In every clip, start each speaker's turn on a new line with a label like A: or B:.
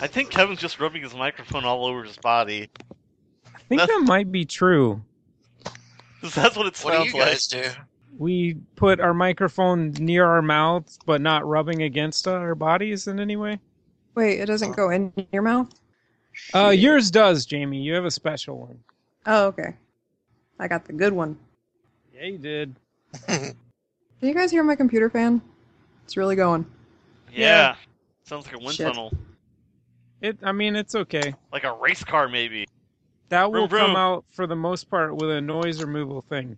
A: I think Kevin's just rubbing his microphone all over his body.
B: I think
A: That's-
B: that might be true.
A: 'Cause That's what it
C: What do
A: sounds
C: you guys do?
B: We put our microphone near our mouths, but not rubbing against our bodies in any way.
D: Wait, it doesn't go in your mouth?
B: Uh, yours does, Jamie. You have a special one.
D: Oh, okay. I got the good one.
B: Yeah, you did.
D: Can you guys hear my computer fan? It's really going.
A: like. Yeah. Sounds like a wind
D: Shit.
A: tunnel.
B: It. I mean, it's okay.
A: Like a race car, maybe.
B: That
A: Vroom,
B: will
A: vroom.
B: come out for the most part with a noise removal thing.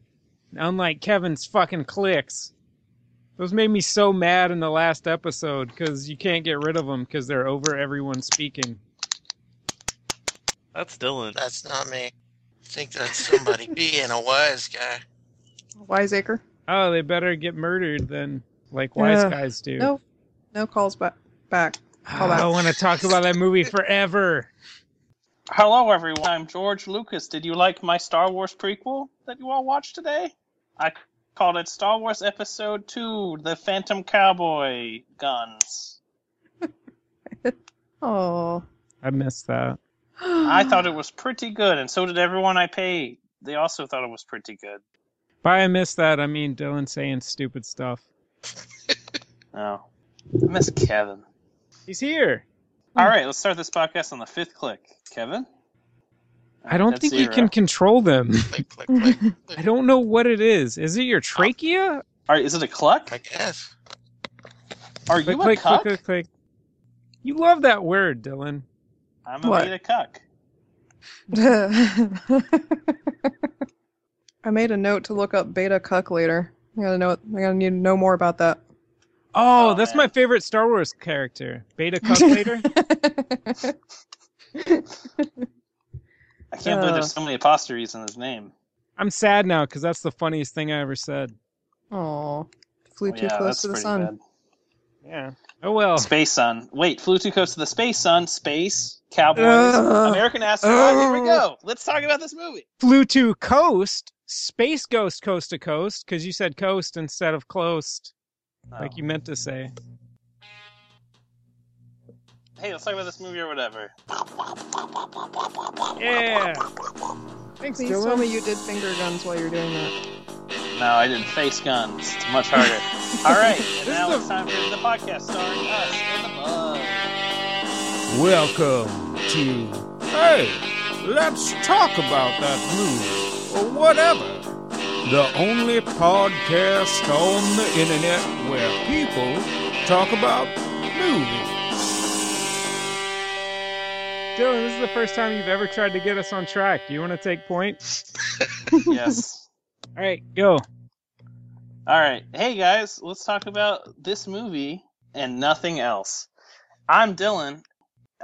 B: Unlike Kevin's fucking clicks. Those made me so mad in the last episode because you can't get rid of them because they're over everyone speaking.
A: That's Dylan.
C: That's not me. I think that's somebody being a wise guy.
D: Wiseacre.
B: Oh, they better get murdered than like wise
D: Yeah.
B: guys do.
D: No. No calls ba- back.
B: Oh, I want to talk about that movie forever.
E: Hello, everyone. I'm George Lucas. Did you like my Star Wars prequel that you all watched today? I called it Star Wars Episode 2 The Phantom Cowboy Guns.
D: Oh.
B: I missed that.
E: I thought it was pretty good, and so did everyone I paid. They also thought it was pretty good.
B: By I missed that, I mean Dylan saying stupid stuff.
E: Oh. I miss Kevin.
D: Hmm.
B: He's here.
E: All right, let's start this podcast on the fifth click. Kevin?
B: I don't
E: That's
B: think you
E: zero.
B: can control them.
C: Click, click, click.
B: I don't know what it is. Is it
E: Oh.
B: your trachea?
E: All right, is it a cluck?
C: I guess.
E: Are you
B: Click,
E: a
B: click, click,
E: cuck?
B: click, click. You love that word, Dylan.
E: I'm a
D: What?
E: beta cuck.
D: I made a note to look up beta cuck later. I gotta know. I gotta need to know more about that.
B: Oh,
E: Oh,
B: that's
E: man.
B: my favorite Star Wars character, Beta Cucklater.
E: I can't believe
D: Uh,
E: there's so many apostrophes in his name.
B: I'm sad now because that's the funniest thing I ever said.
D: Oh, flew
E: Oh,
D: too
E: yeah,
D: close
E: that's
D: to the
E: pretty
D: sun.
E: bad.
B: Yeah. Oh well.
E: Space Sun. Wait, flew too close to the space sun. Space Cowboys.
B: Uh.
D: Ugh.
E: American astronaut. Here we
D: Ugh.
E: go. Let's talk about this movie.
B: Flew to coast, space ghost coast to coast, because you said coast instead of close,
E: Oh.
B: like you meant to say.
E: Hey, let's talk about this movie or whatever.
B: Yeah. Thanks,
D: Please
B: Dylan.
D: tell me you did finger guns while you're doing that.
E: No, I did face guns. It's much harder. All right,
B: This
E: and now
B: is a-
E: it's time for the podcast starring us and the bug.
F: Welcome to Hey, let's talk about that movie or whatever. The only podcast on the internet where people talk about movies.
B: Dylan, this is the first time you've ever tried to get us on track. Do you want to take point?
E: Yes.
B: All right, go.
E: All right. Hey, guys, let's talk about this movie and nothing else. I'm Dylan.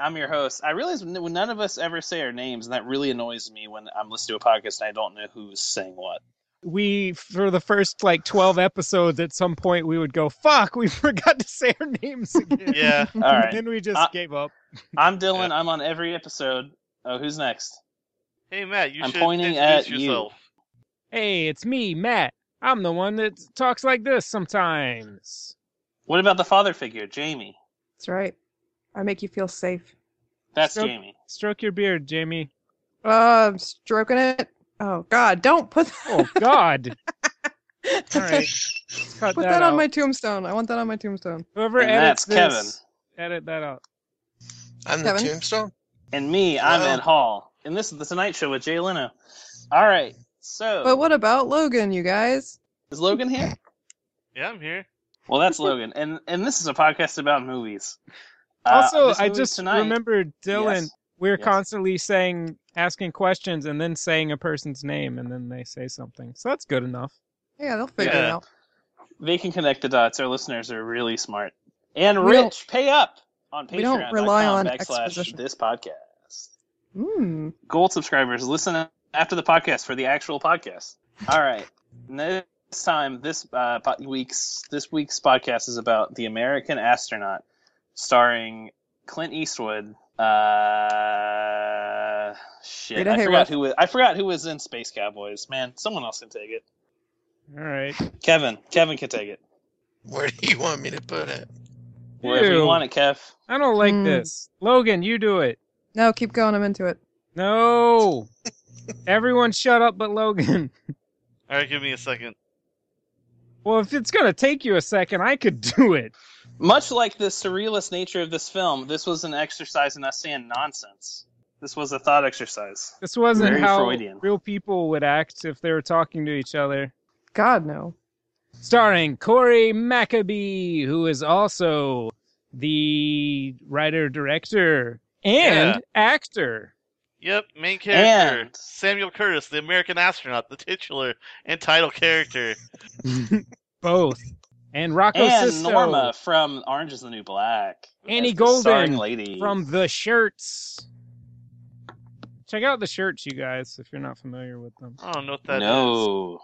E: I'm your host. I realize n- when none of us ever say our names, and that really annoys me when I'm listening to a podcast and I don't know who's saying what.
B: We, for the first like 12 episodes, at some point we would go, fuck, we forgot to say our names again.
A: Yeah.
E: All right.
B: And then we just
E: Uh,
B: gave up.
E: I'm Dylan. I'm on every episode. Oh, who's next?
A: Hey, Matt, you
E: I'm
A: should
E: pointing
A: introduce
E: at you.
A: yourself.
B: Hey, it's me, Matt. I'm the one that talks like this sometimes.
E: What about the father figure, Jamie?
D: That's right. I make you feel safe.
E: That's
B: Stroke-
E: Jamie.
B: Stroke your beard, Jamie.
D: Uh, I'm stroking it. Oh God, don't put
B: Oh, God.
D: that,
B: All right. Let's cut
D: put that on
B: out.
D: my tombstone. I want that on my tombstone.
B: Whoever
E: And that's
B: edits
E: Kevin.
B: this, edit that out.
C: I'm
D: Kevin?
C: the tombstone.
E: And me, I'm
C: Hello.
E: Ed Hall. And this is the Tonight Show with Jay Leno. All right.
B: Oh.
E: So
D: But what about Logan, you guys?
E: is Logan here?
A: Yeah, I'm here.
E: Well, that's Logan, and and this is a podcast about movies. Uh,
B: Also,
E: this
B: I
E: movie
B: just
E: tonight-
B: remembered Dylan.
E: Yes.
B: We're
E: Yes.
B: constantly saying, asking questions, and then saying a person's name, and then they say something. So that's good enough.
D: Yeah, they'll figure it
A: Yeah.
D: out.
E: they can connect the dots. Our listeners are really smart and
D: We don't-
E: rich. Pay up on
D: we don't
E: Patreon.
D: rely on
E: backslash
D: exposition.
E: this podcast.
D: Hmm.
E: Gold subscribers, listen after the podcast for the actual podcast. All right, this time this uh, po- week's this week's podcast is about the American astronaut, starring Clint Eastwood. Uh, shit,
D: Rita
E: I
D: Hayworth.
E: forgot who was, I forgot who was in Space Cowboys. Man, someone else can take it.
B: All right.
E: Kevin, Kevin can take it.
C: Where do you want me to put it?
E: Wherever
B: Ew.
E: you want it, Kev.
B: I don't like
D: Mm.
B: this. Logan, you do it.
D: No, keep going. I'm into it.
B: No. Everyone shut up but Logan.
A: All right, give me a second.
B: Well, if it's going to take you a second, I could do it.
E: Much like the surrealist nature of this film, this was an exercise in us saying nonsense. This was a thought exercise.
B: This wasn't
E: Very
B: how
E: Freudian.
B: real people would act if they were talking to each other.
D: God no.
B: Starring Corey Maccabee, who is also the writer, director, and
A: Yeah.
B: actor.
A: Yep, main character
E: And-
A: Samuel Curtis, the American astronaut, the titular and title character.
B: Both. And Rocco
E: and
B: Sisto
E: Norma from Orange is the New Black.
B: Annie
E: as the starring
B: Golden
E: lady.
B: from The Shirts. Check out The Shirts, you guys, if you're not familiar with them.
A: I don't know what that is.
E: no.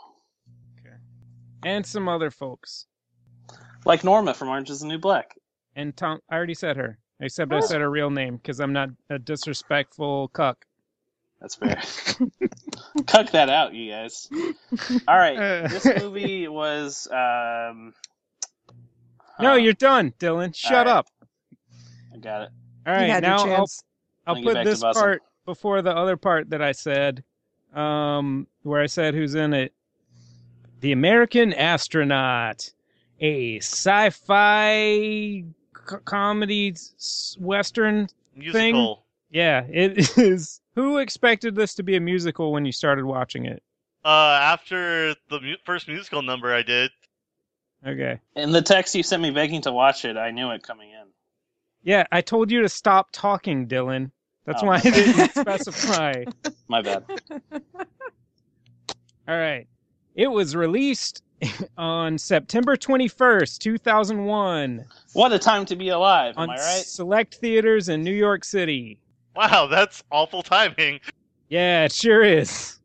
B: And some other folks.
E: Like Norma from Orange is the New Black.
B: And Tom, I already said her, except I said her real name because I'm not a disrespectful cuck.
E: That's fair. Cuck that out, you guys. All right.
B: Uh.
E: This movie was. Um,
B: No,
E: huh,
B: you're done, Dylan. Shut
E: right.
B: up.
E: I got it.
B: All
D: you
B: right,
D: had your
B: now I'll,
D: chance.
B: I'll
E: Bring it
B: put
E: back to
B: this
E: Buzzle.
B: part before the other part that I said, um, where I said who's in it. The American Astronaut, a sci-fi co- comedy s- western.
A: Musical.
B: Yeah, it is. Who expected this to be a musical when you started watching it?
A: Uh, after the mu- first musical number I did,
B: Okay.
E: In the text you sent me begging to watch it, I knew it coming in.
B: Yeah, I told you to stop talking, Dylan. That's
E: Oh.
B: why I didn't specify.
E: My bad.
B: All right. It was released on September 21st, 2001
E: What a time to be alive, am
B: on
E: I right?
B: select theaters in New York City.
A: wow, that's awful timing.
B: Yeah, it sure is.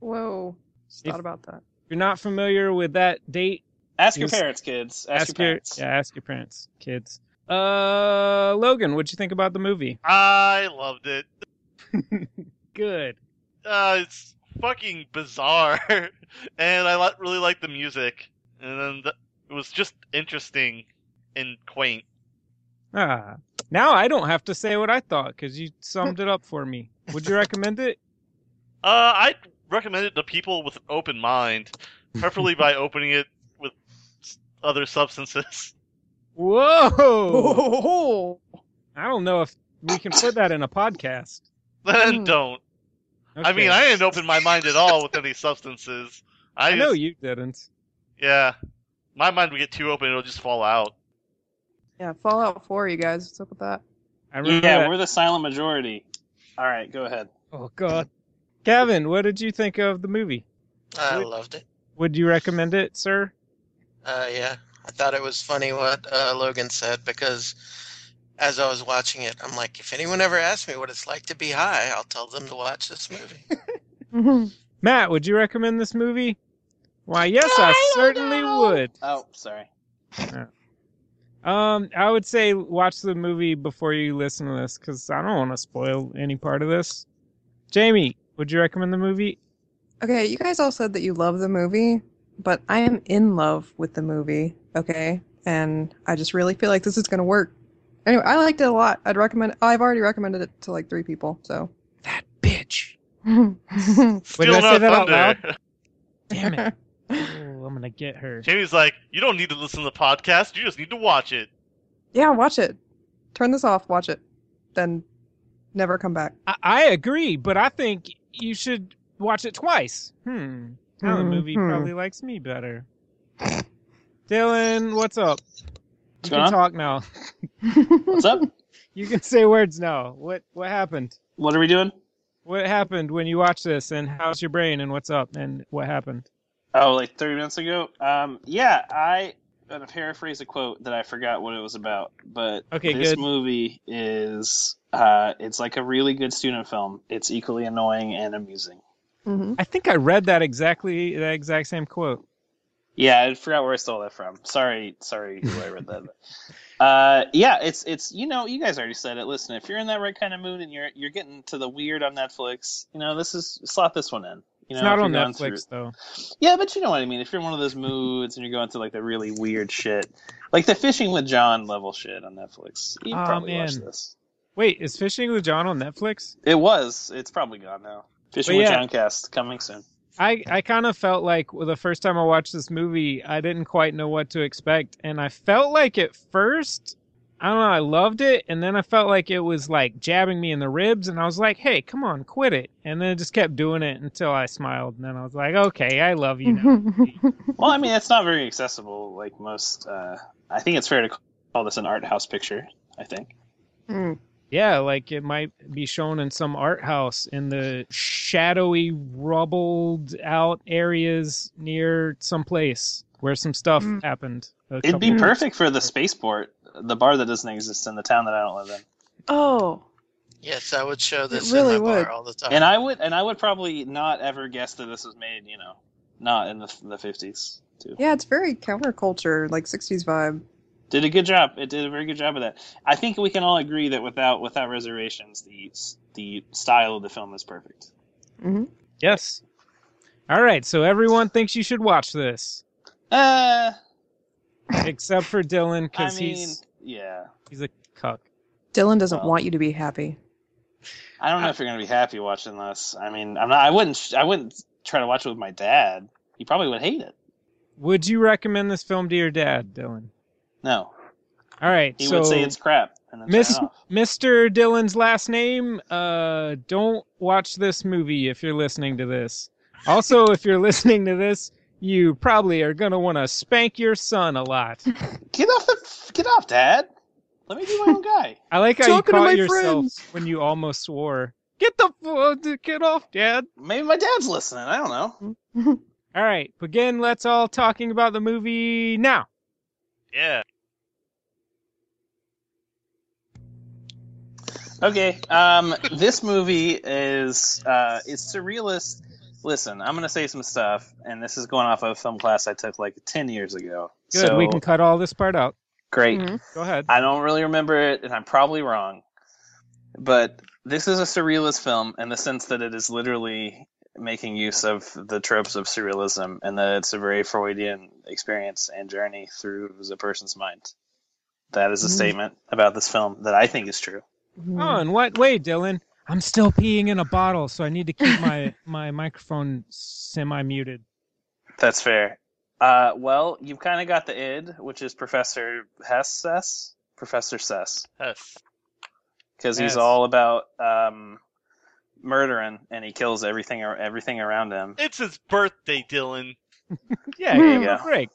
D: Whoa. Just
B: If-
D: thought about that.
B: If you're not familiar with that date,
E: Ask your
B: Yes.
E: parents, kids. Ask, your parents.
B: yeah, ask your parents, kids. Uh, Logan, what'd you think about the movie?
A: I loved it.
B: Good.
A: Uh, it's fucking bizarre, and I li- really liked the music, and then the- it was just interesting and quaint.
B: Ah, now I don't have to say what I thought because you summed it up for me. Would you recommend it?
A: Uh, I'd recommend it to people with an open mind, preferably by opening it with s- other substances.
B: Whoa!
D: Oh.
B: I don't know if we can put that in a podcast.
A: then
D: Mm.
A: don't. I
B: Hmm. Okay.
A: mean, I didn't open my mind at all with any substances. I,
B: I know
A: just-
B: you didn't.
A: Yeah, my mind would get too open; it'll just fall out.
D: Yeah, Fallout 4, you guys. What's up with that?
B: I
E: Yeah,
B: remember. that.
E: we're the silent majority. All right, go ahead.
B: Oh God, Kevin, what did you think of the movie?
C: I
B: Would-
C: loved it.
B: Would you recommend it, sir?
C: Uh, yeah, I thought it was funny what uh, Logan said because as I was watching it, I'm like, if anyone ever asks me what it's like to be high, I'll tell them to watch this movie.
B: Matt, would you recommend this movie? Why, yes, I, certainly would.
E: Oh, sorry.
B: Um, I would say watch the movie before you listen to this because I don't want to spoil any part of this. Jamie, would you recommend the movie?
D: okay, you guys all said that you love the movie, but I am in love with the movie, okay? And I just really feel like this is going to work. Anyway, I liked it a lot. I'd recommend I've already recommended it to like 3 people, so.
B: That bitch.
D: Damn
B: Wait,
A: Still
B: did I
A: no
B: say that out
A: thunder.
B: Damn it. Oh, I'm gonna get her.
A: Jamie's like, you don't need to listen to the podcast. You just need to watch it.
D: Yeah, watch it. Turn this off, watch it. Then never come back.
B: I, I agree, but I think you should watch it twice. Hmm. Now the movie
D: Mhm.
B: probably likes me better. Dylan, what's up? You
E: Huh?
B: can talk now.
E: What's up?
B: You can say words now. What what happened?
E: What are we doing?
B: What happened when you watched this and how's your brain and what's up and what happened?
E: Oh, like 30 minutes ago? Um, yeah, I. I'm going to paraphrase a quote that I forgot what it was about, but
B: Okay,
E: this
B: good.
E: movie is. Uh, it's like a really good student film. It's equally annoying and amusing.
D: Mhm.
B: I think I read that exactly that exact same quote.
E: Yeah, I forgot where I stole that from. Sorry, sorry who I read that. Uh, yeah, it's it's you know you guys already said it. Listen, if you're in that right kind of mood and you're you're getting to the weird on Netflix, you know this is slot this one in. You
B: it's
E: know,
B: not
E: if
B: on
E: you're going through-
B: Netflix though.
E: Yeah, but you know what I mean. If you're in one of those moods and you're going through like the really weird shit, like the fishing with John level shit on Netflix, you
B: Aw,
E: probably watch
B: Oh, man.
E: this.
B: Wait, is Fishing with John on Netflix?
E: It was. It's probably gone now. Fishing
B: But
E: with
B: yeah.
E: John cast coming soon.
B: I I kind of felt like well, the first time I watched this movie, I didn't quite know what to expect, and I felt like at first, I don't know, I loved it, and then I felt like it was like jabbing me in the ribs, and I was like, "Hey, come on, quit it!" And then it just kept doing it until I smiled, and then I was like, "Okay, I love you
D: Mm-hmm.
B: now."
E: Well, I mean, it's not very accessible. Like most, uh, I think it's fair to call this an art house picture. I think.
D: Mm.
B: yeah, like it might be shown in some art house in the shadowy, rubbled out areas near some place where some stuff
D: Mm.
B: happened. a
E: It'd be
B: couple-
E: perfect for the spaceport, the bar that doesn't exist in the town that I don't live in.
D: Oh,
C: Yes, I would show this
D: really
C: in my
D: would.
C: bar all the time.
E: And I would, and I would probably not ever guess that this was made. You know, not in the the fifties too.
D: yeah, it's very counterculture, like '60s vibe.
E: Did a good job. It did a very good job of that. I think we can all agree that without without reservations, the the style of the film is perfect.
B: Yes. All right, so everyone thinks you should watch this,
E: Uh,
B: except for Dylan
E: I
B: because
E: mean,
B: he's
E: yeah.
B: he's a cuck.
D: Dylan doesn't
E: Well.
D: want you to be happy.
E: I don't know if you're gonna be happy watching this. I mean, I'm not. I wouldn't. I wouldn't try to watch it with my dad. He probably would hate it.
B: Would you recommend this film to your dad, Dylan?
E: No,
B: All right,
E: he
B: so
E: would say it's crap. And then turn
B: Miss-
E: it off.
B: Mr. Dylan's last name. Uh, don't watch this movie if you're listening to this. Also, if you're listening to this, you probably are gonna want to spank your son a lot.
E: Get off the. Get off, Dad. Let me be my own guy.
B: I like how
D: Talking to
B: you
D: my
B: caught yourself
D: friends.
B: when you almost swore. Get the f- get off, Dad.
E: Maybe my dad's listening. I don't know.
B: All right, begin. Let's all talking about the movie now.
A: Yeah.
E: Okay. Um, this movie is uh, it's surrealist. Listen, I'm gonna say some stuff, and this is going off of a film class I took like ten years ago.
B: Good,
E: So
B: we can cut all this part out.
E: great.
D: Mhm.
B: Go ahead.
E: I don't really remember it, and I'm probably wrong. But this is a surrealist film in the sense that it is literally making use of the tropes of surrealism, and that it's a very Freudian experience and journey through the person's mind. That is a
D: Mm.
E: statement about this film that I think is true.
B: Oh, in what way, Dylan? I'm still peeing in a bottle, so I need to keep my my microphone semi muted.
E: That's fair. Uh, well, you've kind of got the id, which is Professor Hess, Sess? Professor Sess,
A: Yes.
E: because he's
B: Hess.
E: all about um, murdering, and he kills everything ar- everything around him.
A: It's his birthday, Dylan.
B: Yeah,
D: There
B: give
E: you
B: him a
E: go.
B: break.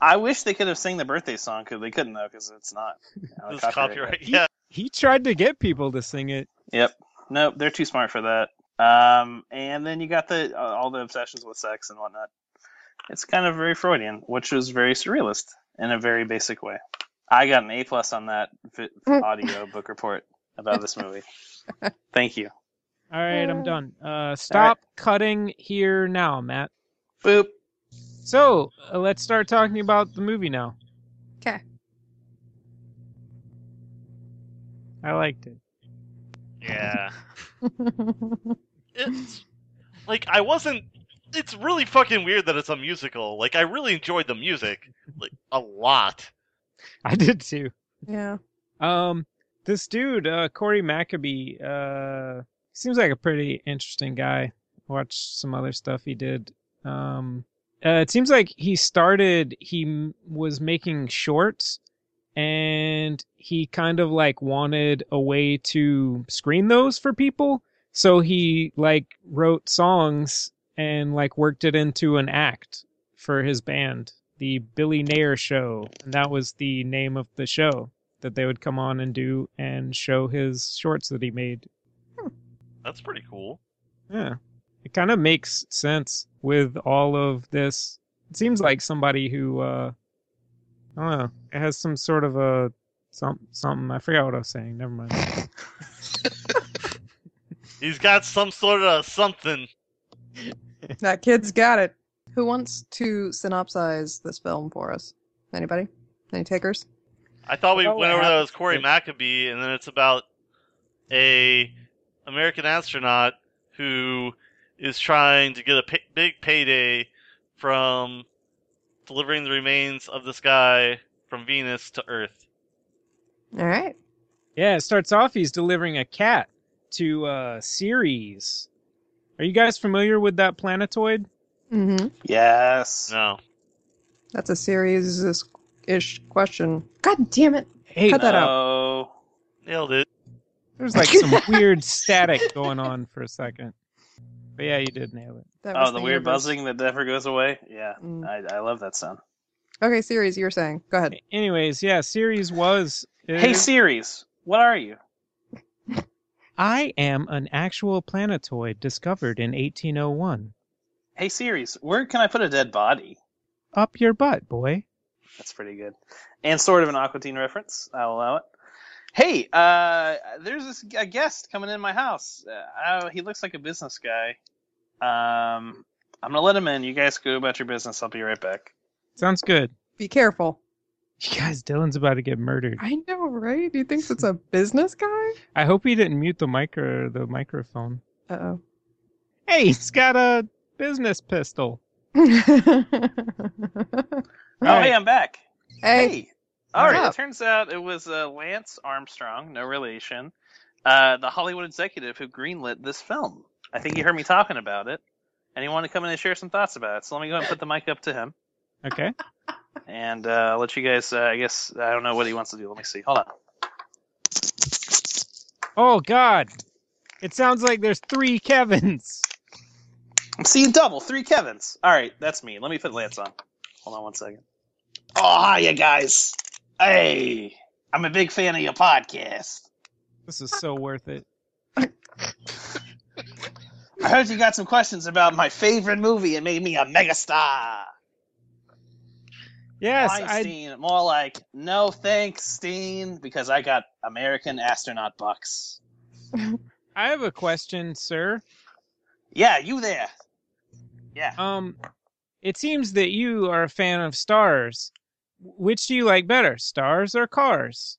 E: I wish they could have sang the birthday song, because they couldn't though, because it's not you
B: Oh,
E: know,
A: This
E: copyright.
A: copyright. Yeah.
B: He tried to get people to sing it.
E: Yep. Nope, they're too smart for that. Um, and then you got the uh, all the obsessions with sex and whatnot. It's kind of very Freudian, which is very surrealist in a very basic way. I got an A plus on that vi- audio book report about this movie. Thank you.
B: All right, I'm done. Uh, stop cutting here now, Matt.
E: Boop.
B: So uh, let's start talking about the movie now.
D: 'Kay.
B: I liked it.
A: Yeah. It's like I wasn't. It's really fucking weird that it's a musical. Like I really enjoyed the music, like a lot.
B: I did too.
D: yeah.
B: Um, this dude, uh, Corey Maccabee, uh, seems like a pretty interesting guy. Watched some other stuff he did. Um, uh, it seems like he started, he m- was making shorts and he kind of like wanted a way to screen those for people. So he like wrote songs and like worked it into an act for his band, the Billy Nair Show. And that was the name of the show that they would come on and do and show his shorts that he made.
A: That's pretty cool.
B: Yeah. It kind of makes sense with all of this. It seems like somebody who uh I don't know, it has some sort of a some something I forgot what I was saying. Never mind.
A: He's got some sort of something.
D: That kid's got it. Who wants to synopsize this film for us? Anybody? Any takers?
A: I thought we
B: Well,
A: went
B: what
A: over that
B: happened-
A: was Corey Maccabee, and then it's about a American astronaut who is trying to get a pay- big payday from delivering the remains of this guy from Venus to Earth.
D: All right.
B: Yeah, it starts off he's delivering a cat to uh Ceres. Are you guys familiar with that planetoid?
D: Mm-hmm.
E: Yes.
A: No.
D: That's a series ish question. God damn it.
B: Hey,
D: Cut that out.
E: Oh.
A: Nailed it.
B: there's like some weird static going on for a second. But yeah, you did nail it.
D: That
E: Oh,
D: was
E: the, weird
D: universe.
E: buzzing that never goes away. Yeah,
D: Mm.
E: I, I love that sound.
D: Okay, series, you were saying. Go ahead.
B: Anyways, yeah, Ceres was.
E: Hey, series, what are you?
B: I am an actual planetoid discovered in 1801.
E: Hey, series, where can I put a dead body?
B: Up your butt, boy.
E: That's pretty good, and sort of an Aqua Teen reference. I'll allow it. Hey, uh, there's this a guest coming in my house. Uh, oh, he looks like a business guy. Um, I'm gonna let him in. You guys go about your business. I'll be right back.
B: Sounds good.
D: Be careful.
B: You guys, Dylan's about to get murdered.
D: I know, right? He thinks it's a business guy?
B: I hope he didn't mute the micro the microphone.
D: Uh
B: Hey, he's got a business pistol.
D: oh.
E: Oh,
B: Right.
E: hey, I'm back.
D: hey.
E: Hey. All
D: What's
E: right.
D: up?
E: It turns out it was uh, Lance Armstrong, no relation, uh, the Hollywood executive who greenlit this film. I think he heard me talking about it, and he wanted to come in and share some thoughts about it. So let me go ahead and put the mic up to him,
B: Okay.
E: and uh, I'll let you guys. Uh, I guess I don't know what he wants to do. Let me see. Hold on.
B: Oh God, it sounds like there's three Kevins.
E: I'm seeing double, three Kevin's. All right, that's me. Let me put Lance on. Hold on one second. Oh, hiya, guys. Hey, I'm a big fan of your podcast.
B: This is so worth it.
E: I heard you got some questions about my favorite movie. It made me a megastar.
B: Yes, I.
E: Weinstein, more like no thanks, Steen, because I got American astronaut bucks.
B: I have a question, sir.
E: Yeah, you there? Yeah.
B: Um, it seems that you are a fan of stars. Which do you like better, stars or cars?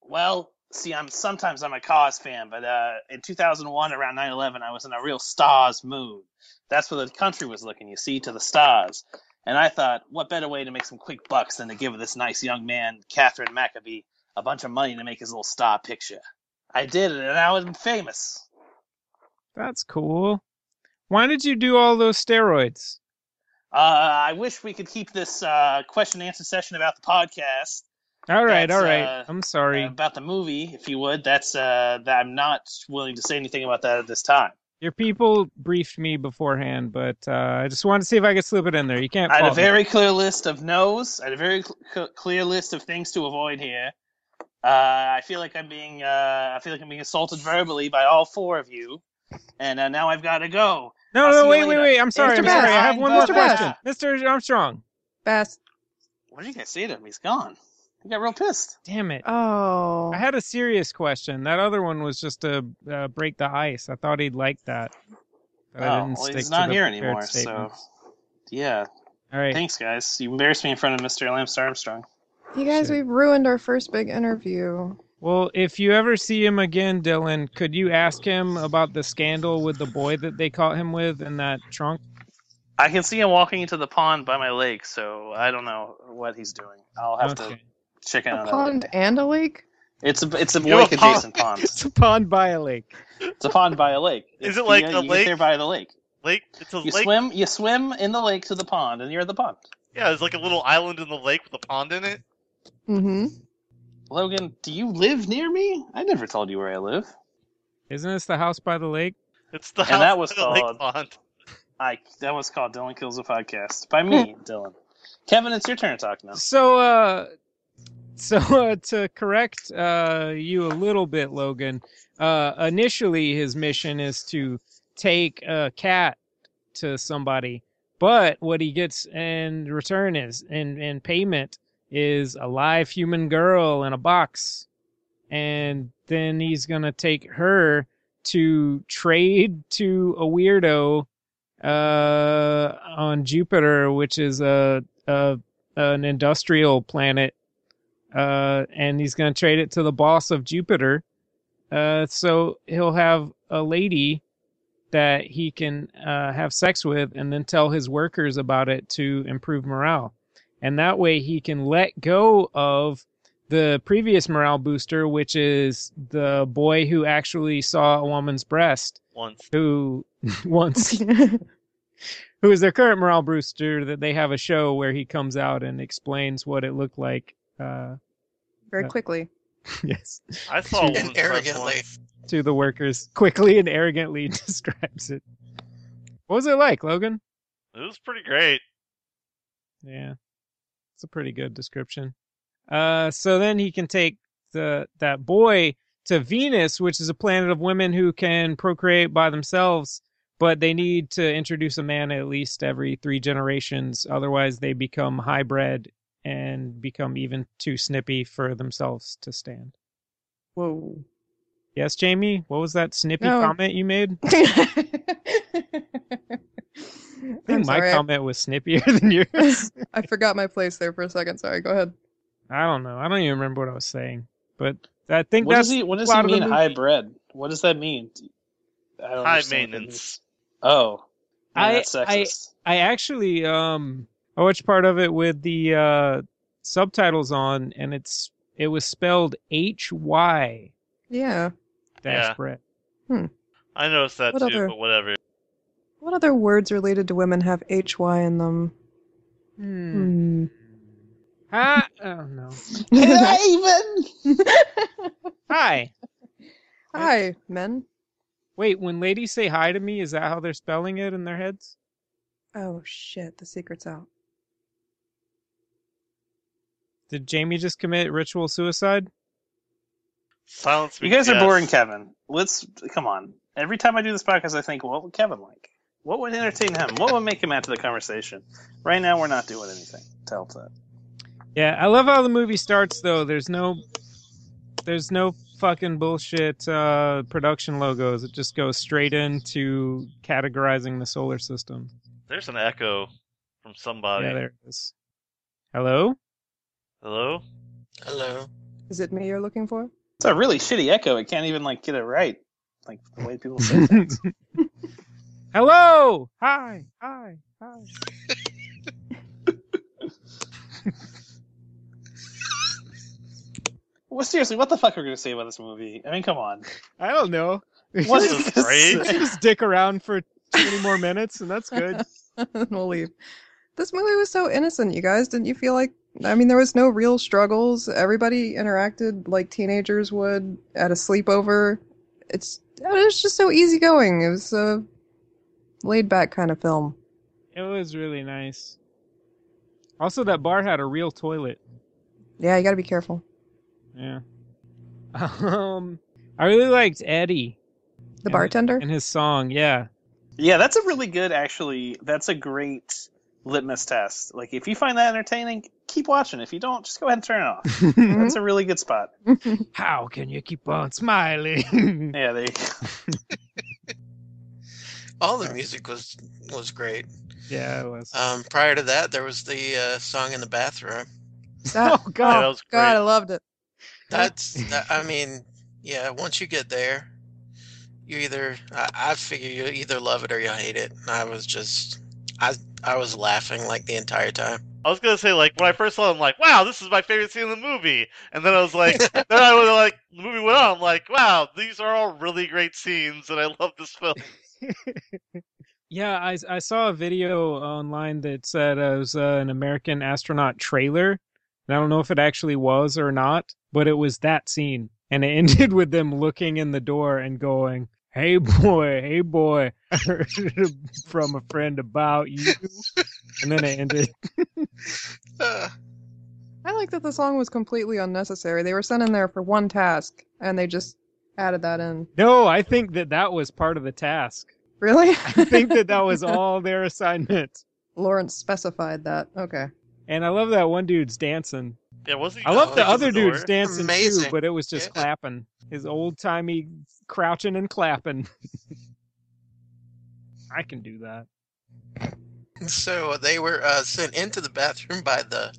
E: Well, see, I'm sometimes I'm a cause fan, but uh, in 2001, around 9/11, I was in a real stars mood. That's where the country was looking, you see, to the stars. And I thought, what better way to make some quick bucks than to give this nice young man, Catherine Maccabee, a bunch of money to make his little star picture? I did it, and I was famous.
B: That's cool. Why did you do all those steroids?
E: Uh, I wish we could keep this uh, question and answer session about the podcast,
B: All right,
E: That's,
B: all right.
E: uh,
B: I'm
E: uh,
B: sorry.
E: about the movie, if you would. That's uh, that I'm not willing to say anything about that at this time.
B: Your people briefed me beforehand, but uh, I just wanted to see if I could slip it in there. You can't.
E: I had
B: fault
E: a
B: me.
E: very clear list of no's. I had a very cl- cl- clear list of things to avoid here. Uh, I feel like I'm being uh, I feel like I'm being assaulted verbally by all four of you, and uh, now I've got to go.
B: No,
E: I'll see
B: no,
E: you
B: wait, wait,
E: later.
B: wait. I'm sorry.
D: Mr.
B: I'm sorry. I
E: Bass.
B: have one more
D: Mr. Bass.
B: question, Mr. Armstrong.
D: Bass.
E: What did you guys say to him? He's gone. He got real pissed.
B: Damn it.
D: Oh.
B: I had a serious question. That other one was just to uh, break the ice. I thought he'd like that. But I
E: oh,
B: didn't
E: well,
B: stick
E: he's
B: to
E: not
B: the
E: here
B: prepared
E: anymore. So,
B: statements.
E: yeah.
B: All right.
E: Thanks, guys. You embarrassed me in front of Mr. Lance Armstrong.
D: you guys,
B: shit.
D: we've ruined our first big interview.
B: Well, if you ever see him again, Dylan, could you ask him about the scandal with the boy that they caught him with in that trunk?
E: I can see him walking into the pond by my lake, so I don't know what he's doing. I'll have
B: Okay.
E: to check in
D: A
E: on that.
D: pond and a lake?
E: It's a it's a
A: You're a
E: lake adjacent pond.
B: It's a pond by a lake.
E: It's a pond by a lake.
A: Is
E: It's-
A: it like
E: you,
A: a
E: you
A: lake?
E: Get there by the lake.
A: Lake. It's a
E: You
A: lake.
E: swim. You swim in the lake to the pond, and you're at the pond.
A: Yeah, it's like a little island in the lake with a pond in it.
D: Mm-hmm.
E: Logan, do you live near me? I never told you where I live.
B: Isn't this the house by the lake?
A: It's the
E: And
A: house
E: that was
A: in the lake
E: called-
A: pond.
E: I that was called Dylan Kills a Podcast by me, Dylan. Kevin, it's your turn to talk now.
B: So, uh, so uh, to correct uh, you a little bit, Logan. Uh, initially, his mission is to take a cat to somebody, but what he gets in return is in in payment is a live human girl in a box, and then he's gonna take her to trade to a weirdo uh on Jupiter which is a a an industrial planet, uh, and he's going to trade it to the boss of Jupiter. Uh, so he'll have a lady that he can uh, have sex with and then tell his workers about it to improve morale. And that way he can let go of the previous morale booster, which is the boy who actually saw a woman's breast,
A: once.
B: who once,
D: Mm-hmm.
B: who is their current morale booster, that they have a show where he comes out and explains what it looked like. Uh,
D: Very
B: Yeah.
D: quickly.
B: yes.
A: I saw
B: And
A: one
C: arrogantly.
B: to the workers quickly and arrogantly describes it. What was it like, Logan?
A: It was pretty great.
B: Yeah. It's a pretty good description. Uh so then he can take the that boy to Venus, which is a planet of women who can procreate by themselves, but they need to introduce a man at least every 3 generations otherwise they become hybrid and become even too snippy for themselves to stand.
D: Whoa.
B: Yes, Jamie, what was that snippy
D: No.
B: comment you made? I
D: I'm
B: think my
D: sorry, I-
B: comment was snippier than yours.
D: I forgot my place there for a second. Sorry, go ahead.
B: I don't know. I don't even remember what I was saying. But I think
E: What
B: that's
E: does he? What does
B: plot
E: he
B: of the
E: mean?
B: movie.
E: High bred. What does that mean? I don't
A: High
E: understand what that means.
A: maintenance.
E: Oh, man,
B: I-
E: that's
B: I-
E: sexist.
B: I actually um I watched part of it with the uh subtitles on and it's it was spelled H Y
D: Yeah.
B: dash
A: Yeah.
B: Brett.
A: I noticed that
D: What
A: too,
D: other-
A: but whatever.
D: What other words related to women have HY in them?
B: Hmm.
D: Hmm.
B: Hi oh no.
E: Can I even?
B: Hi.
D: Hi, men.
B: Wait, when ladies say hi to me, is that how they're spelling it in their heads?
D: Oh shit, the secret's out.
B: Did Jamie just commit ritual suicide?
A: Silence me.
E: You guys are
A: yes.
E: boring, Kevin. Let's come on. Every time I do this podcast, I think, what would Kevin like? What would entertain him? What would make him add to the conversation? Right now, we're not doing anything. Tell that.
B: Yeah, I love how the movie starts though. There's no there's no fucking bullshit uh production logos. It just goes straight into categorizing the solar system.
A: There's an echo from somebody.
B: Yeah, there it is. Hello?
A: Hello?
C: Hello.
D: Is it me you're looking for?
E: It's a really shitty echo. I can't even like get it right, like the way people say. it.
B: Hello! Hi, hi, hi.
E: well, seriously, what the fuck are we gonna say about this movie? I mean, come on.
B: I don't know.
E: What
A: This
E: is
A: is
E: this?
A: great.
B: just stick around for 20 more minutes and that's good.
D: we'll leave. This movie was so innocent, you guys. Didn't you feel like? I mean, there was no real struggles. Everybody interacted like teenagers would at a sleepover. It's it was just so easygoing. It was a laid back kind of film.
B: It was really nice. Also that bar had a real toilet.
D: Yeah, you got to be careful.
B: Yeah. Um I really liked Eddie.
D: The
B: And-
D: bartender.
B: and his song yeah
E: Yeah, that's a really good. Actually, that's a great litmus test. Like, if you find that entertaining, keep watching. If you don't, just go ahead and turn it off. That's a really good spot.
B: how can you keep on smiling
E: Yeah, there you go.
C: All the music was was great.
B: yeah it was
C: Um, prior to that, there was the uh, song in the bathroom.
D: That-
B: oh
A: Yeah, that
B: god
A: was great.
D: God, I loved it.
C: That's that, I mean, yeah. Once you get there, you either I, I figure you either love it or you hate it. And I was just I I was laughing like the entire time.
A: I was gonna say, like, when I first saw it, I'm like, wow, this is my favorite scene in the movie. And then I was like, then I was like, the movie went on, I'm like, wow, these are all really great scenes, and I love this film.
B: yeah I, I saw a video online that said uh, it was uh, an american astronaut trailer and i don't know if it actually was or not but it was that scene and it ended with them looking in the door and going hey boy hey boy I heard from a friend about you and then it ended
D: I like that the song was completely unnecessary. They were sent in there for one task, and they just added that in.
B: no i think that that was part of the task
D: Really?
B: I think that that was all their assignment.
D: Lawrence specified that. Okay.
B: And I love that one dude's dancing.
A: Yeah, wasn't he
B: I love
C: Oh,
B: the
C: he's
A: knocking
B: other
A: door?
B: dude's dancing too,
C: Amazing.
B: but it was just
C: Yeah.
B: clapping. His old timey crouching and clapping. I can do that.
C: so they were uh, sent into the bathroom by the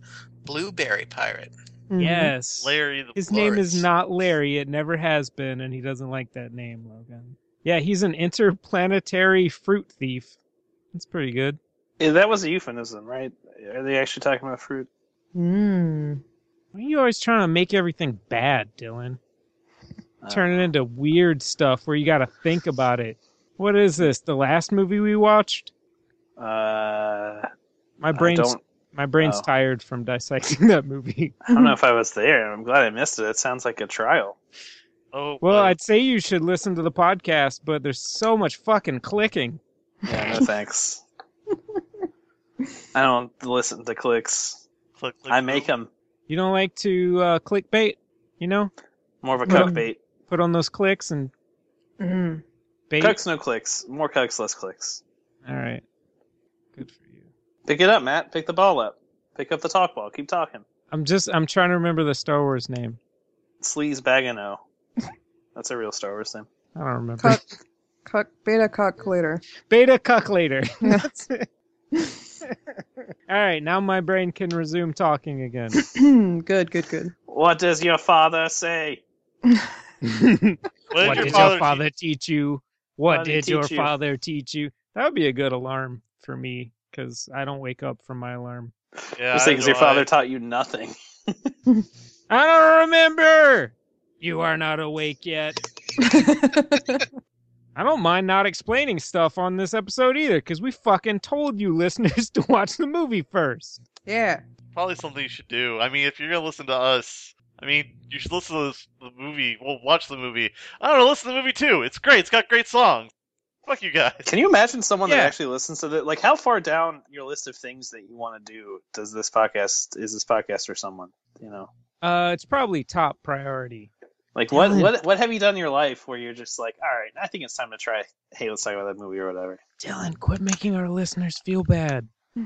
C: blueberry pirate.
B: Yes.
D: Mm-hmm.
A: Larry the
B: His name is
C: Lawrence.
B: not Larry. It never has been, and he doesn't like that name, Logan. Yeah, he's an interplanetary fruit thief. That's pretty good.
E: Yeah, that was a euphemism, right? Are they actually talking about fruit?
D: Mm.
B: Why are you always trying to make everything bad, Dylan?
E: Uh,
B: Turn it into weird stuff where you got to think about it. What is this? The last movie we watched?
E: Uh,
B: My
E: I
B: brain's
E: don't,
B: my brain's
E: oh.
B: tired from dissecting that movie.
E: I don't know if I was there. I'm glad I missed it. It sounds like a trial.
A: Oh,
B: Well,
A: uh,
B: I'd say you should listen to the podcast, but there's so much fucking clicking.
E: Yeah, no thanks. I don't listen to clicks.
A: click, click,
E: I make
A: click.
E: them
B: You don't like to uh, clickbait, you know?
E: more of a
B: Well-
E: cuck bait.
B: Put on those clicks and
D: Mm.
B: bait.
E: Cucks, no clicks. More cucks, less clicks.
B: All right. Good for you.
E: Pick it up, Matt. Pick the ball up. Pick up the talk ball. Keep talking.
B: I'm just I'm trying to remember the Star Wars name.
E: Sleaze Bagano. That's a real Star Wars name.
B: I don't remember.
D: Cuck, cuck, beta cuck later.
B: Beta cuck later.
D: Yeah.
B: That's it. All right, now my brain can resume talking again.
D: good, good, good.
E: What does your father say?
A: What did
B: what
A: your
B: did
A: father
B: your father teach you? What
E: What did he
B: did your
E: teach you?
B: father teach you? That would be a good alarm for me because I don't wake up from my alarm.
A: teach- Yeah,
E: Just
A: I
E: because your
A: know,
E: father
A: I-
E: taught you nothing.
B: I don't remember. You are not awake yet. I don't mind not explaining stuff on this episode either because we fucking told you listeners to watch the movie first.
D: yeah.
A: probably something you should do. I mean, if you're gonna listen to us, I mean, you should listen to this, the movie. Well, watch the movie. I don't know, listen to the movie too. It's great. It's got great songs. Fuck you guys.
E: Can you imagine someone
B: Yeah.
E: that actually listens to the like? How far down your list of things that you want to do does this podcast is this podcast for someone? You know,
B: Uh, it's probably top priority.
E: like what
D: Dylan.
E: what what have you done in your life where you're just like, all right, I think it's time to try. Hey, let's talk about that movie or whatever.
B: Dylan, quit making our listeners feel bad. We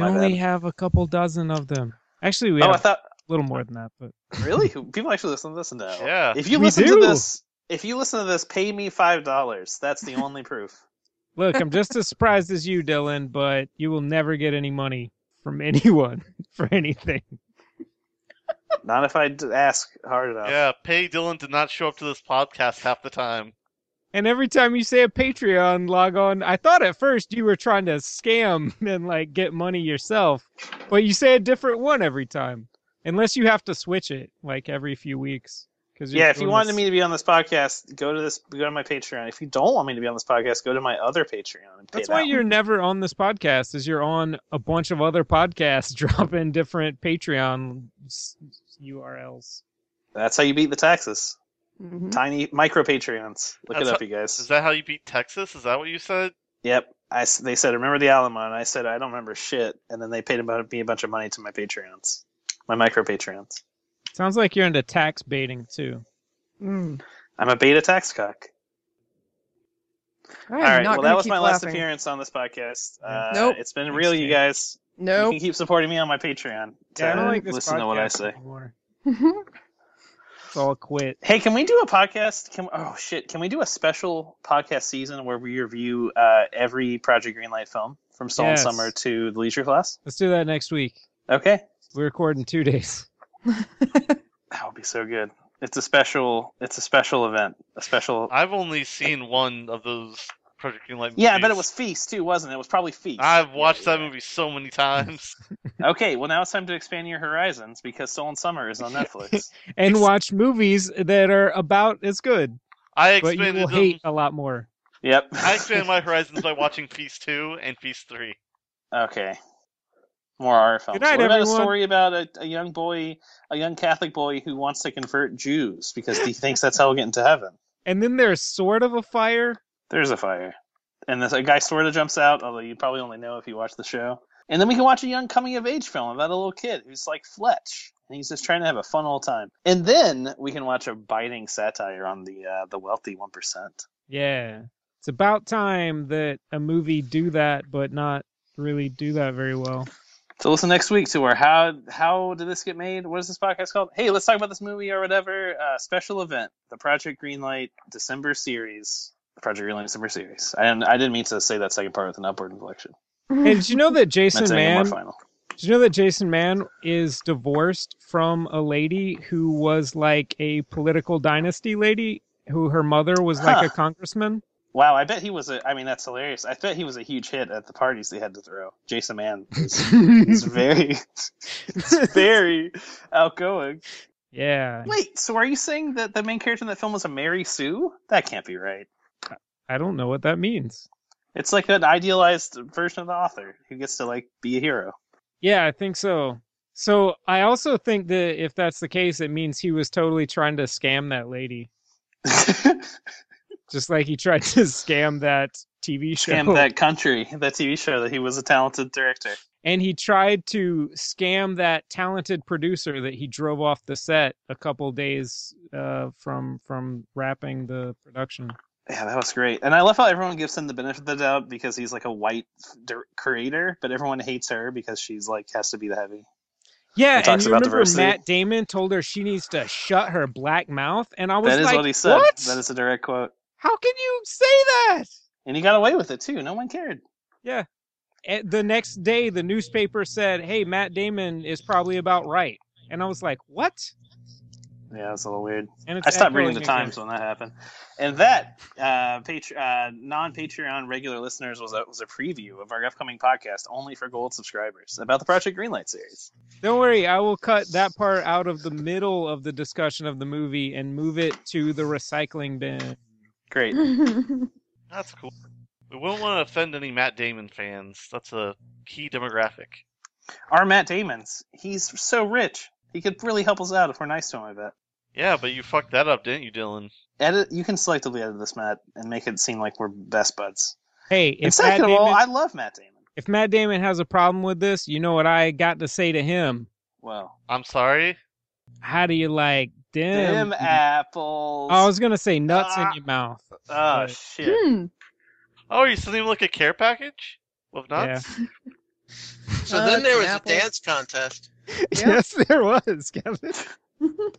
E: My
B: only
E: bad.
B: have a couple dozen of them. Actually, we
E: Oh, I
B: have
E: thought
B: a little more than that, but
E: really Who- people actually listen to this. No,
A: Yeah.
E: If you
B: We
E: listen
B: do.
E: to this, if you listen to this, pay me five dollars. That's the only proof.
B: look, I'm just as surprised as you, Dylan, but you will never get any money from anyone for anything.
E: Not if I d- ask hard enough.
A: Yeah, pay Dylan to not show up to this podcast half the time.
B: And every time you say a Patreon log on, I thought at first you were trying to scam and like get money yourself, but you say a different one every time. Unless you have to switch it like every few weeks. Cause you're
E: Yeah, if you
B: doing
E: wanted
B: this-
E: me to be on this podcast, go to this go to my Patreon. If you don't want me to be on this podcast, go to my other Patreon and pay
B: That's
E: that
B: why
E: one.
B: you're never on this podcast. Is you're on a bunch of other podcasts dropping different Patreon s- URLs.
E: That's how you beat the taxes.
D: Mhm.
E: Tiny micro Patreons. Look
A: That's
E: it up,
A: how-
E: you guys.
A: Is that how you beat Texas? Is that what you said?
E: Yep. I s they said, remember the Alamo? And I said, I don't remember shit. And then they paid about, me a bunch of money to my Patreons, my micro Patreons.
B: Sounds like you're into tax baiting too.
D: Mm.
E: I'm a beta tax cock.
D: I am
E: All right.
D: not
E: Well,
D: gonna
E: that was
D: keep
E: my last
D: laughing.
E: appearance on this podcast. Uh,
D: Nope.
E: It's been
B: Thanks,
E: real, you
B: Dan.
E: guys. You
D: Nope.
E: can keep supporting me on my Patreon. To
B: Yeah, I don't like this
E: listen to what I
B: podcast
E: say.
B: Anymore. So I'll quit.
E: Hey, can we do a podcast? Can oh shit, can we do a special podcast season where we review uh, every Project Greenlight film from Stolen
B: Yes.
E: Summer to The Leisure Class?
B: Let's do that next week.
E: Okay,
B: We record in two days.
E: that would be so good. It's a special. It's a special event. A special.
A: I've only seen one of those Project Greenlight movies.
E: yeah, I bet it was Feast too, wasn't it? It was probably Feast.
A: I've
E: Yeah,
A: watched that
E: yeah.
A: movie so many times.
E: Okay, well now it's time to expand your horizons because Stolen Summer is on Netflix.
B: And
A: Ex-
B: watch movies that are about as good,
A: I
B: but you
A: expanded
B: will
A: them.
B: hate a lot more.
E: yep.
A: I expanded my horizons by watching Feast Two and Feast Three.
E: Okay. More horror films.
B: Good night,
E: what about
B: everyone.
E: a story about a, a young boy, a young Catholic boy who wants to convert Jews because he thinks that's how we'll get into heaven?
B: And then there's sort of a fire.
E: There's a fire. And this, a guy sort of jumps out, although you probably only know if you watch the show. And then we can watch a young coming of age film about a little kid who's like Fletch, and he's just trying to have a fun old time. And then we can watch a biting satire on the uh, the wealthy one percent.
B: Yeah. It's about time that a movie do that, but not really do that very well.
E: So listen next week to our how how did this get made? What is this podcast called? Hey, let's talk about this movie or whatever. Uh, special event, the Project Greenlight December series. The Project Greenlight December series. And I didn't mean to say that second part with an upward inflection.
D: Hmm.
B: Hey, did you know that
E: I meant
B: Jason
E: to make it more
B: Mann?
E: final.
B: Did you know that Jason Mann is divorced from a lady who was like a political dynasty lady, who her mother was like
E: Huh.
B: a congressman?
E: Wow, I bet he was a. I mean, that's hilarious. I bet he was a huge hit at the parties they had to throw. Jason Mann is, is very, is very outgoing.
B: yeah.
E: Wait, so are you saying that the main character in that film was a Mary Sue? That can't be right.
B: I don't know what that means.
E: It's like an idealized version of the author who gets to like be a hero.
B: Yeah, I think so. So I also think that if that's the case, it means he was totally trying to scam that lady, just like he tried to scam that TV show.
E: Scam that country, that TV show that he was a talented director.
B: and he tried to scam that talented producer that he drove off the set a couple days uh, from from wrapping the production.
E: Yeah, that was great. And I love how everyone gives him the benefit of the doubt because he's like a white dir- creator, but everyone hates her because she's like has to be the heavy.
B: Yeah,
E: It
B: and,
E: talks
B: you
E: about
B: remember
E: diversity.
B: Matt Damon told her she needs to shut her black mouth, and I was
E: That is
B: like,
E: what he said.
B: "What?
E: That is a direct quote.
B: How can you say that?"
E: And he got away with it too. No one cared.
B: And eh, the next day, the newspaper said, "Hey, Matt Damon is probably about right," and I was like, "What?"
E: Yeah, it's a little weird.
B: And it's
E: I stopped reading
B: echoing
E: the
B: again.
E: Times when that happened. And that uh, patr uh, non Patreon regular listeners was a, was a preview of our upcoming podcast only for gold subscribers about the Project Greenlight series.
B: Don't worry, I will cut that part out of the middle of the discussion of the movie and move it to the recycling bin.
E: Great.
A: That's cool. We won't want to offend any Matt Damon fans. That's a key demographic.
E: Our Matt Damon's. He's so rich. He could really help us out if we're nice to him, I bet.
A: Yeah, but you fucked that up, didn't you, Dylan?
E: Edit. You can selectively edit this, Matt, and make it seem like we're best buds.
B: Hey,
E: And
B: if Matt,
E: second of
B: Damon,
E: all, I love Matt Damon.
B: if Matt Damon has a problem with this, you know what I got to say to him?
E: Well,
A: I'm sorry.
B: How do you like them?
E: them apples.
B: I was gonna say nuts
E: Ah.
B: in your mouth.
E: oh shit.
D: Hmm.
A: Oh, you sending him like a care package of nuts?
C: So
D: Uh,
C: then there was
D: apple.
C: a dance contest.
B: Yes, there was, Kevin. Oh,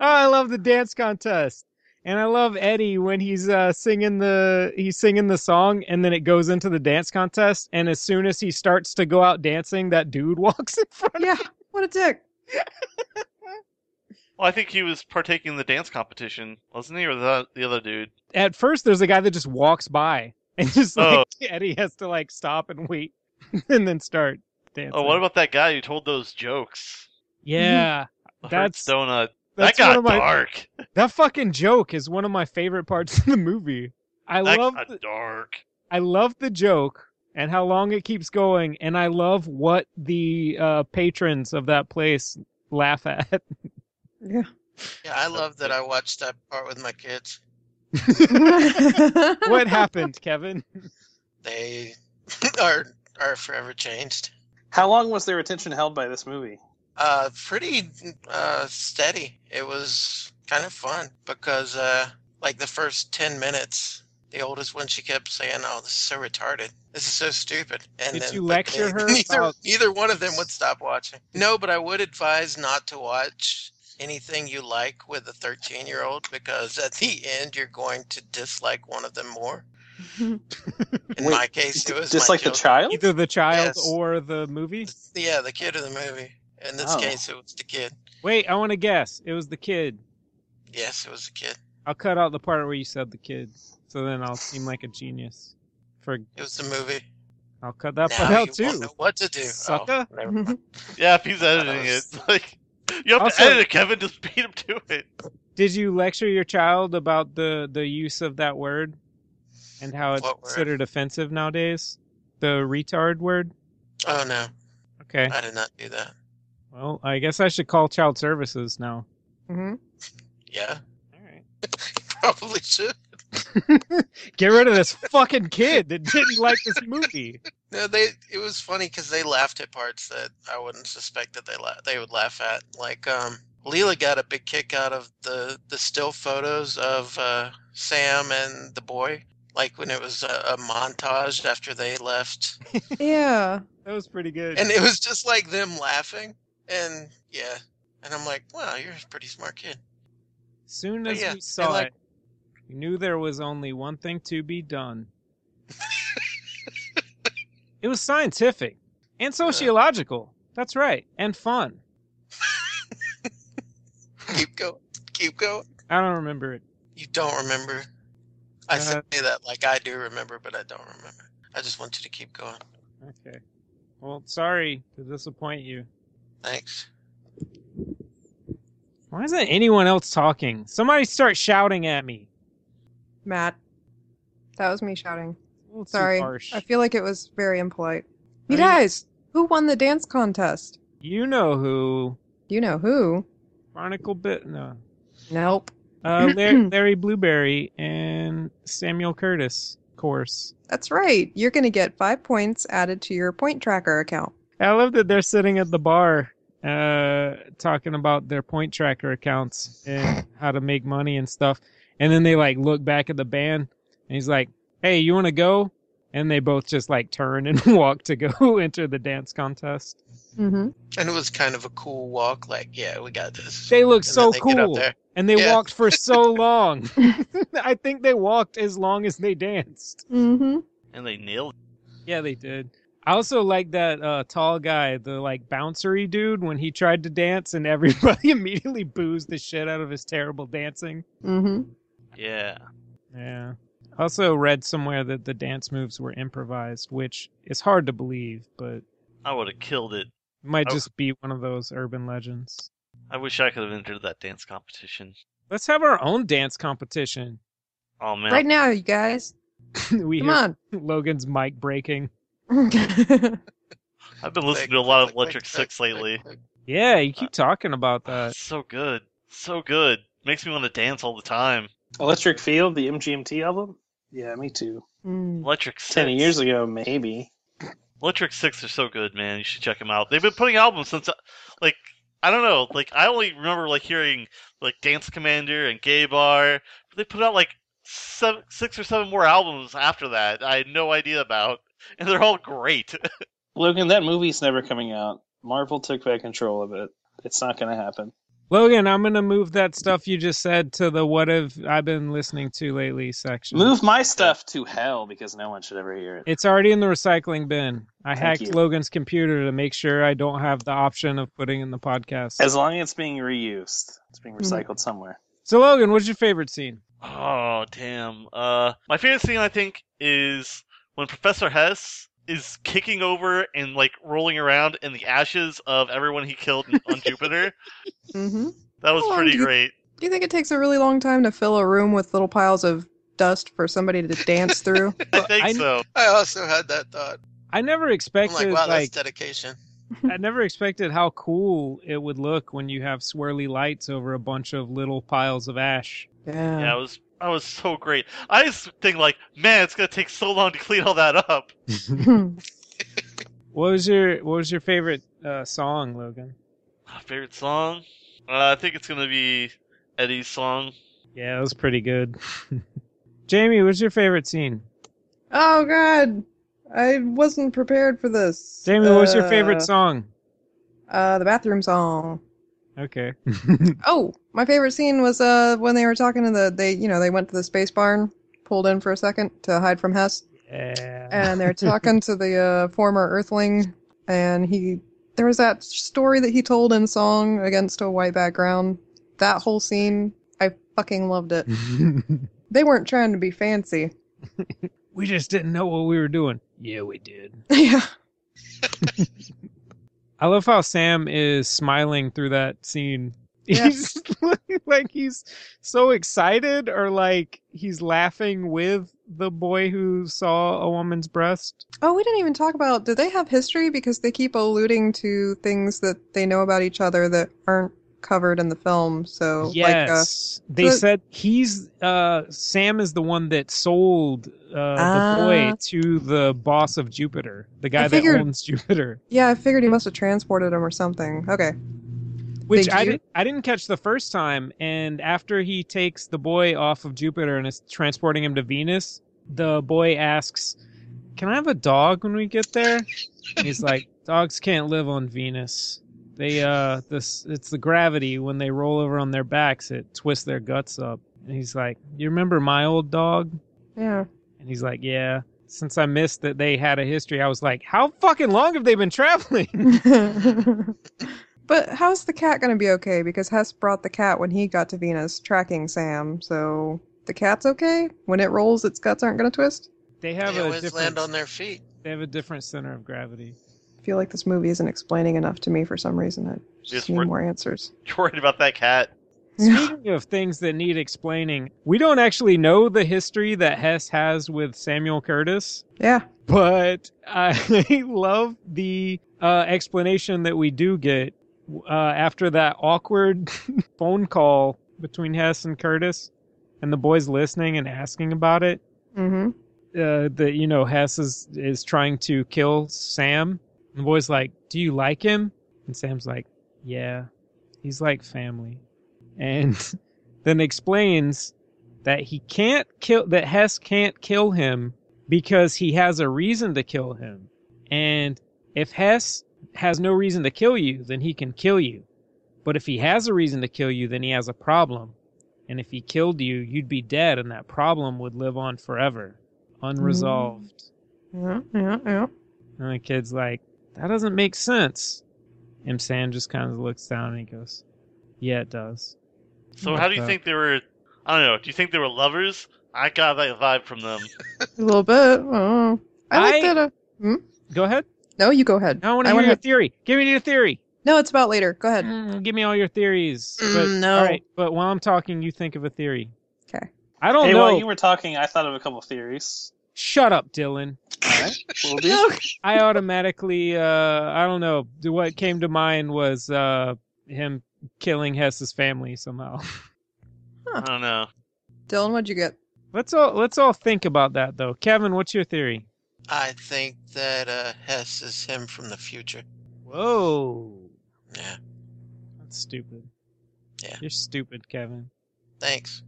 B: I love the dance contest. And I love Eddie when he's uh, singing the he's singing the song and then it goes into the dance contest and as soon as he starts to go out dancing that dude walks in front
D: yeah, what a dick.
A: Well, I think he was partaking in the dance competition, wasn't he, or the, the other dude?
B: At first there's a guy that just walks by and just like
A: Oh.
B: Eddie has to like stop and wait and then start dancing.
A: Oh, what about that guy who told those jokes?
B: Yeah.
A: The Hertz
B: That's-
A: donut.
B: That's
A: that got
B: one of my
A: dark.
B: that fucking joke is one of my favorite parts of the movie. I
A: that
B: love
A: got dark.
B: I love the joke and how long it keeps going, and I love what the uh, patrons of that place laugh at.
D: Yeah.
C: Yeah, I love that I watched that part with my kids.
B: what happened, Kevin?
C: They are are forever changed.
E: How long was their attention held by this movie?
C: Uh, pretty uh, steady. It was kind of fun because uh, like the first ten minutes, the oldest one she kept saying, "Oh, this is so retarded. This is so stupid." And
B: Did
C: then,
B: you
C: but
B: lecture
C: they-
B: her
C: Neither
B: about-
C: neither one of them would stop watching. No, but I would advise not to watch anything you like with a thirteen-year-old because at the end you're going to dislike one of them more. In
E: Wait,
C: my case, it was
E: Just
C: my
E: like the
C: children.
E: child?
B: Either the child
C: Yes.
B: or the movie?
C: Yeah, the kid of the movie. In this
E: Oh.
C: case, it was the kid.
B: Wait, I want to guess. It was the kid.
C: Yes, it was the kid.
B: I'll cut out the part where you said the kid, so then I'll seem like a genius. For
C: It was the movie.
B: I'll cut that part
C: now you
B: out too.
C: won't know what to do. Oh,
B: Sucker.
C: never
E: Mm-hmm.
C: mind.
A: Yeah, if he's editing it, it's like you have
B: Also-
A: to edit it, Kevin. Just beat him to it.
B: Did you lecture your child about the the use of that word and how it's
C: What word?
B: considered offensive nowadays? The retard word.
C: oh no,
B: Okay.
C: I did not do that.
B: Well, I guess I should call child services now.
D: Mhm.
C: Yeah,
B: All right.
C: probably should.
B: Get rid of this fucking kid that didn't like this movie.
C: No, they. It was funny because they laughed at parts that I wouldn't suspect that they la- they would laugh at. Like, um, Leela got a big kick out of the the still photos of uh, Sam and the boy. Like when it was a, a montage after they left,
D: Yeah.
B: That was pretty good.
C: and it was just like them laughing. And yeah, and I'm like, wow, you're a pretty smart kid.
B: soon
C: but
B: as
C: Oh, yeah,
B: we
C: they
B: saw
C: like-
B: it, we knew there was only one thing to be done. it was scientific and sociological. That's right, and fun.
C: Keep going. Keep going.
B: I don't remember it.
C: You don't remember. I
B: Uh,
C: say that like I do remember, but I don't remember. I just want you to keep going.
B: Okay. Well, sorry to disappoint you.
C: Thanks.
B: Why isn't anyone else talking? Somebody start shouting at me.
D: Matt, that was me shouting.
B: It's a little too
D: Sorry.
B: harsh.
D: I feel like it was very impolite. You
B: Are you-
D: guys, who won the dance contest?
B: You know who?
D: You know who?
B: Barnacle bit no.
D: Nope.
B: Uh, Larry, Larry Blueberry and Samuel Curtis, of course.
D: That's right. You're going to get five points added to your point tracker account.
B: I love that they're sitting at the bar uh, talking about their point tracker accounts and how to make money and stuff. And then they like look back at the band and he's like, hey, you want to go? And they both just like turn and walk to go enter the dance contest.
D: Mm-hmm.
C: And it was kind of a cool walk. Like, yeah, we got this.
B: They look
C: And
B: so
C: then they get up
B: cool.
C: there.
B: And they
C: Yeah.
B: walked for so long. I think they walked as long as they danced.
D: Mm-hmm.
A: And they nailed
B: Yeah, they did. I also like that uh, tall guy, the like bouncery dude, when he tried to dance and everybody immediately boos the shit out of his terrible dancing.
D: Mm-hmm.
A: it. Yeah.
B: Yeah. Also read somewhere that the dance moves were improvised, which is hard to believe, but
A: I would have killed it.
B: might
A: Oh.
B: just be one of those urban legends.
A: I wish I could have entered that dance competition.
B: Let's have our own dance competition.
A: Oh man.
D: Right now, you guys.
B: we
D: Come
B: hear
D: on.
B: Logan's mic breaking.
A: I've been
C: Click,
A: listening to a lot of
C: click, click,
A: Electric
C: click,
A: Six
C: click,
A: lately.
C: click.
B: Yeah, you keep talking about that.
A: so good. So good. Makes me want to dance all the time.
E: Electric Field, the MGMT album. Yeah, me too.
D: Mm.
A: Electric Six.
E: Ten years ago, maybe.
A: Electric Six are so good, man. You should check them out. They've been putting albums since, uh, like, I don't know. Like, I only remember like hearing like Dance Commander and Gay Bar. But they put out like seven, six or seven more albums after that. I had no idea about, and they're all great.
E: Logan, that movie's never coming out. Marvel took back control of it. It's not going to happen.
B: Logan, I'm gonna move that stuff you just said to the what have I been listening to lately section.
E: Move my stuff to hell because no one should ever hear it.
B: It's already in the recycling bin. I
E: Thank
B: hacked
E: you.
B: Logan's computer to make sure I don't have the option of putting in the podcast.
E: As long as it's being reused, it's
B: Hmm.
E: being recycled somewhere.
B: so Logan, what's your favorite scene?
A: Oh damn! Uh, my favorite scene I think is when Professor Hess is kicking over and like rolling around in the ashes of everyone he killed on Jupiter.
D: Mm-hmm.
A: That was
D: How long
A: pretty
D: do you-
A: great.
D: Do you think it takes a really long time to fill a room with little piles of dust for somebody to dance through?
A: I think
B: I-
A: so.
C: I also had that thought.
B: I never
C: I'm
B: expected
C: like, wow, that's
B: like
C: dedication.
B: I never expected how cool it would look when you have swirly lights over a bunch of little piles of ash.
D: Yeah.
A: Yeah, I was. I was so great. I just think like, man, it's gonna take so long to clean all that up.
B: What was your What was your favorite uh, song, Logan?
A: My favorite song? Uh, I think it's gonna be Eddie's song.
B: Yeah, that was pretty good. Jamie, what's your favorite scene?
D: oh God, I wasn't prepared for this.
B: Jamie, what's your favorite
D: Uh,
B: song?
D: Uh, the bathroom song.
B: Okay.
D: Oh, my favorite scene was uh when they were talking to the they you know they went to the space barn, pulled in for a second to hide from Hess,
B: yeah.
D: and they're talking to the uh, former Earthling, and he there was that story that he told in song against a white background. That whole scene, I fucking loved it. They weren't trying to be fancy.
B: we just didn't know what we were doing. Yeah, we did.
D: yeah.
B: I love how Sam is smiling through that scene.
D: Yeah.
B: He's looking like he's so excited or like he's laughing with the boy who saw a woman's breast.
D: Oh, we didn't even talk about. Do they have history? Because they keep alluding to things that they know about each other that aren't covered in the film. So, like, uh,
B: yes. they
D: so-
B: said he's uh Sam is the one that sold uh, the boy
D: Ah.
B: to the boss of Jupiter, the guy that
D: figured-
B: owns Jupiter.
D: yeah, I figured he must have transported him or something. Okay.
B: Which
D: Thank
B: I
D: you.
B: didn't, I didn't catch the first time. And after he takes the boy off of Jupiter and is transporting him to Venus, the boy asks, "Can I have a dog when we get there?" And he's like, "Dogs can't live on Venus. They uh, this it's the gravity when they roll over on their backs, it twists their guts up." And he's like, "You remember my old dog?"
D: Yeah.
B: And he's like, "Yeah." Since I missed that they had a history, I was like, "How fucking long have they been traveling?"
D: but how's the cat going to be okay? Because Hess brought the cat when he got to Venus, tracking Sam. So the cat's okay. When it rolls, its guts aren't going to twist.
B: They have
C: they
B: a
C: always
B: different.
C: land on their feet.
B: They have a different center of gravity.
D: I feel like this movie isn't explaining enough to me for some reason. I just
A: It's
D: need
A: wor-
D: more answers.
A: You're worried about that cat.
B: Speaking of things that need explaining, we don't actually know the history that Hess has with Samuel Curtis.
D: Yeah.
B: but I love the uh, explanation that we do get uh, after that awkward phone call between Hess and Curtis, and the boys listening and asking about it.
D: Mm-hmm.
B: Uh, that you know Hess is is trying to kill Sam. And the boy's like, "Do you like him?" And Sam's like, "Yeah, he's like family," and then explains that he can't kill that Hess can't kill him because he has a reason to kill him. And if Hess has no reason to kill you, then he can kill you. But if he has a reason to kill you, then he has a problem. And if he killed you, you'd be dead and that problem would live on forever, unresolved.
D: Yeah, yeah, yeah.
B: And the kid's like, that doesn't make sense. And Sam just kind of looks down and he goes, yeah, it does.
A: So how do you
B: Okay.
A: think they were? I don't know. Do you think they were lovers? I got that vibe from them.
D: A little bit. I don't know. I like
B: I-
D: that. Uh,
B: Go ahead.
D: no, you go ahead.
B: I want to
D: I
B: hear
D: wanna-
B: your theory. Give me your theory.
D: No, it's about later. Go ahead.
B: Mm, give me all your theories.
C: Mm,
B: but,
C: no.
B: All right, but while I'm talking, you think of a theory.
D: 'Kay.
B: I don't
E: hey,
B: know.
E: while you were talking, I thought of a couple theories.
B: Shut up, Dylan.
E: All right, will do.
B: I automatically, uh, I don't know. What came to mind was uh, him killing Hess's family somehow.
A: I don't know.
D: Dylan, what'd you get?
B: Let's all let's all think about that though. Kevin, what's your theory?
C: I think that uh, Hess is him from the future.
B: Whoa,
C: Yeah,
B: that's stupid.
C: Yeah.
B: You're stupid, Kevin.
C: thanks.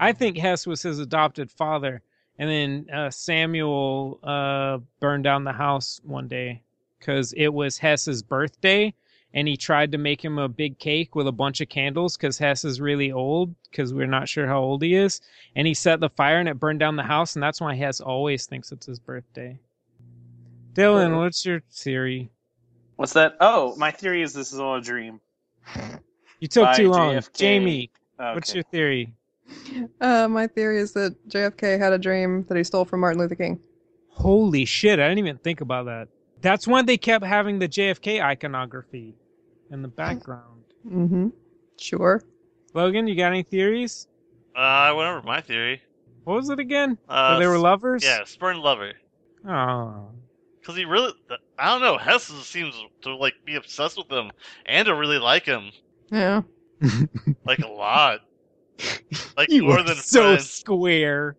B: I think Hess was his adopted father, and then uh, Samuel uh, burned down the house one day because it was Hess's birthday, and he tried to make him a big cake with a bunch of candles because Hess is really old because we're not sure how old he is, and he set the fire and it burned down the house, and that's why Hess always thinks it's his birthday. Dylan,
D: Well-
B: what's your theory?
E: What's that? Oh, my theory is this is all a dream.
B: You took
E: By
B: too long,
E: JFK.
B: Jamie.
E: Okay.
B: What's your theory?
D: Uh, my theory is that JFK had a dream that he stole from Martin Luther King.
B: Holy shit, I didn't even think about that. That's when they kept having the JFK iconography in the background.
D: Mm-hmm. Sure.
B: Logan, you got any theories?
A: Uh, whatever my theory.
B: What was it again?
A: Uh,
B: oh, they were lovers?
A: yeah, spurned lover.
B: Oh.
A: Because he really, I don't know. Hess seems to like be obsessed with him and to really like him,
D: Yeah.
A: like a lot, like
B: you
A: more
B: were
A: than
B: so
A: friends.
B: square.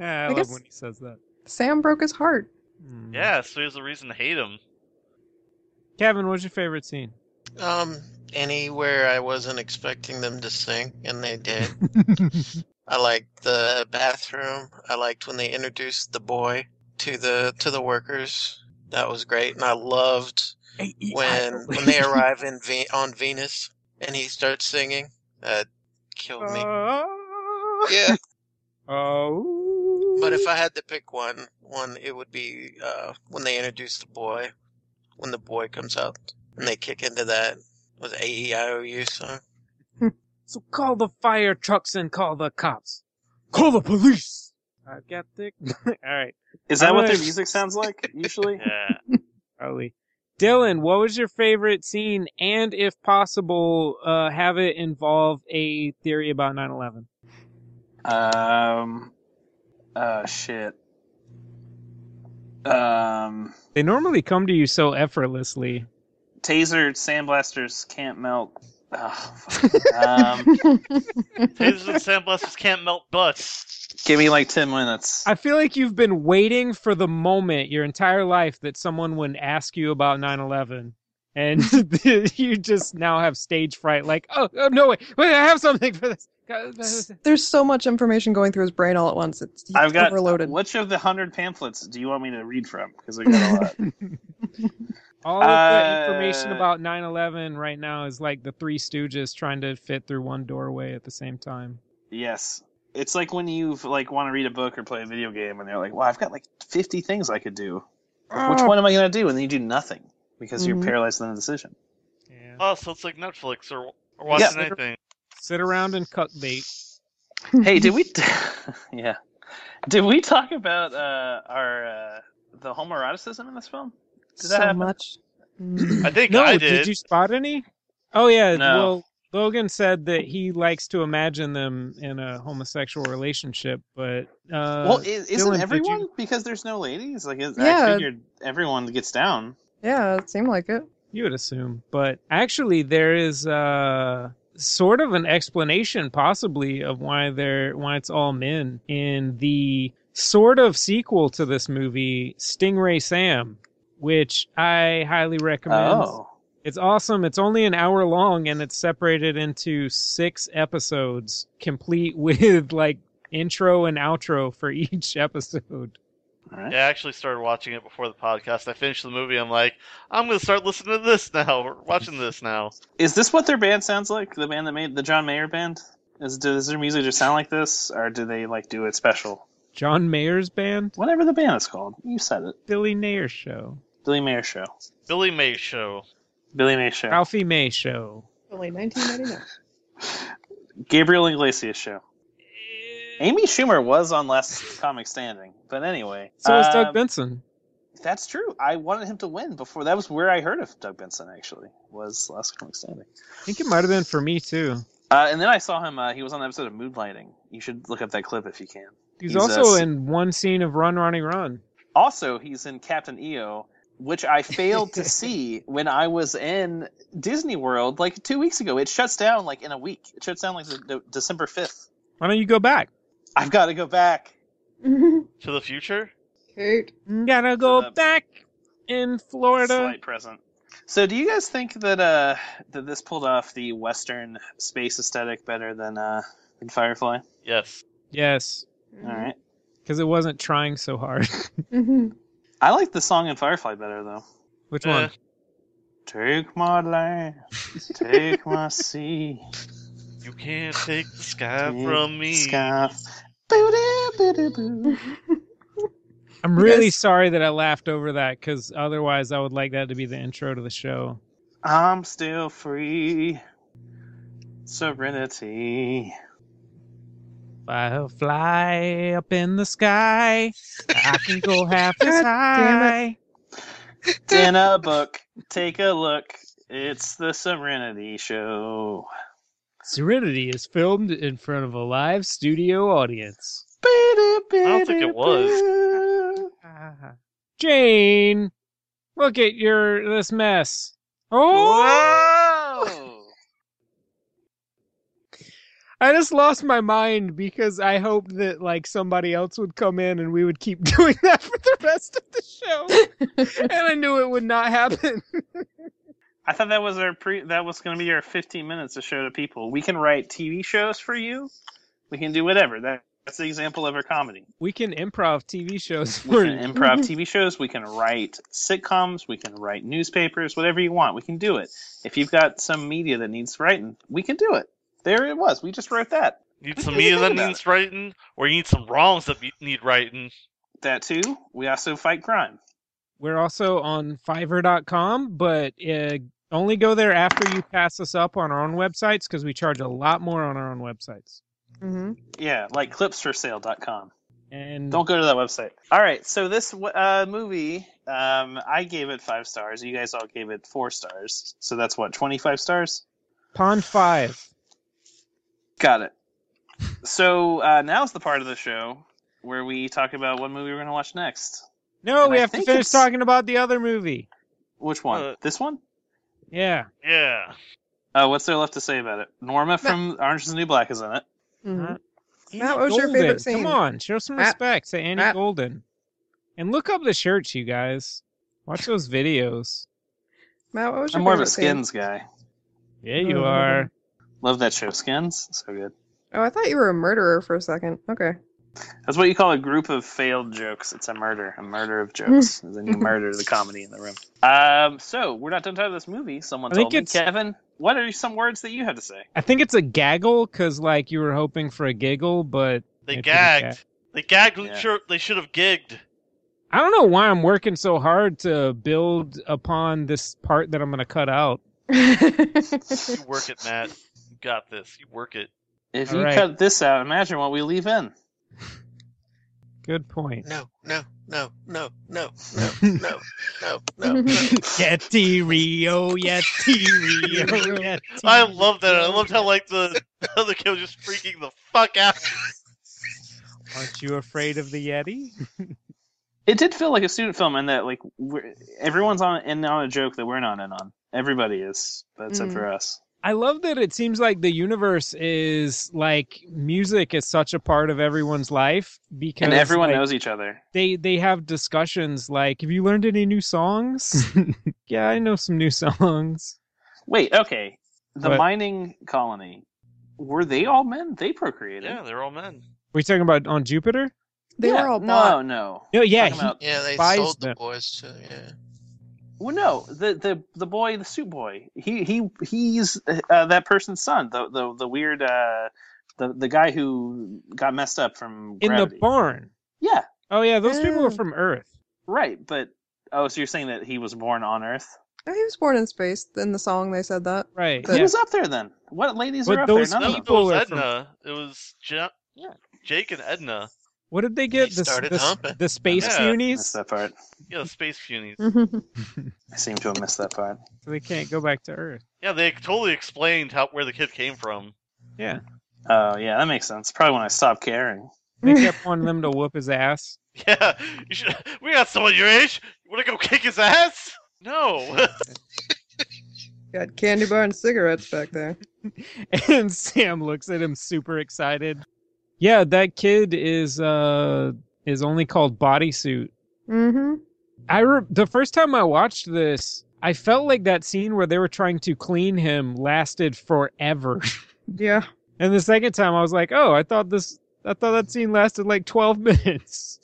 B: Ah, I, love
D: guess-
B: when he says that.
D: Sam broke his heart.
B: Hmm.
A: Yeah, so there's a reason to hate him.
B: Kevin, what's your favorite scene?
C: Um, anywhere I wasn't expecting them to sing, and they did. I liked the bathroom. I liked when they introduced the boy to the to the workers. That was great, and I loved when when they arrive in Ve- on Venus and he starts singing. That killed me.
B: Oh.
C: Yeah,
B: Oh.
C: but if I had to pick one, one it would be uh, when they introduce the boy, when the boy comes out and they kick into that was A E I O U song.
B: So call the fire trucks and call the cops. Call the police. I've got the. All right,
E: Is that what
B: I'm
E: their
B: a-
E: music sounds like usually?
A: Yeah,
B: probably. Dylan, what was your favorite scene? And if possible, uh, have it involve a theory about 9 11.
E: Um. Oh shit. Um.
B: They normally come to you so effortlessly.
E: Taser sandblasters can't melt. Oh, fuck. um.
A: tasers and sandblasters can't melt butts.
E: Give me like ten minutes.
B: I feel like you've been waiting for the moment your entire life that someone would ask you about 9 11. And you just now have stage fright, like, oh, oh no, wait, wait, I have something for this.
D: There's so much information going through his brain all at once. It's he's
E: I've got
D: overloaded.
E: Which of the hundred pamphlets do you want me to read from? Because I got a lot.
B: All of the information
E: Uh,
B: about 9/11 right now is like the Three Stooges trying to fit through one doorway at the same time.
E: Yes. It's like when you like want to read a book or play a video game and they're like, "Well, I've got like 50 things I could do.
D: Ah.
E: Like, Which one am I going to do?" And then you do nothing because
D: Mhm.
E: you're paralyzed in the decision.
B: Yeah.
A: Oh, so it's like Netflix or or watching
B: Yeah.
A: anything.
B: Sit around and cut bait.
E: hey, did we? yeah, did we talk about uh, our uh, the homoeroticism in this film? Did that
D: so
E: happen?
D: much? Mm.
A: I think
B: No,
A: I
B: did. you spot any? Oh yeah.
E: No.
B: Well, Logan said that he likes to imagine them in a homosexual relationship, but uh,
E: well, is,
B: Dylan,
E: isn't
B: did you-
E: everyone because there's no ladies? Like, is, I
D: Yeah.
E: figured everyone gets down.
D: yeah, it seemed like it.
B: you would assume. But actually, there is uh, sort of an explanation, possibly, of why they're why it's all men in the sort of sequel to this movie, Stingray Sam, which I highly recommend.
E: Oh,
B: It's awesome. It's only an hour long and it's separated into six episodes, complete with like intro and outro for each episode.
E: all right.
A: Yeah, I actually started watching it before the podcast. I finished the movie. I'm like, I'm gonna start listening to this now. We're watching this now.
E: Is this what their band sounds like? The band that made the John Mayer band? Is does their music just sound like this, or do they like do it special?
B: John Mayer's band,
E: Whatever the band is called, you said it.
B: Billy Mayer Show,
E: Billy Mayer show.
A: Billy May show.
E: Billy Mayer show.
B: Ralphie May Show.
D: Only 1999.
E: Gabriel Iglesias show. Amy Schumer was on Last Comic Standing, but anyway.
B: So is
E: um,
B: Doug Benson.
E: That's true. I wanted him to win before. That was where I heard of Doug Benson actually was Last Comic Standing.
B: I think it might have been for me too.
E: Uh, and then I saw him. Uh, he was on the episode of Mood Lighting. You should look up that clip if you can.
B: He's,
E: He's
B: also
E: us.
B: in one scene of Run Ronnie Run.
E: Also, he's in Captain EO, which I failed to see when I was in Disney World like two weeks ago. It shuts down like in a week. It shuts down like the, the- December 5th.
B: Why don't you go back?
E: I've got to go back.
A: To the future?
D: Cute.
B: Gotta go
E: the-
B: back in Florida.
E: Slight present. So, do you guys think that uh, that this pulled off the Western space aesthetic better than uh, than Firefly?
A: Yes.
B: Yes,
E: All right.
B: because it wasn't trying so hard.
D: Mhm.
E: I like the song in Firefly better though.
B: Which
A: Eh.
B: one?
E: Take my land, take my sea,
A: You can't take the sky
E: Take
A: from me.
E: sky. Boo-doo, boo-doo, boo.
B: I'm
D: You
B: really
D: guys-
B: sorry that I laughed over that because otherwise I would like that to be the intro to the show.
E: I'm still free. Serenity.
B: Firefly up in the sky. I can go half as
D: God damn it.
B: high.
E: In a book, take a look. It's the Serenity Show.
B: Serenity is filmed in front of a live studio audience.
E: I
A: don't think it was.
D: Uh-huh.
B: Jane, look at your this mess. Oh,
E: Whoa!
B: I just lost my mind because I hoped that like somebody else would come in and we would keep doing that for the rest of the show, and I knew it would not happen.
E: I thought that was our pre. That was going to be our 15 minutes to show to people. We can write TV shows for you. We can do whatever. That, that's the example of our comedy.
B: We can improv TV shows
E: We
B: for
E: can improv TV shows. We can write sitcoms. We can write newspapers. Whatever you want, we can do it. If you've got some media that needs writing, we can do it. There it was. We just wrote that.
A: Need some
E: What do you
A: media that
E: think about
A: needs writing, or you need some wrongs that be- need writing.
E: That too. We also fight crime.
B: We're also on Fiverr.com, but uh, only go there after you pass us up on our own websites because we charge a lot more on our own websites.
D: Mhm.
E: Yeah, like clipsforsale.com.
B: And
E: Don't go to that website. All right, so this w- uh, movie, um, I gave it five stars. You guys all gave it four stars. So that's what twenty five stars.
B: Pond Five.
E: Got it. So uh, now's the part of the show where we talk about what movie we're going to watch next.
B: No,
E: And
B: we
E: I
B: have to
E: think
B: finish
E: it's-
B: talking about the other movie.
E: Which one?
A: Uh,
E: this one?
B: Yeah.
A: Yeah.
E: Uh, what's there left to say about it? Norma from Orange is the New Black is in it.
D: Mhm.
B: Annie
D: what was your
B: Golden.
D: favorite scene?
B: Come on, show some
D: Matt-
B: respect to Annie
D: Matt-
B: Golden. And look up the shirts, you guys. Watch those videos.
D: Matt, what was your
E: I'm more of a
D: favorite scene?
E: Skins guy.
B: Yeah, you are.
E: Love that show, Skins. So good.
D: Oh, I thought you were a murderer for a second. Okay.
E: That's what you call a group of failed jokes. It's a murder, a murder of jokes. and then you murder the comedy in the room. Um, so we're not done talking about this movie. Someone
B: I think
E: told me,
B: it's-
E: Kevin, what are some words that you have to say?
B: I think it's a gaggle because, like, you were hoping for a giggle, but
A: They
B: They could've
A: gagged. They gagged.
E: Yeah.
A: Sure, they should have gigged.
B: I don't know why I'm working so hard to build upon this part that I'm going to cut out.
A: You work it, Matt. You got this. You work it.
E: If
B: All
E: you
B: right.
E: cut this out, imagine what we leave in.
B: Good point.
C: No, no, no, no, no, no, no, no, no, no.
B: Yetirio, Yetirio, Yetirio.
A: I love that. I loved how like the other kid was just freaking the fuck out.
B: Aren't you afraid of the Yeti?
E: It did feel like a student film, in that like we're, everyone's on in on a joke that we're not in on. Everybody is, but except
D: Mm.
E: for us.
B: I love that it seems like the universe is like music is such a part of everyone's life because
E: And everyone
B: like,
E: knows each other.
B: they they have discussions like, "Have you learned any new songs?" yeah, I know some new songs.
E: Wait, okay. The
B: What?
E: mining colony. Were they all men? They procreated.
A: Yeah, they're all men.
B: we talking about on Jupiter?
D: They
E: Yeah,
D: were all
E: No,
D: bought.
E: no.
B: No, yeah,
E: Talking
B: he-
E: about-
C: Yeah, they
B: Buys
C: sold
B: them.
C: the boys to yeah.
E: well, no. The the the boy, the suit boy. He he he's uh, that person's son. The the the weird uh the the guy who got messed up from
B: in
E: gravity.
B: the barn.
E: Yeah,
B: Oh yeah, those people
D: Oh.
B: were from Earth.
E: right. But oh, so you're saying that he was born on Earth?
D: Oh, he was born in space. In the song, they said that.
B: Right.
E: He
B: Yeah.
E: was up there then. What ladies
B: But
E: are up
B: those
E: there? None
A: No,
E: of
A: it
E: them.
B: people
A: was
B: are from-
A: Edna. It was ja- Jake and Edna.
B: What did they get?
C: They
B: The, s-
C: started
B: the, s-
C: humping.
B: the space
A: Yeah.
E: Missed
B: unies?
E: that part.
A: Yeah, the space punies.
D: Mm. Mm-hmm.
E: I seem to have missed that part.
B: So they can't go back to Earth.
A: Yeah, they totally explained how where the kid came from.
E: Oh yeah, that makes sense. Probably when I stopped caring.
B: They kept wanting them to whoop his ass.
A: Yeah, you should, we got someone your age. You want to go kick his ass? No.
D: Got candy bar and cigarettes back there.
B: and Sam looks at him super excited. Yeah, that kid is uh is only called bodysuit.
D: Mm-hmm.
B: I re- the first time I watched this, I felt like that scene where they were trying to clean him lasted forever.
D: Yeah.
B: and the second time I was like, "Oh, I thought this I thought that scene lasted like 12 minutes."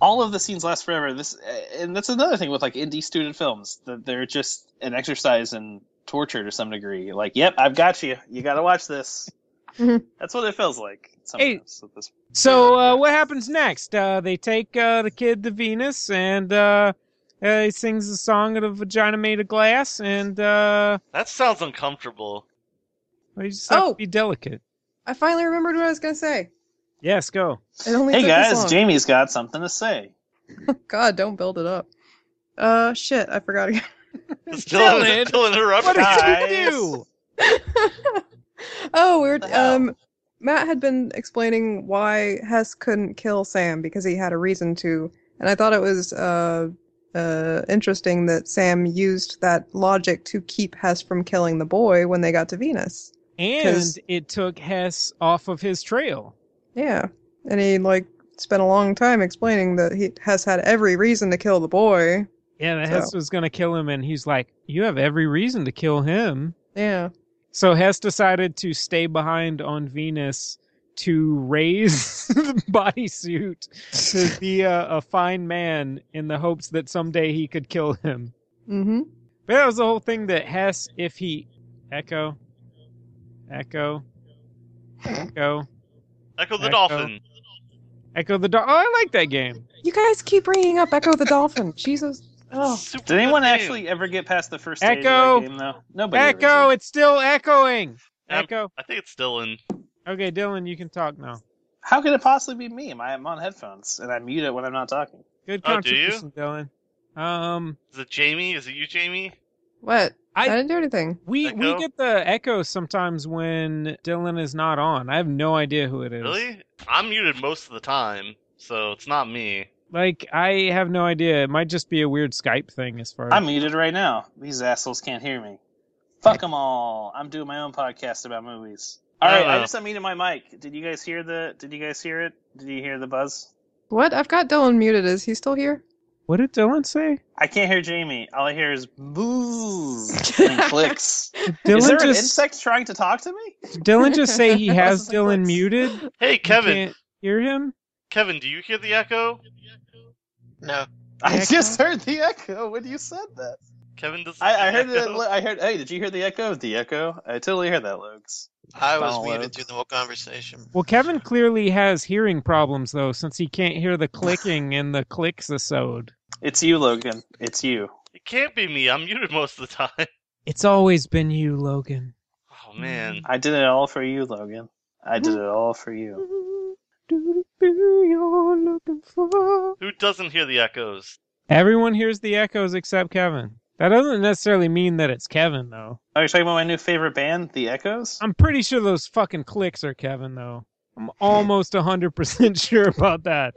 E: All of the scenes last forever. This uh, and that's another thing with like indie student films that they're just an exercise in torture to some degree. Like, yep, I've got you. You got to watch this.
D: Mhm.
E: that's what it feels like. Sometimes with this.
B: So, uh, what happens next? Uh, they take uh, the kid to Venus and uh, uh, he sings the song of a vagina made of glass and uh,
A: that sounds uncomfortable.
B: you just have
D: Oh.
B: to be delicate.
D: I finally remembered what I was gonna say.
B: Yes, go.
D: It only
E: Hey
D: took this
E: guys,
D: long.
E: Jamie's got something to say.
D: God, don't build it up. Uh, shit, I forgot again.
A: Still,
B: Dylan,
A: still
B: What
A: interrupted.
B: did
E: Guys.
B: you do?
D: oh, we were
E: The hell?
D: um. Matt had been explaining why Hess couldn't kill Sam because he had a reason to, and I thought it was uh, uh, interesting that Sam used that logic to keep Hess from killing the boy when they got to Venus.
B: And
D: 'Cause-
B: it took Hess off of his trail.
D: Yeah, and he like spent a long time explaining that he Hess had every reason to kill the boy.
B: Yeah, that
D: So-
B: Hess was going to kill him, and he's like, You have every reason to kill him.
D: Yeah,
B: So Hess decided to stay behind on Venus to raise the bodysuit
D: Mm-hmm.
B: to be a, a fine man in the hopes that someday he could kill him.
D: mm-hmm.
B: But that was the whole thing that Hess, if he. Echo. Echo. Echo.
A: Echo the
B: Echo.
A: dolphin.
B: Echo the dog. Oh, I like that game.
D: You guys keep bringing up Echo the Dolphin. Jesus. Oh,
A: Super
E: Did anyone
A: good game.
E: actually ever get past the first stage
B: Echo!
E: of that game though? Nobody. ever
B: Echo,
E: did.
B: it's still echoing.
A: Um,
B: Echo.
A: I think it's Dylan.
B: Okay, Dylan, you can talk now.
E: How could it possibly be me? I'm on headphones and I mute it when I'm not talking.
B: Good
A: Oh, do you?
B: contribution, Dylan. Um,
A: Is it Jamie? Is it you, Jamie?
D: what? I,
B: I-
D: didn't do anything.
B: we we
A: Echo?
B: get the echo sometimes when Dylan is not on. I have no idea who it is.
A: Really? I'm muted most of the time, so it's not me.
B: Like I have no idea. It might just be a weird Skype thing as far as
E: I'm muted right now. These assholes can't hear me. Fuck them all. I'm doing my own podcast about movies. All right, I
A: Uh.
E: just unmuted my mic. Did you guys hear the? Did you guys hear it? Did you hear the buzz?
D: What? I've got Dylan muted. Is he still here?
B: What did Dylan say?
E: I can't hear Jamie. All I hear is boos and clicks.
B: Dylan
E: is there an
B: just
E: insect trying to talk to me?
B: Dylan just say he has
E: What's the
B: Dylan
E: voice?
B: muted. You
A: Hey, Kevin.
B: can't hear him?
A: Kevin, do you hear the echo?
C: No.
E: I
B: Echo?
E: just heard the echo when you said that.
A: Kevin doesn't.
E: I, I
A: hear
E: heard
A: the
E: it.
A: echo?
E: I heard. Hey, did you hear the echo? The echo. I totally heard that, Luke's.
C: I was
E: Donald
C: muted
E: Oates.
C: through the whole conversation.
B: Well, Kevin clearly has hearing problems though, since he can't hear the clicking in the clicks asode.
E: It's you, Logan. It's you.
A: It can't be me. I'm muted most of the time.
B: It's always been you, Logan.
A: Oh Oh man.
E: I did it all for you, Logan. I did it all for you.
A: Who doesn't hear the echoes?
B: Everyone hears the echoes except Kevin. That doesn't necessarily mean that it's Kevin, though.
E: Are you Oh, talking about my new favorite band, The Echoes?
B: I'm pretty sure those fucking clicks are Kevin, though. I'm almost 100% sure about that.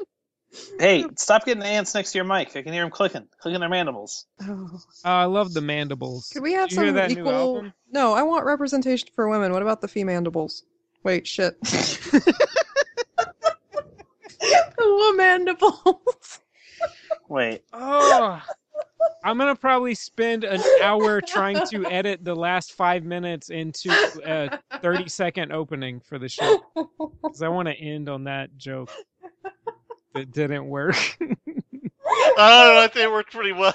E: Hey, stop getting ants next to your mic. I can hear them clicking, clicking their mandibles.
D: Oh.
B: Uh, I love the mandibles.
D: Could we have
B: Did you hear
D: some
B: that new
D: equal?
B: album?
D: No, I want representation for women. What about the fee mandibles? Wait, shit. the mandibles.
E: Wait,
B: Oh, I'm gonna probably spend an hour trying to edit the last five minutes into a 30 second opening for the show because I want to end on that joke that didn't work.
A: I don't know. I think it worked pretty well.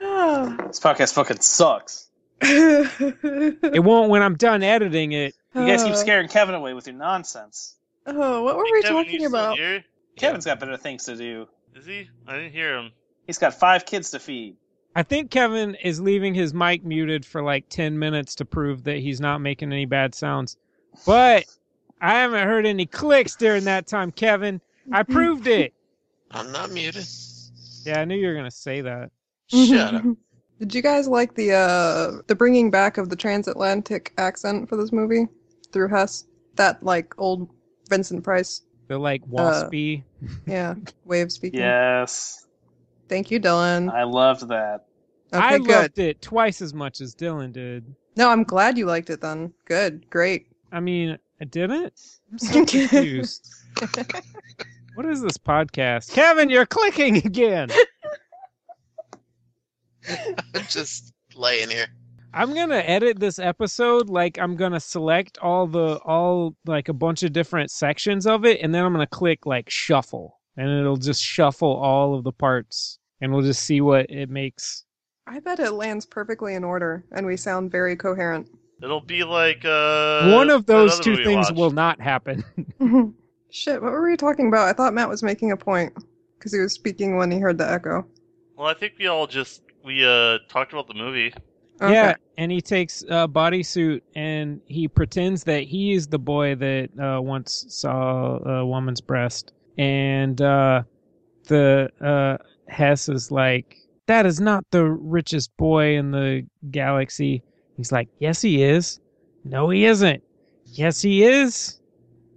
E: this podcast fucking sucks.
B: It won't when I'm done editing it.
E: You guys keep scaring Kevin away with your nonsense.
D: Oh, what were we
A: Kevin, you
D: talking
A: still
D: about?
A: here?
E: Kevin's got better things to do.
A: Is he? I didn't hear him.
E: He's got five kids to feed.
B: I think Kevin is leaving his mic muted for like 10 minutes to prove that he's not making any bad sounds. But I haven't heard any clicks during that time, Kevin. I proved it.
C: I'm not muted.
B: Yeah, I knew you were going to say that.
C: Shut up.
D: Did you guys like the uh the bringing back of the transatlantic accent for this movie through Hess? That like old Vincent Price,
B: The like waspy.
D: yeah, way of
B: Mm-hmm.
D: speaking.
E: Yes,
D: Thank you, Dylan.
E: I loved that.
D: Okay,
B: I
D: good.
B: loved it twice as much as Dylan did.
D: No, I'm glad you liked it then. Good, great.
B: I mean, I didn't. I'm so confused. what is this podcast? Kevin, you're clicking again.
C: I'm just laying here.
B: I'm gonna edit this episode like I'm gonna select all the all like a bunch of different sections of it, and then I'm gonna click like shuffle, and it'll just shuffle all of the parts, and we'll just see what it makes.
D: I bet it lands perfectly in order, and we sound very coherent.
A: It'll be like uh,
B: One of
A: that
B: those
A: other
B: two
A: movie
B: things
A: watched.
B: will not happen.
D: Shit, what were we talking about? I thought Matt was making a point because he was speaking when he heard the echo.
A: Well, I think we all just we uh talked about the movie.
D: Okay.
B: Yeah, and he takes a bodysuit and he pretends that he is the boy that uh, once saw a woman's breast. And uh, the uh, Hess is like, That is not the richest boy in the galaxy. He's like, Yes, he is. No, he isn't. Yes, he is.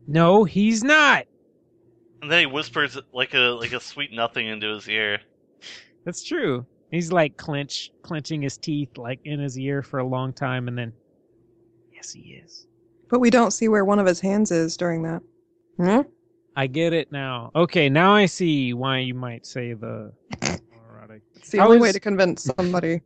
B: No, he's not.
A: And then he whispers like a like a sweet nothing into his ear.
B: That's true. He's like clench, clenching his teeth like in his ear for a long time, and then, Yes, he is.
D: But we don't see where one of his hands is during that. Hmm?
B: I get it now. Okay, now I see why you might say the erotic.
D: It's the
B: I
D: only
B: was-
D: way to convince somebody.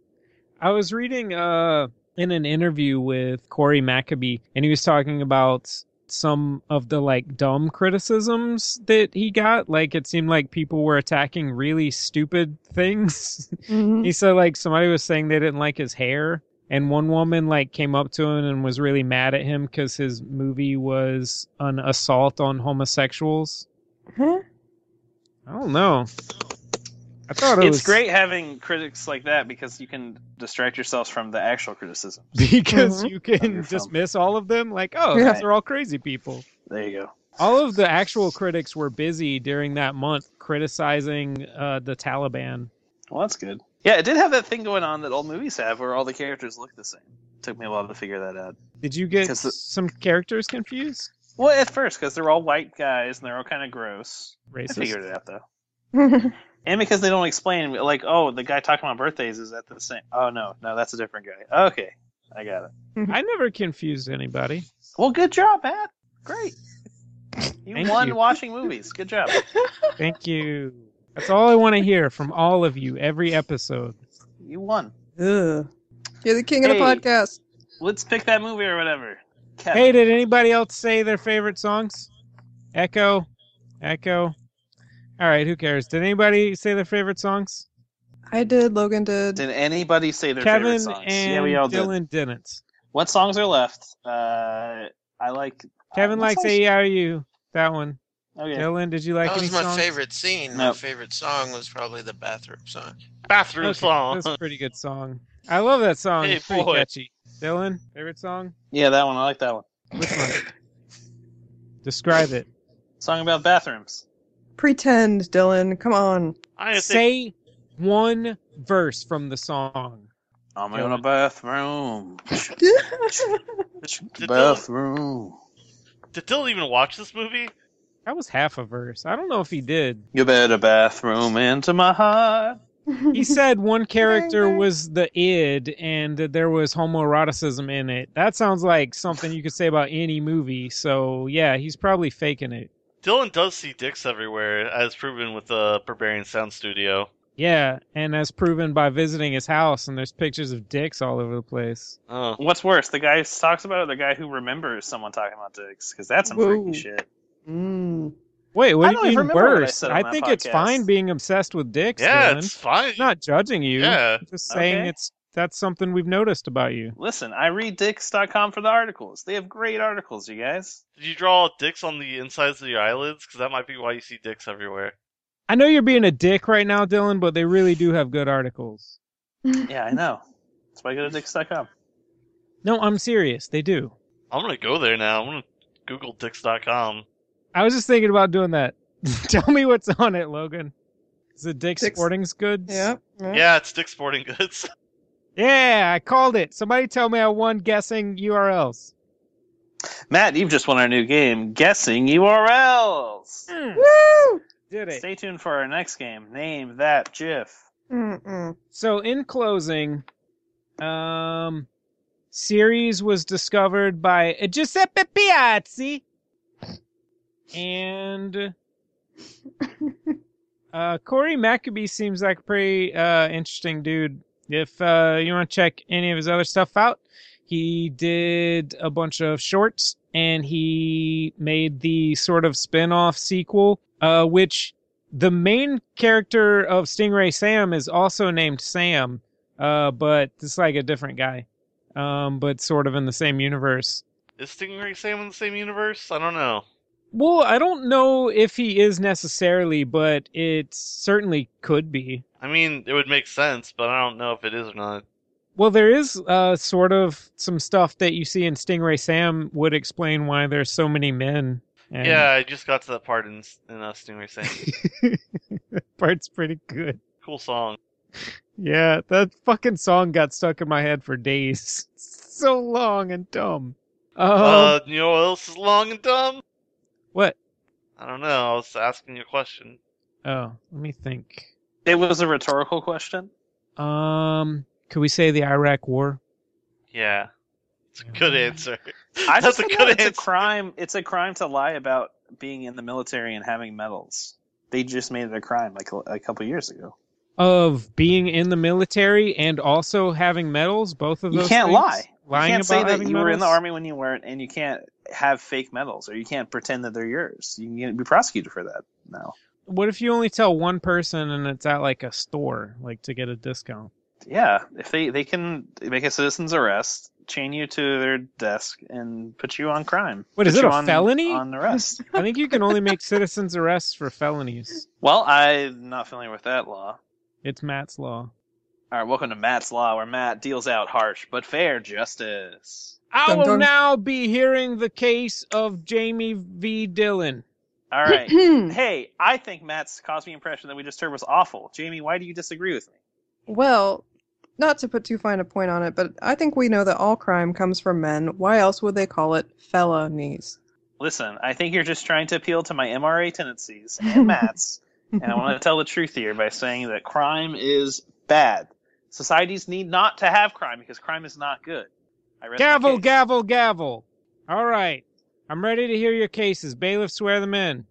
B: I was reading uh in an interview with Corey Maccabee, and he was talking about some of the like dumb criticisms that he got. Like it seemed like people were attacking really stupid things.
D: Mhm.
B: he said like somebody was saying they didn't like his hair and one woman like came up to him and was really mad at him because his movie was an assault on homosexuals
D: Huh?
B: i don't know i thought it
E: It's
B: was
E: great having critics like that because you can distract yourselves from the actual criticism. Mm-hmm.
B: because
D: Mhm.
B: you
E: On
B: can
E: your phone.
B: dismiss all of them like oh
D: Yeah.
B: those are all crazy people
E: There you go.
B: all of the actual critics were busy during that month criticizing uh, the taliban
E: Well, that's good. Yeah, it did have that thing going on that old movies have, where all the characters look the same. Took me a while to figure that out.
B: did you get
E: 'Cause the-
B: some characters confused
E: Well, at first, because they're all white guys and they're all kind of gross. I
B: racist
E: figured it out though, and because they don't explain, like, oh, the guy talking about birthdays is at the same. Oh no, no, that's a different guy. Okay, I got it.
B: i never confused anybody
E: Well, good job, Matt. Great. You
B: Thank
E: won
B: you.
E: watching movies. Good job.
B: Thank you. That's all I want to hear from all of you every episode.
E: You won.
D: Ugh. You're the king of
E: Hey.
D: the podcast.
E: Let's pick that movie or whatever. Kevin.
B: Hey, did anybody else say their favorite songs? Echo? Echo? All right, who cares? Did anybody say their favorite songs?
D: I did. Logan did.
E: Did anybody say their favorite
B: Kevin
E: songs?
B: and
E: yeah, we all did.
B: Dylan did. not
E: What songs are left? Uh, I like.
B: Kevin
E: what
B: likes
E: songs-
B: AEIOU, that one.
E: Okay.
B: Dylan, did you like
C: that
B: any
C: was my
B: songs?
C: favorite scene. My
E: Nope.
C: favorite song was probably the bathroom song.
A: Bathroom
B: Okay,
A: song.
B: That's a pretty good song. I love that song.
A: Hey,
B: it's pretty
A: boy.
B: catchy. Dylan, favorite song?
E: Yeah, that one. I like that one.
B: Which one? Describe it.
E: Song about bathrooms.
D: Pretend, Dylan. Come on.
A: I didn't think
B: Say one verse from the song.
E: I'm
B: in
E: in
B: a
E: a bathroom.
A: Did
E: bathroom.
A: did Dylan even watch this movie?
B: That was half a verse. I don't know if he did.
E: You better bathroom into my heart.
B: He said one character
D: Baby.
B: was the id and that there was homoeroticism in it. That sounds like something you could say about any movie. So, yeah, he's probably faking it.
A: Dylan does see dicks everywhere, as proven with the Barbarian Sound Studio.
B: Yeah, and as proven by visiting his house, and there's pictures of dicks all over the place.
A: Oh.
E: What's worse, the guy who talks about it, or the guy who remembers someone talking about dicks? Because that's some
D: Whoa.
E: freaky shit.
D: Mm.
B: Wait, what
E: I
B: do
E: don't
B: you
E: even
B: mean
E: remember what I
B: worse?
E: said on
B: I,
E: that
B: think it's
E: podcast.
B: fine being obsessed with dicks.
A: Yeah,
B: Dylan.
A: it's fine.
B: I'm not judging you.
A: Yeah.
B: I'm just saying
E: Okay.
B: it's that's something we've noticed about you.
E: Listen, I read dicks.com for the articles. They have great articles, you guys.
A: Did you draw dicks on the insides of your eyelids? Because that might be why you see dicks everywhere.
B: I know you're being a dick right now, Dylan, but they really do have good articles.
E: Yeah, I know. That's why I go to dicks.com.
B: No, I'm serious. They do.
A: I'm gonna go there now. I'm gonna Google dicks.com.
B: I was just thinking about doing that. Tell me what's on it, Logan. Is it Dick
D: Dicks-
B: Sporting's Goods?
D: Yep.
A: Yeah, it's Dick Sporting Goods.
B: Yeah, I called it. Somebody tell me I won guessing URLs.
E: Matt, you've just won our new game, Guessing URLs.
D: Hmm. Woo!
B: Did it.
E: Stay tuned for our next game. Name that GIF.
D: Mm-mm.
B: So in closing, um series was discovered by Giuseppe Piazzi and uh Corey Maccabee seems like a pretty uh interesting dude. If uh you want to check any of his other stuff out, he did a bunch of shorts and he made the sort of spin-off sequel uh which the main character of Stingray Sam is also named Sam, uh, but it's like a different guy, um, but sort of in the same universe.
A: Is Stingray Sam in the same universe? I don't know.
B: Well, I don't know if he is necessarily, but it certainly could be.
A: I mean, it would make sense, but I don't know if it is or not.
B: Well, there is uh, sort of some stuff that you see in Stingray Sam would explain why there's so many men. And
A: Yeah, I just got to that part in, in uh, Stingray Sam.
B: that part's pretty good.
A: cool song.
B: Yeah, that fucking song got stuck in my head for days. so long and dumb. Um,
A: uh, you know what else is long and dumb?
B: what?
A: I don't know. I was asking you a question.
B: Oh, let me think.
E: It was a rhetorical question.
B: Um, could we say the Iraq War?
A: Yeah, it's a good answer.
E: I
A: That's
E: just
A: a
E: think
A: good
E: it's
A: answer.
E: a crime. It's a crime to lie about being in the military and having medals. They just made it a crime like a, a couple years ago.
B: Of being in the military and also having medals, both of
E: You
B: those.
E: can't
B: things?
E: lie.
B: Lying
E: you
B: about
E: can't say that you
B: having
E: were in the
B: medals?
E: army when you weren't, and you can't have fake medals, or you can't pretend that they're yours. You can get, be prosecuted for that now.
B: What if you only tell one person and it's at like a store, like to get a discount?
E: Yeah, if they they can make a citizen's arrest, chain you to their desk, and put you on crime.
B: What,
E: Put
B: is it
E: you
B: a
E: on-
B: felony?
E: On arrest.
B: I think you can only make citizens arrests for felonies.
E: well, I'm not familiar with that law.
B: It's Matt's law.
E: All right, welcome to Matt's Law, where Matt deals out harsh but fair justice.
B: I
D: Dun
B: will
D: dun.
B: now be hearing the case of Jamie V. Dillon.
E: All right. hey, I think Matt's Cosby impression that we just heard was awful. Jamie, why do you disagree with me?
D: well, not to put too fine a point on it, but I think we know that all crime comes from men. Why else would they call it felonies?
E: Listen, I think you're just trying to appeal to my MRA tendencies and Matt's, and I want to tell the truth here by saying that crime is bad. Societies need not to have crime because crime is not good. I rest my
B: Gavel,
E: case.
B: gavel, gavel. All right. I'm ready to hear your cases. Bailiff, swear them in.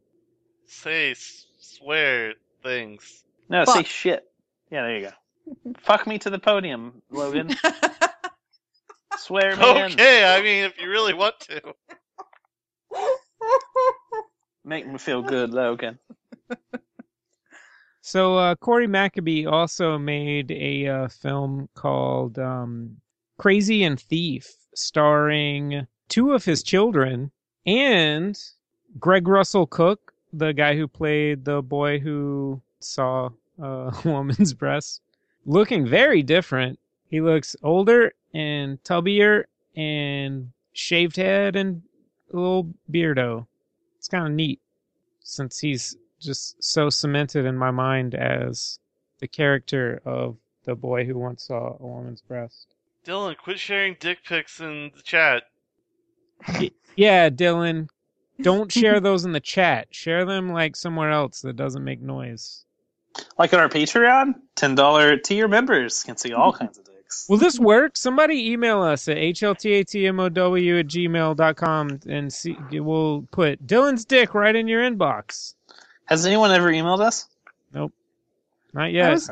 A: Say, s- swear things.
E: No, say
D: Fuck.
E: shit. Yeah, there you go. Fuck me to the podium, Logan. Swear me in.
A: Okay, I mean, if you really want to.
E: Make me feel good, Logan.
B: So uh, Corey Maccabee also made a uh, film called um, Crazy and Thief, starring two of his children and Greg Russell Cook, the guy who played the boy who saw a woman's breasts, looking very different. He looks older and tubbier and shaved head and a little beardo. It's kind of neat since he's just so cemented in my mind as the character of the boy who once saw a woman's breast.
A: Dylan, quit sharing dick pics in the chat.
B: Yeah, Dylan, don't share those in the chat. Share them like somewhere else that doesn't make noise.
E: Like on our Patreon, ten dollar tier members can see all kinds of dicks.
B: Will this work? Somebody email us at hltatmow at gmail.com and see, we'll put Dylan's dick right in your inbox.
E: Has anyone ever emailed us?
B: Not
D: I
B: yet.
D: was,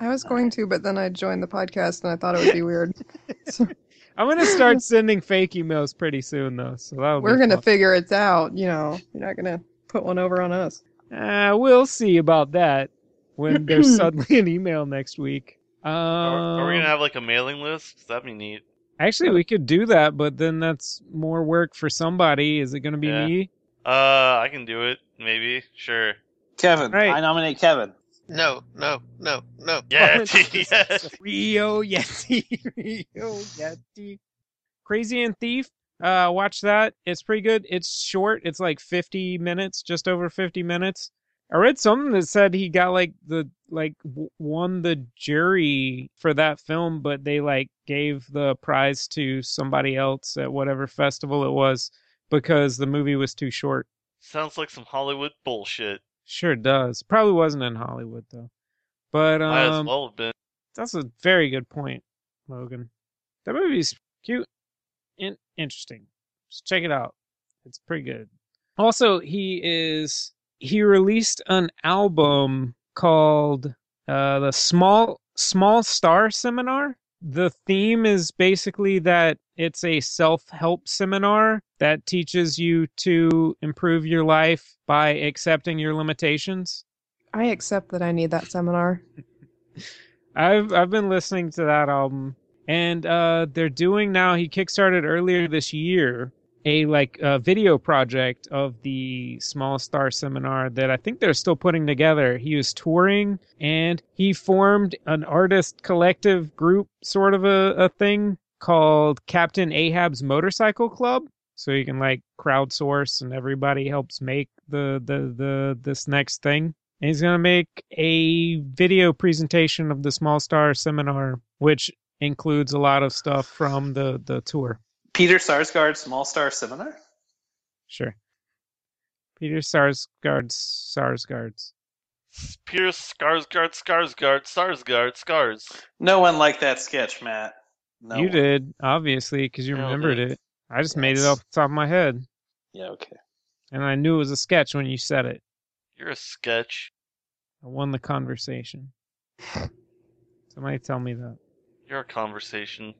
D: I was going to, but then I joined the podcast and I thought it would be weird.
B: I'm gonna start sending fake emails pretty soon though, so that'll
D: We're
B: be
D: gonna
B: fun.
D: figure it out. You know, you're not gonna put one over on us.
B: Uh, we'll see about that when there's suddenly an email next week. Um,
A: are, are we gonna have like a mailing list? That'd be neat.
B: Actually, we could do that, but then that's more work for somebody. Is it going to be
A: Yeah.
B: me?
A: Uh, I can do it. Maybe. Sure.
E: Kevin,
B: Right.
E: I nominate Kevin.
C: No, no, no, no.
A: Yeah.
B: Oh, it's-
A: yes.
B: Rio Yeti. Rio Yeti. Crazy and Thief. Uh, watch that. It's pretty good. It's short. It's like 50 minutes, just over 50 minutes. I read something that said he got like the like w- won the jury for that film, but they like gave the prize to somebody else at whatever festival it was because the movie was too short.
A: Sounds like some Hollywood bullshit.
B: Sure does. Probably wasn't in Hollywood though. But um,
A: Might as well have been.
B: that's a very good point, Logan. That movie's cute and interesting. Just check it out. It's pretty good. Also, he is he released an album called uh, the Small Small Star Seminar. The theme is basically that it's a self-help seminar that teaches you to improve your life by accepting your limitations.
D: I accept that I need that seminar.
B: I've I've been listening to that album, and uh, they're doing now. He kickstarted earlier this year a like a video project of the Small Star Seminar that I think they're still putting together. He was touring, and he formed an artist collective group, sort of a, a thing called Captain Ahab's Motorcycle Club. So you can like crowdsource, and everybody helps make the the the this next thing. And he's going to make a video presentation of the Small Star Seminar, which includes a lot of stuff from the, the tour.
E: Peter Sarsgaard, Small Star Seminar.
B: Sure. Peter Sarsgaard's Sarsgaard's.
A: Pierce, Skarsgård, Skarsgård, Sarsgaard, Scars.
E: No one liked that sketch, Matt. No
B: you
E: one.
B: did, obviously, because you
A: Nailed
B: remembered
A: it.
B: it. I just made it
E: Yes.
B: off the top of my head,
E: Yeah, okay.
B: and I knew it was a sketch when you said it.
A: You're a sketch.
B: I won the conversation. Somebody tell me that.
A: You're a conversation.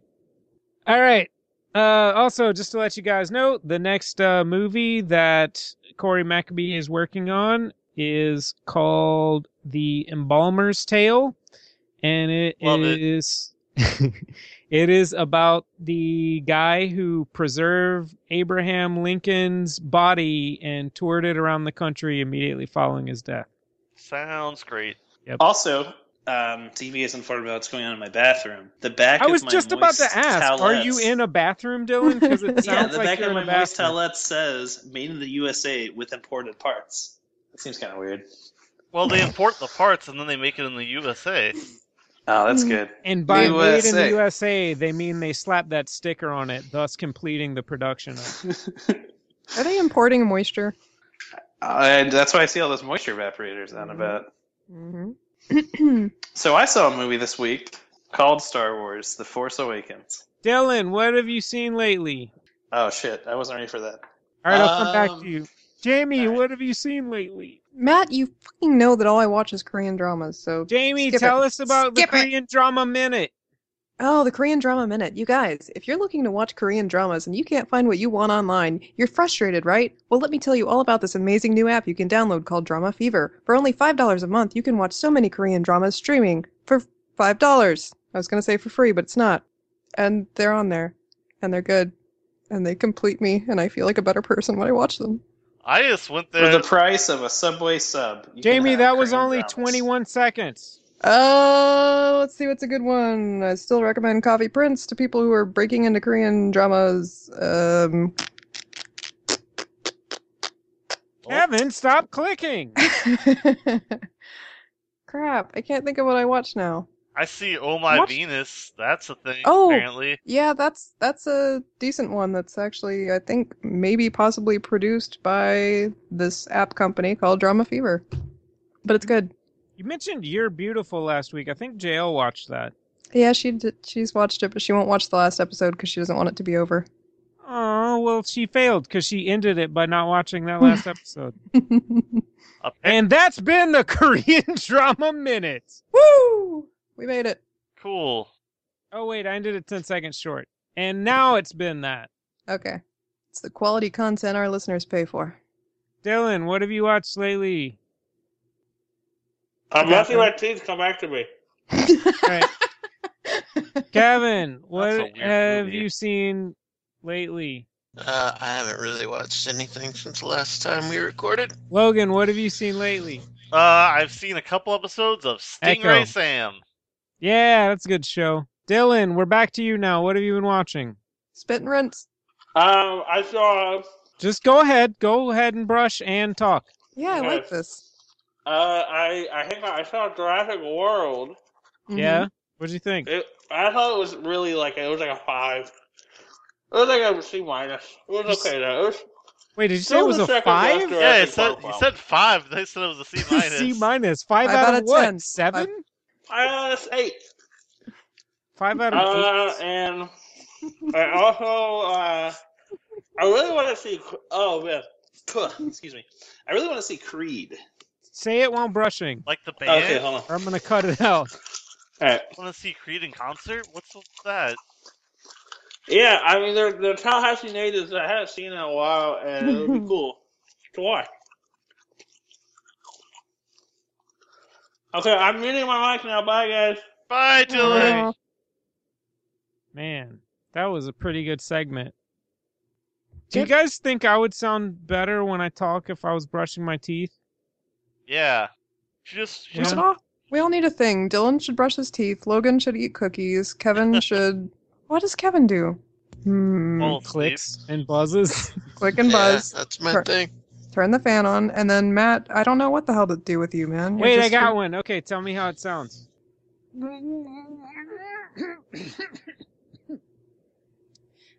B: All right. Uh, also, just to let you guys know, the next uh, movie that Corey Maccabee is working on is called The Embalmer's Tale, and it
A: Love it.
B: is it is about the guy who preserved Abraham Lincoln's body and toured it around the country immediately following his death.
A: Sounds great.
E: Also, um, TV is informed about what's going on in my bathroom. The back.
B: I was
E: of my
B: just about to
E: moist
B: ask, are you
E: towelettes-
B: in a bathroom, Dylan? Because it sounds
E: Yeah, the
B: like
E: back
B: you're
E: of
B: in
E: my
B: a
E: moist
B: bathroom.
E: towelette says "Made in the USA with imported parts." That seems kind of weird.
A: Well, they import the parts and then they make it in the USA.
E: Oh, that's
D: Mm.
E: good.
B: And by made in the
E: USA.
B: USA, they mean they slapped that sticker on it, thus completing the production. Of it.
D: Are they importing moisture?
E: and that's why I see all those moisture evaporators on about.
D: hmm
E: So I saw a movie this week called Star Wars: The Force Awakens.
B: Dylan, what have you seen lately?
E: Oh shit, I wasn't ready for that.
B: All right, I'll come back
E: Um,
B: to you. Jamie,
E: all right.
B: what have you seen lately?
D: Matt, you fucking know that all I watch is Korean dramas, so
B: Jamie,
D: Skip
B: tell
D: it.
B: us about
D: Skip
B: the
D: it.
B: Korean drama minute.
D: Oh, the Korean Drama Minute. You guys, if you're looking to watch Korean dramas and you can't find what you want online, you're frustrated, right? Well, let me tell you all about this amazing new app you can download called Drama Fever. For only $5 a month, you can watch so many Korean dramas streaming for $5. I was going to say for free, but it's not. And they're on there, and they're good, and they complete me, and I feel like a better person when I watch them.
A: I just went
E: For
A: there.
E: the price of a Subway sub. you can
B: Jamie,
E: have
B: that was
E: cream
B: only
E: brownies.
B: 21 seconds.
D: Oh, let's see what's a good one. I still recommend Coffee Prince to people who are breaking into Korean dramas. Um,
E: Oh.
B: Kevin, stop clicking.
D: crap, I can't think of what I watched now.
A: I see. Oh my
D: What?
A: Venus. That's a thing.
D: Oh.
A: Apparently,
D: Yeah, that's that's a decent one. That's actually, I think, maybe possibly produced by this app company called Drama Fever, but it's good.
B: You mentioned You're Beautiful last week. I think JL watched that.
D: Yeah, she did, she's watched it, but she won't watch the last episode because she doesn't want it to be over.
B: Oh, well, she failed because she ended it by not watching that last episode.
A: apparently
B: And that's been the Korean Drama Minute.
D: Woo! We made it.
A: cool.
B: Oh, wait, I ended it 10 seconds short. And now it's been that.
D: Okay, it's the quality content our listeners pay for.
B: Dylan, what have you watched lately?
G: I'm nothing like please Uh, come back to me.
B: Right. Kevin,
A: a
B: what
A: weird
B: have
A: movie.
B: you seen lately?
C: Uh, I haven't really watched anything since the last time we recorded.
B: Logan, what have you seen lately?
A: Uh, I've seen a couple episodes of Stingray
B: Echo.
A: Sam.
B: Yeah, that's a good show. Dylan, we're back to you now. What have you been watching?
D: Spit and rinse.
G: Um, I saw.
B: Just go ahead, go ahead and brush and talk.
D: Yeah, I like
G: Yes.
D: this.
G: Uh, I I think I saw Jurassic World.
A: Mm-hmm.
B: Yeah? What do you think?
G: It, I thought it was really like it was like a five. It was like a C minus. It was okay though. It was
B: Wait, did you say
G: still
B: it was
G: the
B: a
G: second
B: five?
G: best
A: Yeah, it
G: Jurassic
A: said
G: Park
A: you
G: film.
A: said five. They said it was a C minus.
B: C minus. Five,
D: Five
B: out,
D: out
B: of
D: of
B: what?
D: 10.
B: Seven?
G: Uh, it's eight.
B: Five, out
G: Uh,
B: of eight.
G: and I also uh, I really want to see. Oh man, excuse me. I really want to see Creed.
B: Say it while brushing,
A: Like the band.
G: Okay, hold on.
B: or I'm gonna cut it out.
G: All right.
A: Want to see Creed in concert? What's with that?
G: Yeah, I mean, they're, they're Tallahassee natives that I haven't seen in a while, and it would be cool to watch. Okay, I'm muting my mic now. Bye, guys.
A: Bye, Dylan.
D: Aw.
B: Man, that was a pretty good segment. Do you guys think I would sound better when I talk if I was brushing my teeth?
A: Yeah. She just she
D: We
B: Yeah.
A: just
D: should all we all need a thing. Dylan should brush his teeth. Logan should eat cookies. Kevin should. What does Kevin do? Hmm.
A: falls asleep.
B: Clicks and buzzes.
D: Click and buzz.
C: Yeah, that's my
D: Per-
C: thing.
D: Turn the fan on, and then Matt. I don't know what the hell to do with you, man. You're
B: Wait, I
D: just-
B: got one. Okay, tell me how it sounds.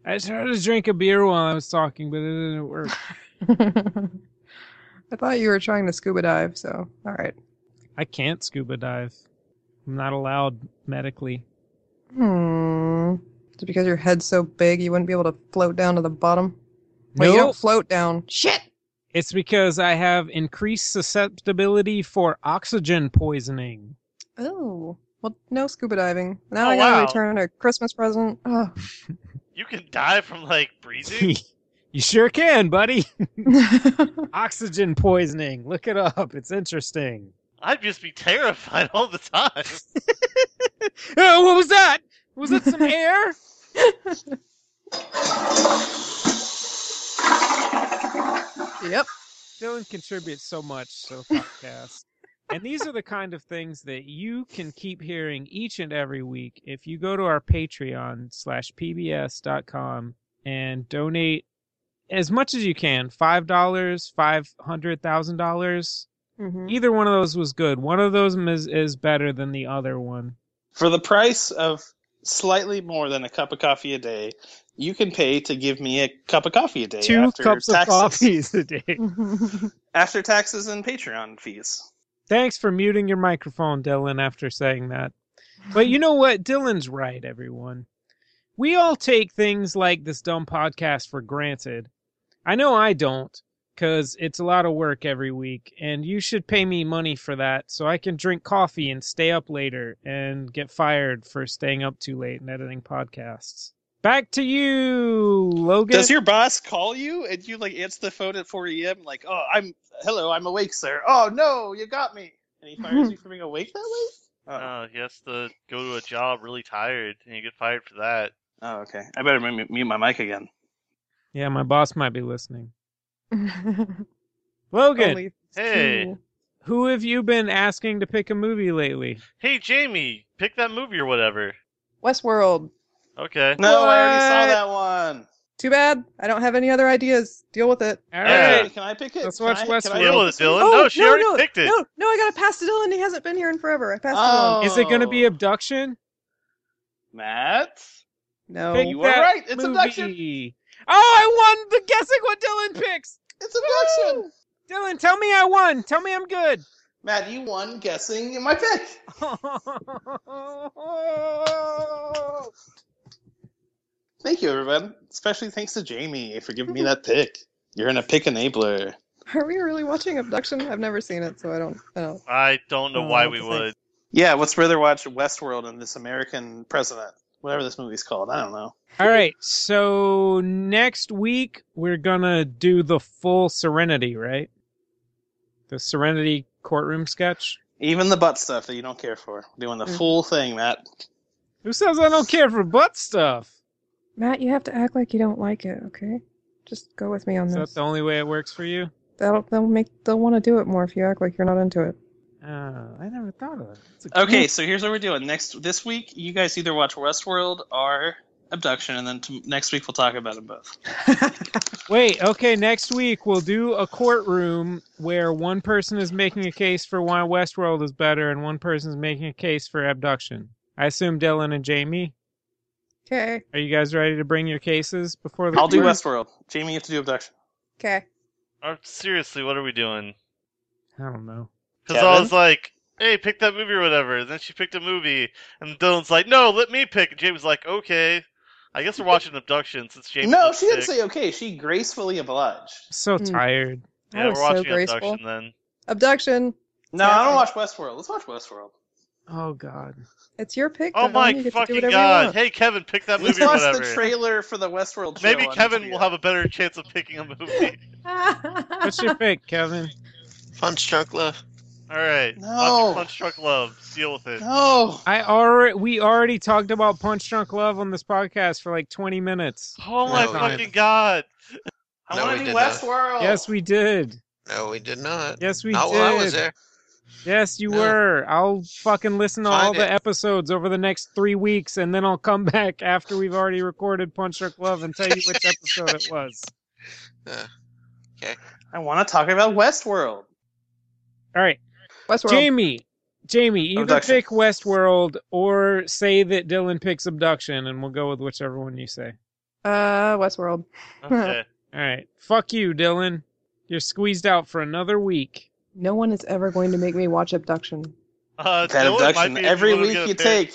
B: I just tried to drink a beer while I was talking, but it didn't work.
D: I thought you were trying to scuba dive. So all right.
B: I can't scuba dive. I'm not allowed medically.
D: Hmm. Is it because your head's so big you wouldn't be able to float down to the bottom? Wait, you
B: Nope.
D: don't float down. Shit.
B: It's because I have increased susceptibility for oxygen poisoning.
D: Oh. Well, no scuba diving. Now
A: Oh,
D: I gotta
A: wow.
D: return a Christmas present. Ugh.
A: You can die from like breathing.
B: you sure can, buddy. Oxygen poisoning. Look it up. It's interesting.
A: I'd just be terrified all the time.
B: Oh, what was that? Was that some air?
D: yep.
B: Dylan contributes so much to the podcast. and these are the kind of things that you can keep hearing each and every week if you go to our Patreon slash PBS.com and donate as much as you can $5, $500,000.
D: hmm
B: Either one of those was good. One of those is, is better than the other one.
E: For the price of slightly more than a cup of coffee a day, you can pay to give me a cup of coffee a day.
B: Two
E: after
B: cups
E: taxes,
B: of coffees a day.
E: After taxes and Patreon fees.
B: Thanks for muting your microphone, Dylan, after saying that. But you know what? Dylan's right, everyone. We all take things like this dumb podcast for granted. I know I don't, because it's a lot of work every week, and you should pay me money for that so I can drink coffee and stay up later and get fired for staying up too late and editing podcasts. Back to you, Logan.
E: Does your boss call you and you like answer the phone at 4 a.m. like, oh, I'm hello, I'm awake, sir. Oh no, you got me. And he fires you for being awake that late. Oh,
A: Uh, he has to go to a job really tired, and you get fired for that.
E: oh okay. I better mu- mute my mic again.
B: yeah, my boss might be listening. Logan,
D: Only
A: Hey.
D: two.
B: who have you been asking to pick a movie lately?
A: Hey, Jamie, pick that movie or whatever.
D: Westworld.
A: Okay.
E: No, I already
D: What?
E: saw that one.
D: Too bad. I don't have any other ideas. Deal with it. Oh,
B: All
A: Yeah.
B: right,
E: Hey, can I pick it?
B: Let's
E: Can
B: watch
E: I-
B: Westworld.
E: can I
A: Deal
E: pick
A: with it,
E: this one?
A: Dylan. no, she already
D: no,
A: picked it.
D: No, no, I gotta pass to Dylan. He hasn't been here in forever. I passed
E: Oh.
B: Is it going to be abduction?
E: Matt?
D: to Dylan. No.
B: Pick
E: You
B: that
E: were right. It's abduction.
B: movie. Oh, I won the guessing what Dylan picks.
E: It's
B: Woo!
E: abduction.
B: Dylan, tell me I won. Tell me I'm good.
E: Matt, you won guessing my pick. Thank you, everyone. Especially thanks to Jamie for giving me that pick. You're in a pick enabler.
D: Are we really watching Abduction? I've never seen it, so I don't. I don't.
A: I don't know
D: Oh,
A: why
D: that's
A: we
D: a thing.
A: would.
E: Yeah, let's rather watch Westworld and this American president. Whatever this movie's called. I don't know.
B: All right. So next week we're gonna do the full Serenity, right? The Serenity courtroom sketch.
E: Even the butt stuff that you don't care for. We're doing the
B: Mm.
D: Mhm.
E: full thing, Matt.
B: Who says I don't care for butt stuff?
D: Matt, you have to act like you don't like it. Okay. Just go with me on
B: Is
D: this.
B: that the only way it works for you?
D: That'll they'll make they'll want to do it more if you act like you're not into it.
B: Uh, I never thought of that. That's a
E: Okay, so here's what we're doing. Next this week, you guys either watch Westworld or Abduction, and then t- next week we'll talk about them both.
B: Wait, okay, next week we'll do a courtroom where one person is making a case for why Westworld is better and one person is making a case for abduction. I assume Dylan and Jamie,
D: Okay.
B: are you guys ready to bring your cases before the
E: I'll do
B: courtroom?
E: Westworld. Jamie, you have to do Abduction.
D: Okay.
A: Uh, seriously, what are we doing?
B: I don't know.
A: Because I was
E: Kevin?
A: like, hey, pick that movie or whatever. And then she picked a movie, and Dylan's like, no, let me pick. And Jamie's like, okay. I guess we're watching Abduction since Jamie.
E: no,
A: just
E: she didn't
A: picked.
E: say okay. She gracefully obliged.
B: I'm so
D: Hmm.
B: tired.
D: I
A: Yeah, we're
D: was so
A: watching
D: graceful.
A: Abduction then.
D: Abduction.
E: No, I don't watch Westworld. Let's watch Westworld.
B: Oh god.
D: It's your pick.
A: Oh
D: Dylan.
A: my
D: You get to do
A: fucking
D: whatever you
A: god!
D: want.
A: Hey, Kevin, pick that
E: Let's
A: movie or
E: watch the
A: whatever.
E: trailer for the Westworld show.
A: Maybe
E: on
A: Kevin
E: HBO.
A: will have a better chance of picking a movie.
B: What's your pick, Kevin?
C: Punch Drunk Love.
A: All right,
E: No.
A: Punch, Punch Truck Love, deal with it.
E: No.
B: I already we already talked about Punch Drunk Love on this podcast for like 20 minutes.
A: Oh my
C: No.
A: fucking god!
E: I
C: No,
E: want
C: we
E: to do
C: did not.
E: Westworld.
B: Yes, we did.
C: No, we did not.
B: Yes, we
C: Oh. Not
B: did.
C: while I was there.
B: Yes, you
C: No.
B: were. I'll fucking listen to
C: Find
B: all the
C: it.
B: episodes over the next three weeks, and then I'll come back after we've already recorded Punch Drunk Love and tell you which episode it was.
E: I want to talk about Westworld.
B: All right,
D: Westworld.
B: Jamie. Jamie, either
E: Abduction.
B: pick Westworld or say that Dylan picks Abduction, and we'll go with whichever one you say.
D: Uh, Westworld.
A: Okay.
B: All right, fuck you, Dylan. You're squeezed out for another week.
D: No one is ever going to make me watch Abduction.
A: Uh,
E: That
A: Dylan might
E: Abduction.
A: be
E: Every
A: able to
E: week
A: get a
E: you
A: pick.
E: take.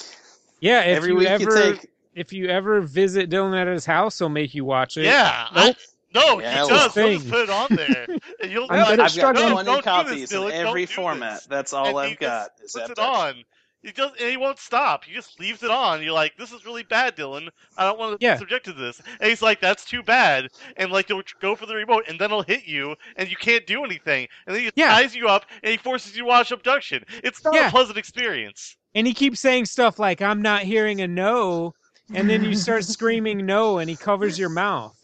B: Yeah, if
E: Every
B: you
E: week
B: ever
E: you take.
B: if you ever visit Dylan at his house, he'll make you watch it.
A: Yeah. I-
B: Nope.
A: no,
E: Yeah,
A: he
E: well-
A: does. He'll just
B: Thing.
A: put it on there. And you'll
D: I'm good at
A: I've
E: I've got
D: struggling.
A: no,
E: 20
A: don't do
E: copies
A: this, Dylan.
E: in every
A: don't do
E: format.
A: This.
E: That's all
A: And he
E: I've got.
A: just
E: Is
A: puts it
E: Abduction.
A: on. He does, and he won't stop. He just leaves it on. You're like, this is really bad, Dylan. I don't want to
B: Yeah.
A: be subjected to this. And he's like, that's too bad. And like, you'll go for the remote, and then he'll hit you, and you can't do anything. And then he
B: Yeah.
A: ties you up, and he forces you to watch Abduction. It's not
B: Yeah.
A: a pleasant experience.
B: And he keeps saying stuff like, I'm not hearing a no. And then you start screaming no, and he covers your mouth.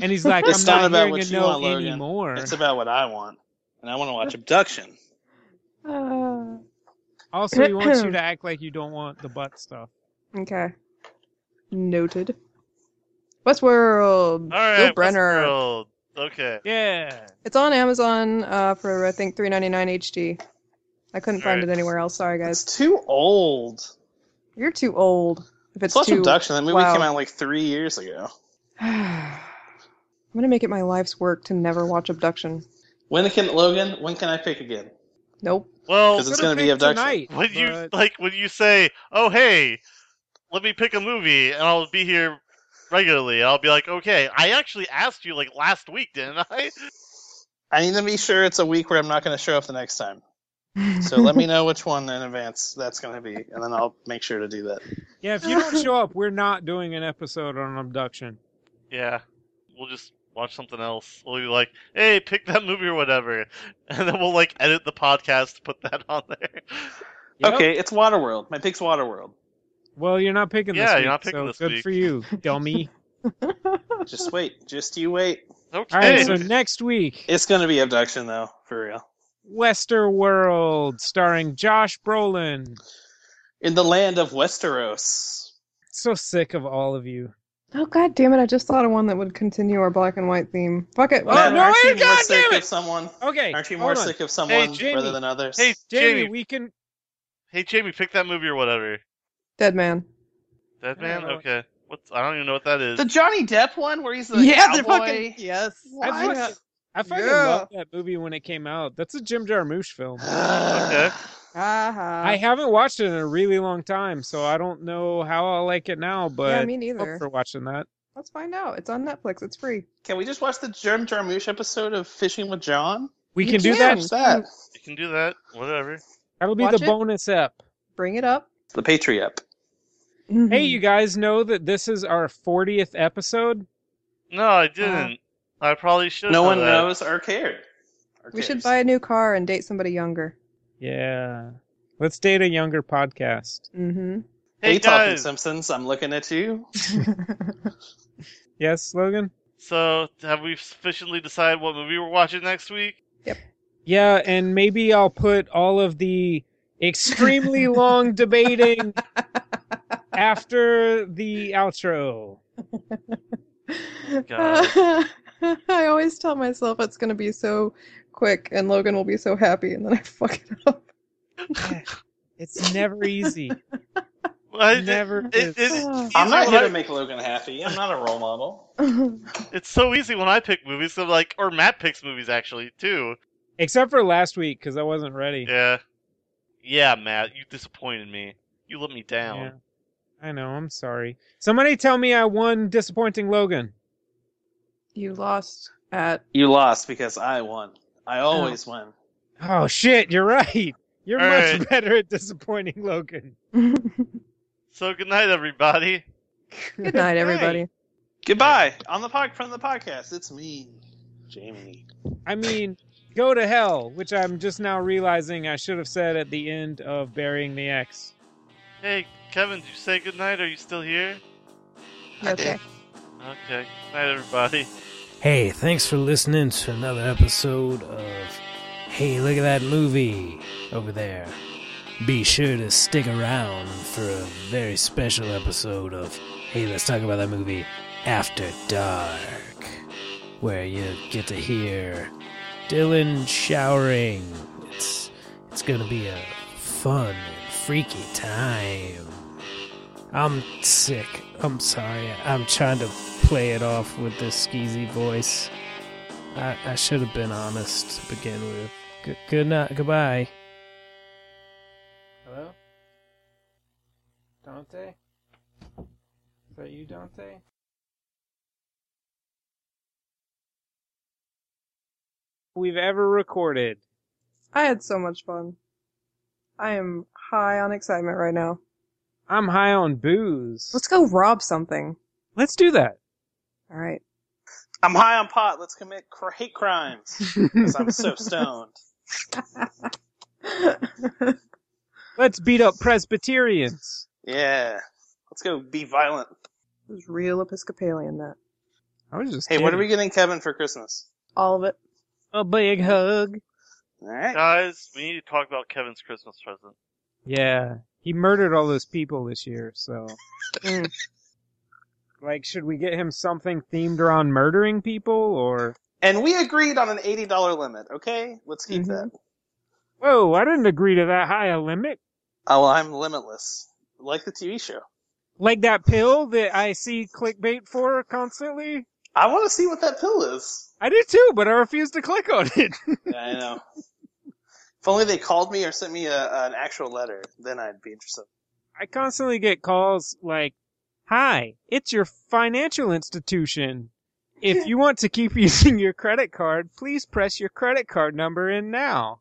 B: And he's like,
E: It's
B: I'm
E: not
B: not,
E: about
B: hearing
E: what
B: a
E: you
B: no
E: want, Logan.
B: anymore.
E: It's about what I want. And I want to watch Abduction.
D: Uh,
B: Also, he wants you to act like you don't want the butt stuff.
D: okay. Noted. Westworld.
A: All right.
D: Bill Brenner.
A: Westworld. Okay.
B: Yeah.
D: It's on Amazon uh, for I think three ninety nine HD. I couldn't find
A: Alright.
D: it anywhere else. Sorry, guys.
E: It's too old.
D: You're too old. If it's
E: It's watch
D: too,
E: Abduction. That movie
D: wow.
E: came out like three years ago.
D: I'm gonna make it my life's work to never watch Abduction.
E: When can Logan? When can I pick again?
D: Nope.
A: Well,
E: Because it's
B: Could've
E: gonna be
B: picked
E: abduction.
B: Tonight,
A: when you
B: but-
A: like when you say, "Oh hey, let me pick a movie," and I'll be here regularly, I'll be like, "Okay, I actually asked you like last week, didn't I?"
E: I need to be sure it's a week where I'm not going to show up the next time. So let me know which one in advance that's going to be, and then I'll make sure to do that.
B: Yeah, if you don't show up, we're not doing an episode on abduction.
A: Yeah, we'll just watch something else. We'll be like, "Hey, pick that movie or whatever," and then we'll like edit the podcast to put that on there.
B: Yep.
E: Okay, it's Waterworld. My pick's Waterworld.
B: Well, you're not picking this
A: Yeah,
B: week.
A: you're not picking
B: so
A: this
B: good
A: week.
B: for you, dummy.
E: Just wait. Just you wait.
A: Okay.
B: All right, so next week,
E: It's gonna be abduction though, for real.
B: Westerworld, starring Josh Brolin.
E: In the land of Westeros.
B: So sick of all of you.
D: Oh god damn it! I just thought of one that would continue our black and white theme. Fuck it.
B: Oh, no,
E: aren't you
B: wait,
E: more
B: God
E: sick
B: damn
E: of
B: it!
E: someone?
B: Okay,
E: Aren't you
B: hold
E: more
B: on.
E: sick of someone
B: Jamie.
E: rather than others?
A: hey,
B: Jamie,
A: Jamie.
B: we can.
A: Hey, Jamie, pick that movie or whatever.
D: Dead man.
A: Dead
B: I
A: man.
B: don't know.
A: Okay. What's? I don't even know what that is.
E: the Johnny Depp one where he's the
D: yeah, they're
E: cowboy.
D: fucking yes.
E: What?
B: I fucking- I fucking
D: Yeah. Uh,
B: loved that movie when it came out. That's a Jim Jarmusch film.
A: Okay.
B: I
D: Uh-huh.
B: haven't watched it in a really long time, so I don't know how I'll like it now. But
D: yeah, me neither.
B: hope for watching that.
D: Let's find out. It's on Netflix. It's free.
E: Can we just watch the Jim Jarmusch episode of Fishing with John?
B: We
D: You
B: can, do
E: Watch
B: that.
D: can.
E: that.
A: You can do that. Whatever.
B: That'll be
D: Watch
B: the
D: it.
B: bonus ep.
D: Bring it up. Mm-hmm.
E: The Patriot.
D: Mhm.
B: Hey, you guys know that this is our 40th episode?
A: No, I
B: Uh-huh.
A: didn't. I probably should.
E: No one
A: that.
E: knows or cared. Or
D: We should
E: cares.
D: buy a new car and date somebody younger.
B: Yeah. Let's date a younger podcast.
D: Mm-hmm.
E: Hey,
A: Hey
E: Talking
A: guys.
E: Simpsons, I'm looking at you.
B: Yes, Logan?
A: So have we sufficiently decided what movie we're watching next week?
B: Yeah, and maybe I'll put all of the extremely long debating after the outro.
A: God.
D: I always tell myself it's gonna be so quick and Logan will be so happy and then I fuck it up.
B: It's never easy.
A: Well, it-
B: never
A: it- it-
B: is.
D: Ah.
A: it's
E: I'm
A: easier
E: not
A: when
E: here
A: I-
E: to make Logan happy. I'm not a role model.
A: It's so easy when I pick movies. So like, or Matt picks movies actually too.
B: Except for last week because I wasn't ready.
A: Yeah. Yeah, Matt, you disappointed me. You let me down.
B: Yeah. I know, I'm sorry. Somebody tell me I won disappointing Logan.
D: you lost at
E: You lost because I won. I always win.
B: Oh shit, you're right. You're
A: All
B: much
A: right.
B: better at disappointing Logan.
D: Good
A: So good night, everybody.
D: night, everybody.
E: Goodbye on the pod from the podcast. It's me, Jamie.
B: I mean, go to hell, which I'm just now realizing I should have said at the end of burying the ex.
A: Hey, Kevin, did you say good night? Are you still here?
C: I did.
A: Okay. Good night, everybody.
H: Hey, thanks for listening to another episode of Hey, Look at That Movie over there. Be sure to stick around for a very special episode of Hey, Let's Talk About That Movie After Dark, where you get to hear Dylan showering. It's, it's going to be a fun and freaky time. I'm sick. I'm sorry. I'm trying to play it off with this skeezy voice. I, I should have been honest to begin with. Good, good night. Goodbye. Hello? Dante? Is that you, Dante?
B: We've ever recorded.
D: I had so much fun. I am high on excitement right now.
B: I'm high on booze.
D: Let's go rob something.
B: Let's do that.
D: All right.
E: I'm high on pot. Let's commit cr- hate crimes. 'Cause I'm so stoned.
B: Let's beat up Presbyterians.
E: Yeah. Let's go be violent.
D: It was real Episcopalian, that.
B: I was just
E: Hey, what are
B: kidding.
E: we getting Kevin for Christmas?
D: All of it.
B: A big hug.
E: All right.
A: Guys, we need to talk about Kevin's Christmas present.
B: Yeah, he murdered all those people this year. So,
D: Mm.
B: like, should we get him something themed around murdering people, or?
E: And we agreed on an $80 limit, okay? Let's keep
D: Mhm.
E: that.
B: Whoa, I didn't agree to that high a limit.
E: Oh, well, I'm limitless. Like the TV show.
B: Like that pill that I see clickbait for constantly.
E: I want to see what that pill is.
B: I do too, but I refuse to click on it.
E: Yeah, I know. if only they called me or sent me a, an actual letter, then I'd be interested.
B: I constantly get calls like, "Hi, it's your financial institution. If you want to keep using your credit card, please press your credit card number in now."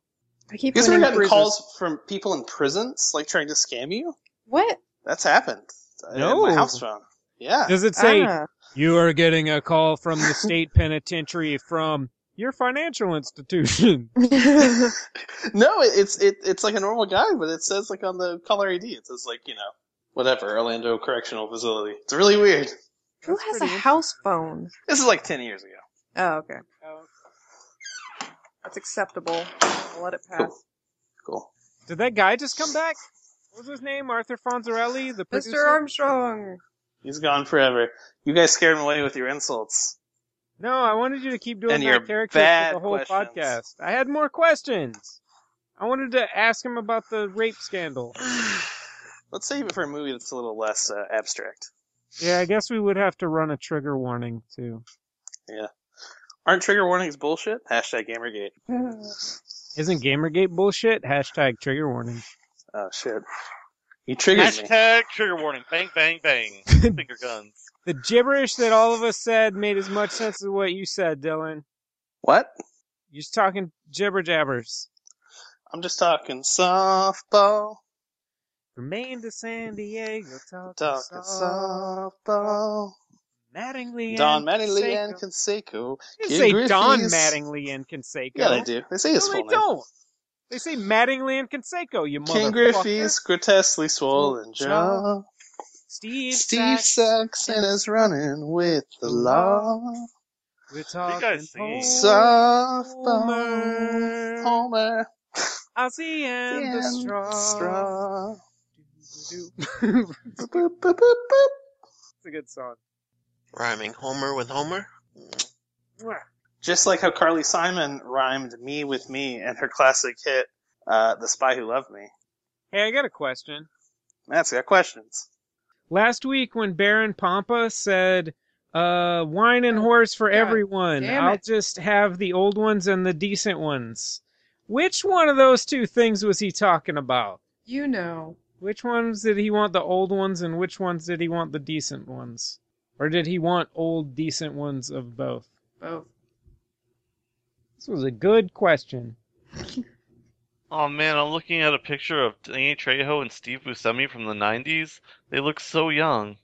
D: I keep
E: You guys ever
D: winning
E: gotten
D: quizzes.
E: calls from people in prisons, like trying to scam you?
D: What?
E: That's happened. I had
B: No.
E: My house phone. Yeah.
B: Does it say
D: Ah.
B: You are getting a call from the state penitentiary from your financial institution.
E: no, it, it's it, it's like a normal guy, but it says like on the caller ID, it says like you know whatever Orlando Correctional Facility. It's really weird.
D: Who
B: That's
D: has a
B: pretty
D: house phone?
E: This is like ten years ago.
D: Oh, okay. Oh. That's acceptable. I'll let it pass.
E: Cool.
B: Did that guy just come back? What was his name? Arthur Fonzarelli, the producer.
D: Mr. Armstrong!
E: He's gone forever. You guys scared him away with your insults.
B: No, I wanted you to keep doing
E: And
B: that
E: your
B: character
E: bad
B: for the whole podcast.
E: questions.
B: I had more questions. I wanted to ask him about the rape scandal.
E: Let's save it for a movie that's a little less uh, abstract.
B: Yeah, I guess we would have to run a trigger warning too.
E: Aren't trigger warnings bullshit? Hashtag Gamergate.
B: Isn't Gamergate bullshit? Hashtag trigger warning.
E: Oh shit. He triggered me.
A: Hashtag trigger warning. Bang, bang, bang. Finger guns.
B: The gibberish that all of us said made as much sense as what you said, Dylan.
E: What?
B: You're just talking jibber jabbers.
E: I'm just talking softball.
B: From Maine to San Diego, talking,
E: Talking softball.
B: Mattingly and
E: Don Mattingly
B: Canseco.
E: and Conseco.
B: They
E: Ken
B: say Don
E: Griffey's-
B: Mattingly and Canseco.
E: Yeah, they do. They say his
B: No,
E: full
B: they
E: name.
B: don't. They say Mattingly and Canseco, you motherfucker.
E: King Griffey's grotesquely swollen jaw.
B: Jaw. Steve,
E: Steve
B: Sachs.
E: sucks and is running with the law.
B: We're talking
A: guys sing.
E: Softball.
B: Homer.
E: Homer.
B: Ozzy and the
E: and
B: Straw.
E: straw.
B: it's
E: Boop, boop, boop, boop, boop.
B: a good song.
C: Rhyming Homer with Homer.
E: Just like how Carly Simon rhymed me with me and her classic hit, uh, The Spy Who Loved Me.
B: Hey, I got a question.
E: Matt's got questions.
B: Last week when Baron Pompa said, uh, wine and whores for
D: God
B: everyone,
D: Oh, damn
B: I'll
D: it.
B: just have the old ones and the decent ones. Which one of those two things was he talking about?
D: You know.
B: Which ones did he want the old ones and which ones did he want the decent ones? Or did he want old decent ones of both?
D: Both.
B: This was a good question.
A: Oh man, I'm looking at a picture of Danny Trejo and Steve Buscemi from the 90s. They look so young.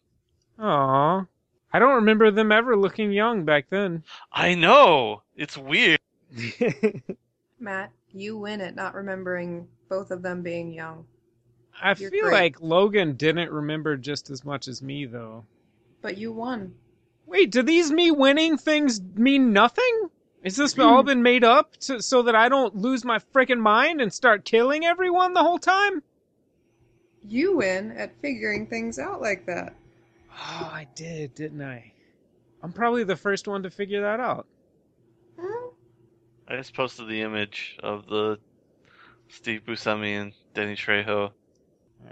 B: Aw. I don't remember them ever looking young back then.
A: I know! It's weird.
D: Matt, you win it not remembering both of them being young.
B: I
D: You're
B: feel
D: great.
B: like Logan didn't remember just as much as me though.
D: But you won.
B: Wait, do these me winning things mean nothing? Is this all been made up to, so that I don't lose my freaking mind and start killing everyone the whole time?
D: You win at figuring things out like that.
B: Oh, I did, didn't I? I'm probably the first one to figure that out.
D: Hmm?
A: I just posted the image of the Steve Buscemi and Danny Trejo.
B: All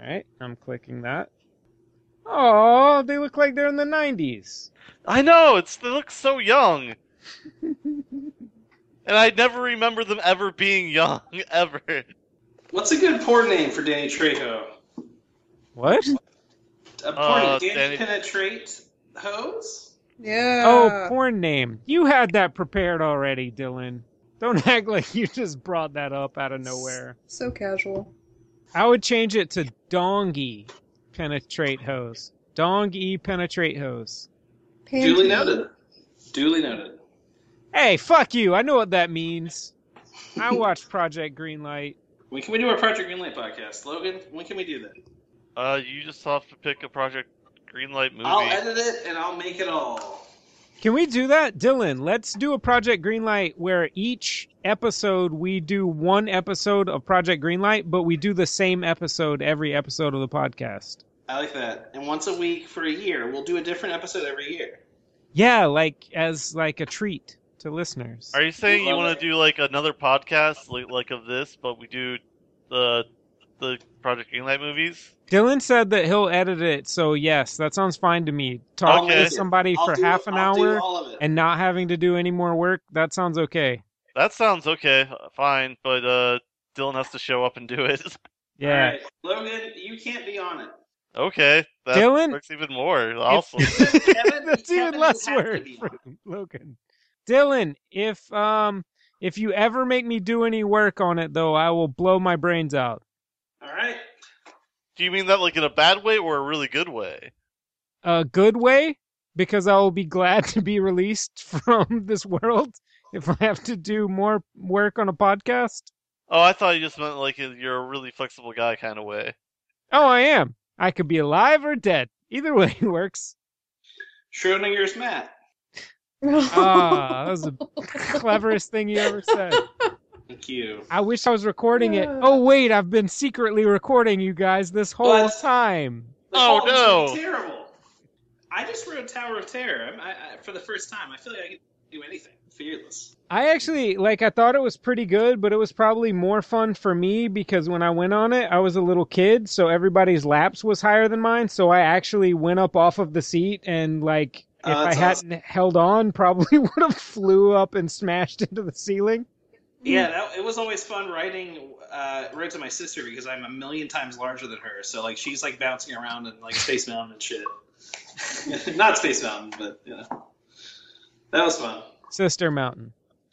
B: right, I'm clicking that. Oh, they look like they're in the 90s.
A: I know, it's they look so young. and I never remember them ever being young, ever.
G: What's a good porn name for Danny Trejo?
B: What?
G: A porn name,
A: Uh, Danny-
G: Danny Penetrate Hose?
D: Yeah.
B: Oh, porn name. You had that prepared already, Dylan. Don't act like you just brought that up out of nowhere.
D: so casual.
B: I would change it to dongy penetrate hose. Dongy penetrate hose.
G: Duly
D: Panty.
G: noted. Duly noted.
B: Hey, fuck you. I know what that means. I watched Project Greenlight.
G: When can we do our Project Greenlight podcast? Logan, when can we do that?
A: Uh, you just have to pick a Project Greenlight movie.
G: I'll edit it Oh, and I'll make it all.
B: Can we do that? Dylan, let's do a Project Greenlight where each episode we do one episode of Project Greenlight, but we do the same episode every episode of the podcast.
G: I like that. And once a week for a year, we'll do a different episode every year.
B: Yeah, like as like a treat to listeners.
A: Are you saying you
G: Love
A: want
G: it.
A: to do like another podcast like, like of this, but we do the the Project Greenlight movies?
B: Dylan said that he'll edit it, so yes, that sounds fine to me. Talking
A: Okay.
B: to somebody
G: I'll
B: for
G: do-
B: half an
G: I'll do
B: hour
G: all of it.
B: and not having to do any more work, that sounds okay.
A: That sounds okay, uh, fine, but uh, Dylan has to show up and do it.
B: Yeah.
G: All right, Logan, you can't be on it.
A: okay, that
B: Dylan?
A: works even more. Also,
G: Kevin- Kevin,
B: That's even
G: you
B: less
G: have to
B: work
G: be
B: from Logan. Dylan, if um if you ever make me do any work on it though, I will blow my brains out.
G: All right.
A: do you mean that like in a bad way or a really good way?
B: A good way because I will be glad to be released from this world if I have to do more work on a podcast.
A: Oh, I thought you just meant like you're a really flexible guy kind of way.
B: Oh, I am. I could be alive or dead. Either way works.
G: Schrodinger's Matt.
B: Ah, that was the cleverest thing you ever said.
E: Thank you.
B: I wish I was recording it. Oh wait, I've been secretly recording you guys this whole
E: What?
B: time.
A: Oh,
E: The poem
A: no.
E: is Terrible. I just wrote Tower of Terror I'm, I, I, for the first time. I feel like I can do anything. Fearless.
B: I actually like I thought it was pretty good, but it was probably more fun for me because when I went on it, I was a little kid, so everybody's laps was higher than mine, so I actually went up off of the seat and like if
E: Oh,
B: I
E: that's
B: hadn't held on, probably would have flew up and smashed into the ceiling.
E: Yeah, that, it was always fun writing. Uh, wrote to my sister because I'm a million times larger than her, so like she's like bouncing around in like Space Mountain and shit. Not Space Mountain, but you know, that was fun.
B: Sister Mountain.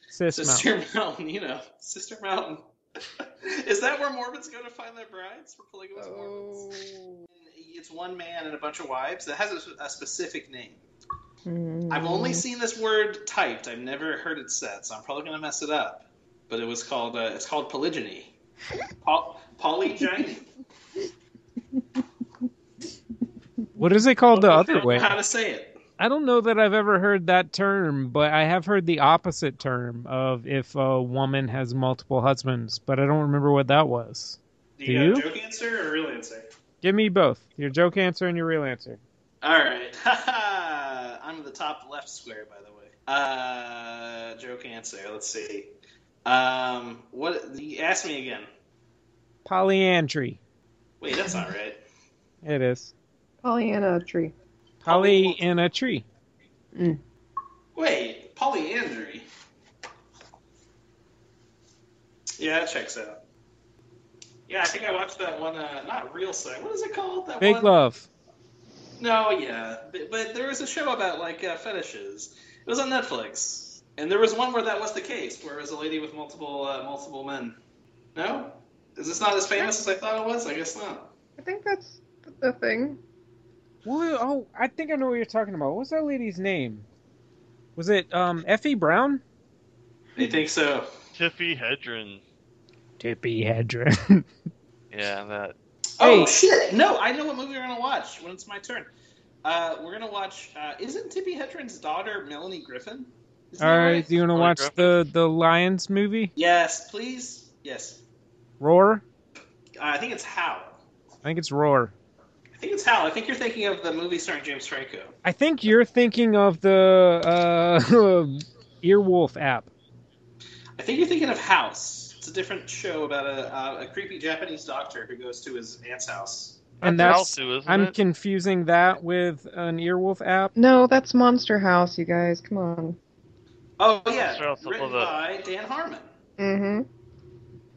B: Sis Mountain.
E: Sister Mountain. you know, Sister Mountain. Is that where Mormons go to find their brides? For
D: Oh.
E: polygamous Mormons, it's one man and a bunch of wives. That has a, a specific name.
B: Mm.
E: I've only seen this word typed. I've never heard it said, so I'm probably gonna mess it up. But it was called uh, it's called polygyny, Poly- polygyny.
B: What is it called the other way?
E: How to say it?
B: I don't know that I've ever heard that term, but I have heard the opposite term of if a woman has multiple husbands, but I don't remember what that was.
E: Do
B: Do
E: you got
B: you?
E: a joke answer or a real answer?
B: Give me both your joke answer and your real answer.
E: All right. I'm the top left square, by the way. Uh, joke answer. Let's see. Um, what? You ask me again.
B: Polyandry.
E: Wait, that's not right.
B: It is.
D: Pollyanna tree.
B: Poly in a tree.
E: Wait, polyandry. Yeah, that checks out. Yeah, I think I watched that one. Uh, not real site. What is it called? That
B: Big
E: one?
B: love.
E: No, yeah, but, but there was a show about like uh, fetishes. It was on Netflix, and there was one where that was the case, where it was a lady with multiple uh, multiple men. No, is this not as famous as I thought it was? I guess not.
D: I think that's the thing.
B: Well, oh, I think I know what you're talking about. What's that lady's name? Was it um, Effie Brown?
E: They think so.
A: Tiffy Hedren.
B: Tippy Hedren.
A: Yeah, that.
E: Oh
B: Hey.
E: shit! No, I know what movie we're gonna watch when it's my turn. Uh, we're gonna watch. Uh, isn't Tippi Hedren's daughter Melanie Griffin? Isn't that
B: All
E: right?
B: right, do you want to
A: Polygraph.
B: watch the the Lions movie?
E: Yes, please. Yes,
B: Roar.
E: uh, I think it's How.
B: I think it's Roar.
E: I think it's How. I think you're thinking of the movie starring James Franco.
B: I think you're thinking of the uh, Earwolf app.
E: I think you're thinking of House. It's a different show about a, uh, a creepy Japanese doctor who goes to his aunt's house.
B: And that's-
A: Alsu, isn't
B: I'm
A: it?
B: confusing that with an Earwolf app.
D: No, that's Monster House, you guys. Come on.
E: Oh yeah,
A: Sure, I'll flip
E: written
A: over.
E: by Dan Harmon.
D: Mm-hmm.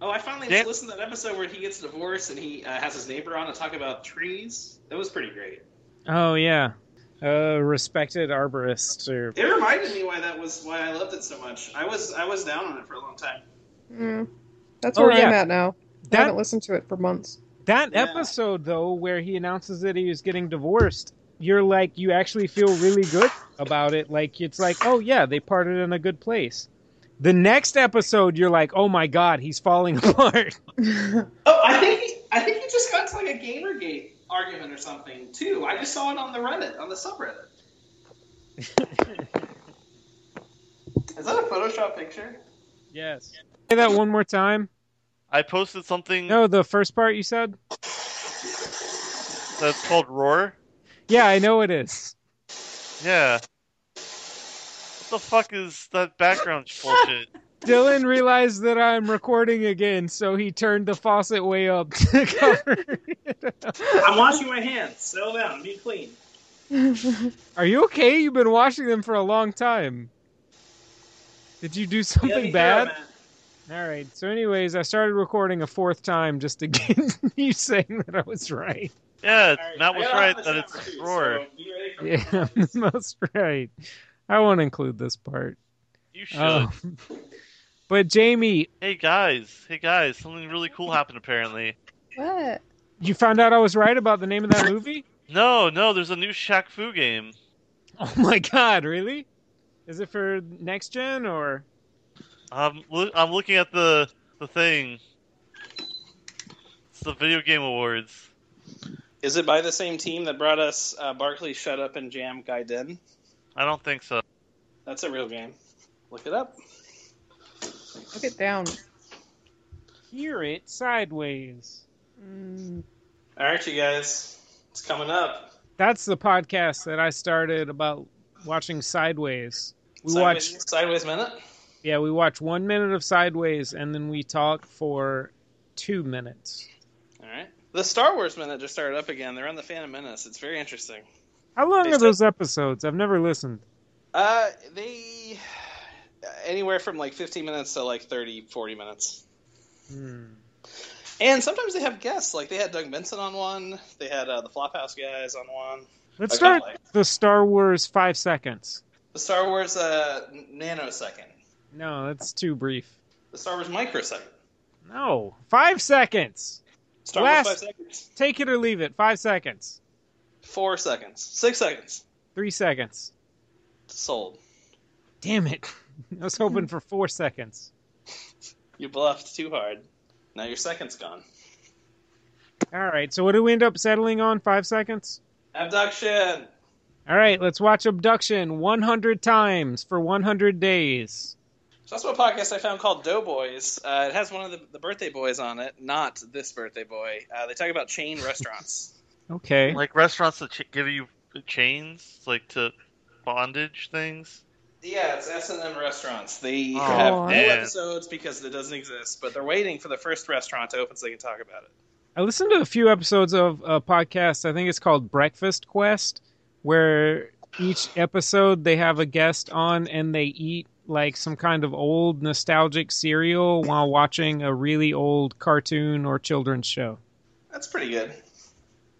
E: Oh, I finally
A: Dan-
E: listened to that episode where he gets divorced and he uh, has his neighbor on to talk about trees. That was pretty great.
B: Oh yeah, uh, respected arborist. Or...
E: It reminded me why that was why I loved it so much. I was I was down on it for a long time.
D: Mm. That's
B: Oh,
D: where
B: yeah.
D: I'm at now. I
B: That
D: haven't listened to it for months.
B: that
E: Yeah.
B: episode though, where he announces that he is getting divorced, you're like you actually feel really good about it. Like it's like oh yeah, they parted in a good place. The next episode, you're like oh my god, he's falling apart.
E: Oh, I think I think he just got into like a GamerGate argument or something too. I just saw it on the Reddit on the subreddit. Is that a Photoshop picture?
B: yes. Mm. Say that one more time.
A: I posted something
B: No, the first part you said.
A: that's called Roar.
B: Yeah, I know it is.
A: Yeah. What the fuck is that background bullshit?
B: Dylan realized that I'm recording again, so he turned the faucet way up to cover.
E: I'm washing my hands. Settle down. Be clean.
B: Are you okay? You've been washing them for a long time. Did you do something bad? All right. So, anyways, I started recording a fourth time just to get you saying that I was right.
A: Yeah, it's not what's right that it's Roar.
B: Yeah, I'm the most right. I won't include this part.
A: You should.
B: Oh. But Jamie,
A: Hey guys, hey guys, something really cool happened apparently.
D: What?
B: you found out I was right about the name of that movie?
A: No, no, there's a new Shaq Fu game.
B: Oh my god, really? Is it for next gen or?
A: I'm loo- I'm looking at the the thing. It's the Video Game Awards.
E: Is it by the same team that brought us uh, Barkley Shut Up and Jam Gaiden?
A: I don't think so.
E: That's a real game. Look it up.
D: Look it down.
B: Hear it sideways.
D: Mm,
E: All right, you guys, it's coming up.
B: That's the podcast that I started about watching Sideways. We watched
E: Sideways, Sideways Minute.
B: Yeah, we watch one minute of Sideways and then we talk for two minutes.
E: All right. The Star Wars Minute just started up again. They're on the Phantom Menace. It's very interesting.
B: How long
E: They
B: are
E: said-
B: those episodes? I've never listened.
E: Uh, they anywhere from like 15 minutes to like 30, 40 minutes.
B: Hmm.
E: And sometimes they have guests. Like they had Doug Benson on one. They had uh, the Flophouse guys on one.
B: Let's
E: Like,
B: start
E: like,
B: the Star Wars five seconds.
E: the Star Wars uh, nanosecond.
B: No, that's too brief.
E: The Star Wars microsecond.
B: No, five seconds.
E: Star
B: Last-
E: Wars five seconds.
B: Take it or leave it. Five seconds.
E: Four seconds. Six seconds.
B: Three seconds.
E: Sold.
B: Damn it. I was hoping for four seconds.
E: You bluffed too hard. Now your second's gone.
B: All right, so what do we end up settling on? Five seconds?
E: Abduction.
B: All right, let's watch Abduction 100 times for 100 days.
E: So that's what podcast I found called Doughboys. Uh, it has one of the, the birthday boys on it, not this birthday boy. Uh, they talk about chain restaurants.
B: Okay.
A: Like restaurants that ch- give you chains, like to bondage things.
E: yeah, it's S and M restaurants. They
A: Oh,
E: have no
A: man.
E: episodes because it doesn't exist, but they're waiting for the first restaurant to open so they can talk about it.
B: I listened to a few episodes of a podcast. I think it's called Breakfast Quest, where each episode they have a guest on and they eat like some kind of old nostalgic cereal while watching a really old cartoon or children's show.
E: That's pretty good.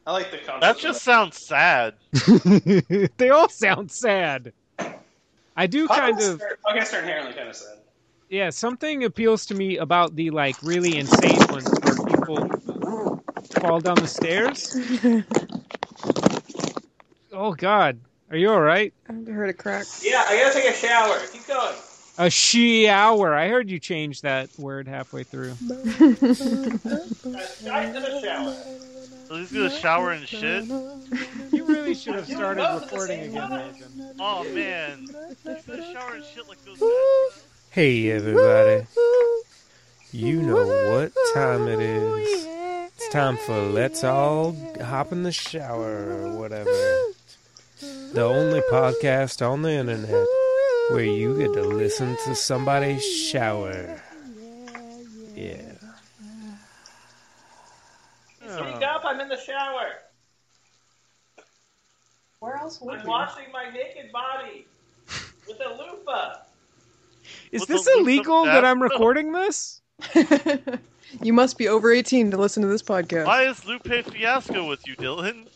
E: I like the concept.
A: That
E: of
A: just sounds sad.
B: they all sound sad. I do
E: Podcasts
B: kind of
E: Are, podcasts are inherently kind of sad.
B: yeah, something appeals to me about the like really insane ones where people fall down the stairs. Oh god. Are you all right?
D: I heard a crack.
E: Yeah, I gotta take a shower. Keep going.
B: A she hour. I heard you change that word halfway through.
E: Dive into the shower.
A: So he's gonna shower and shit.
B: You really should have
E: You
B: started
E: both at the
B: recording
E: same
B: again,
E: time.
B: Logan.
A: Oh man, he's gonna shower and shit like those.
H: Hey everybody. You know what time it is. It's time for Let's All Hop in the Shower or whatever. The only podcast on the internet where you get to listen to somebody shower. Yeah.
A: Oh.
E: Wake up! I'm in the shower.
D: Where else would
E: I'm washing my naked body with a loofah.
B: Is
A: With
B: this
A: the loop of
B: illegal that
A: that?
B: I'm recording this?
D: you must be over 18 to listen to this podcast.
A: Why is Lupe Fiasco with you, Dylan?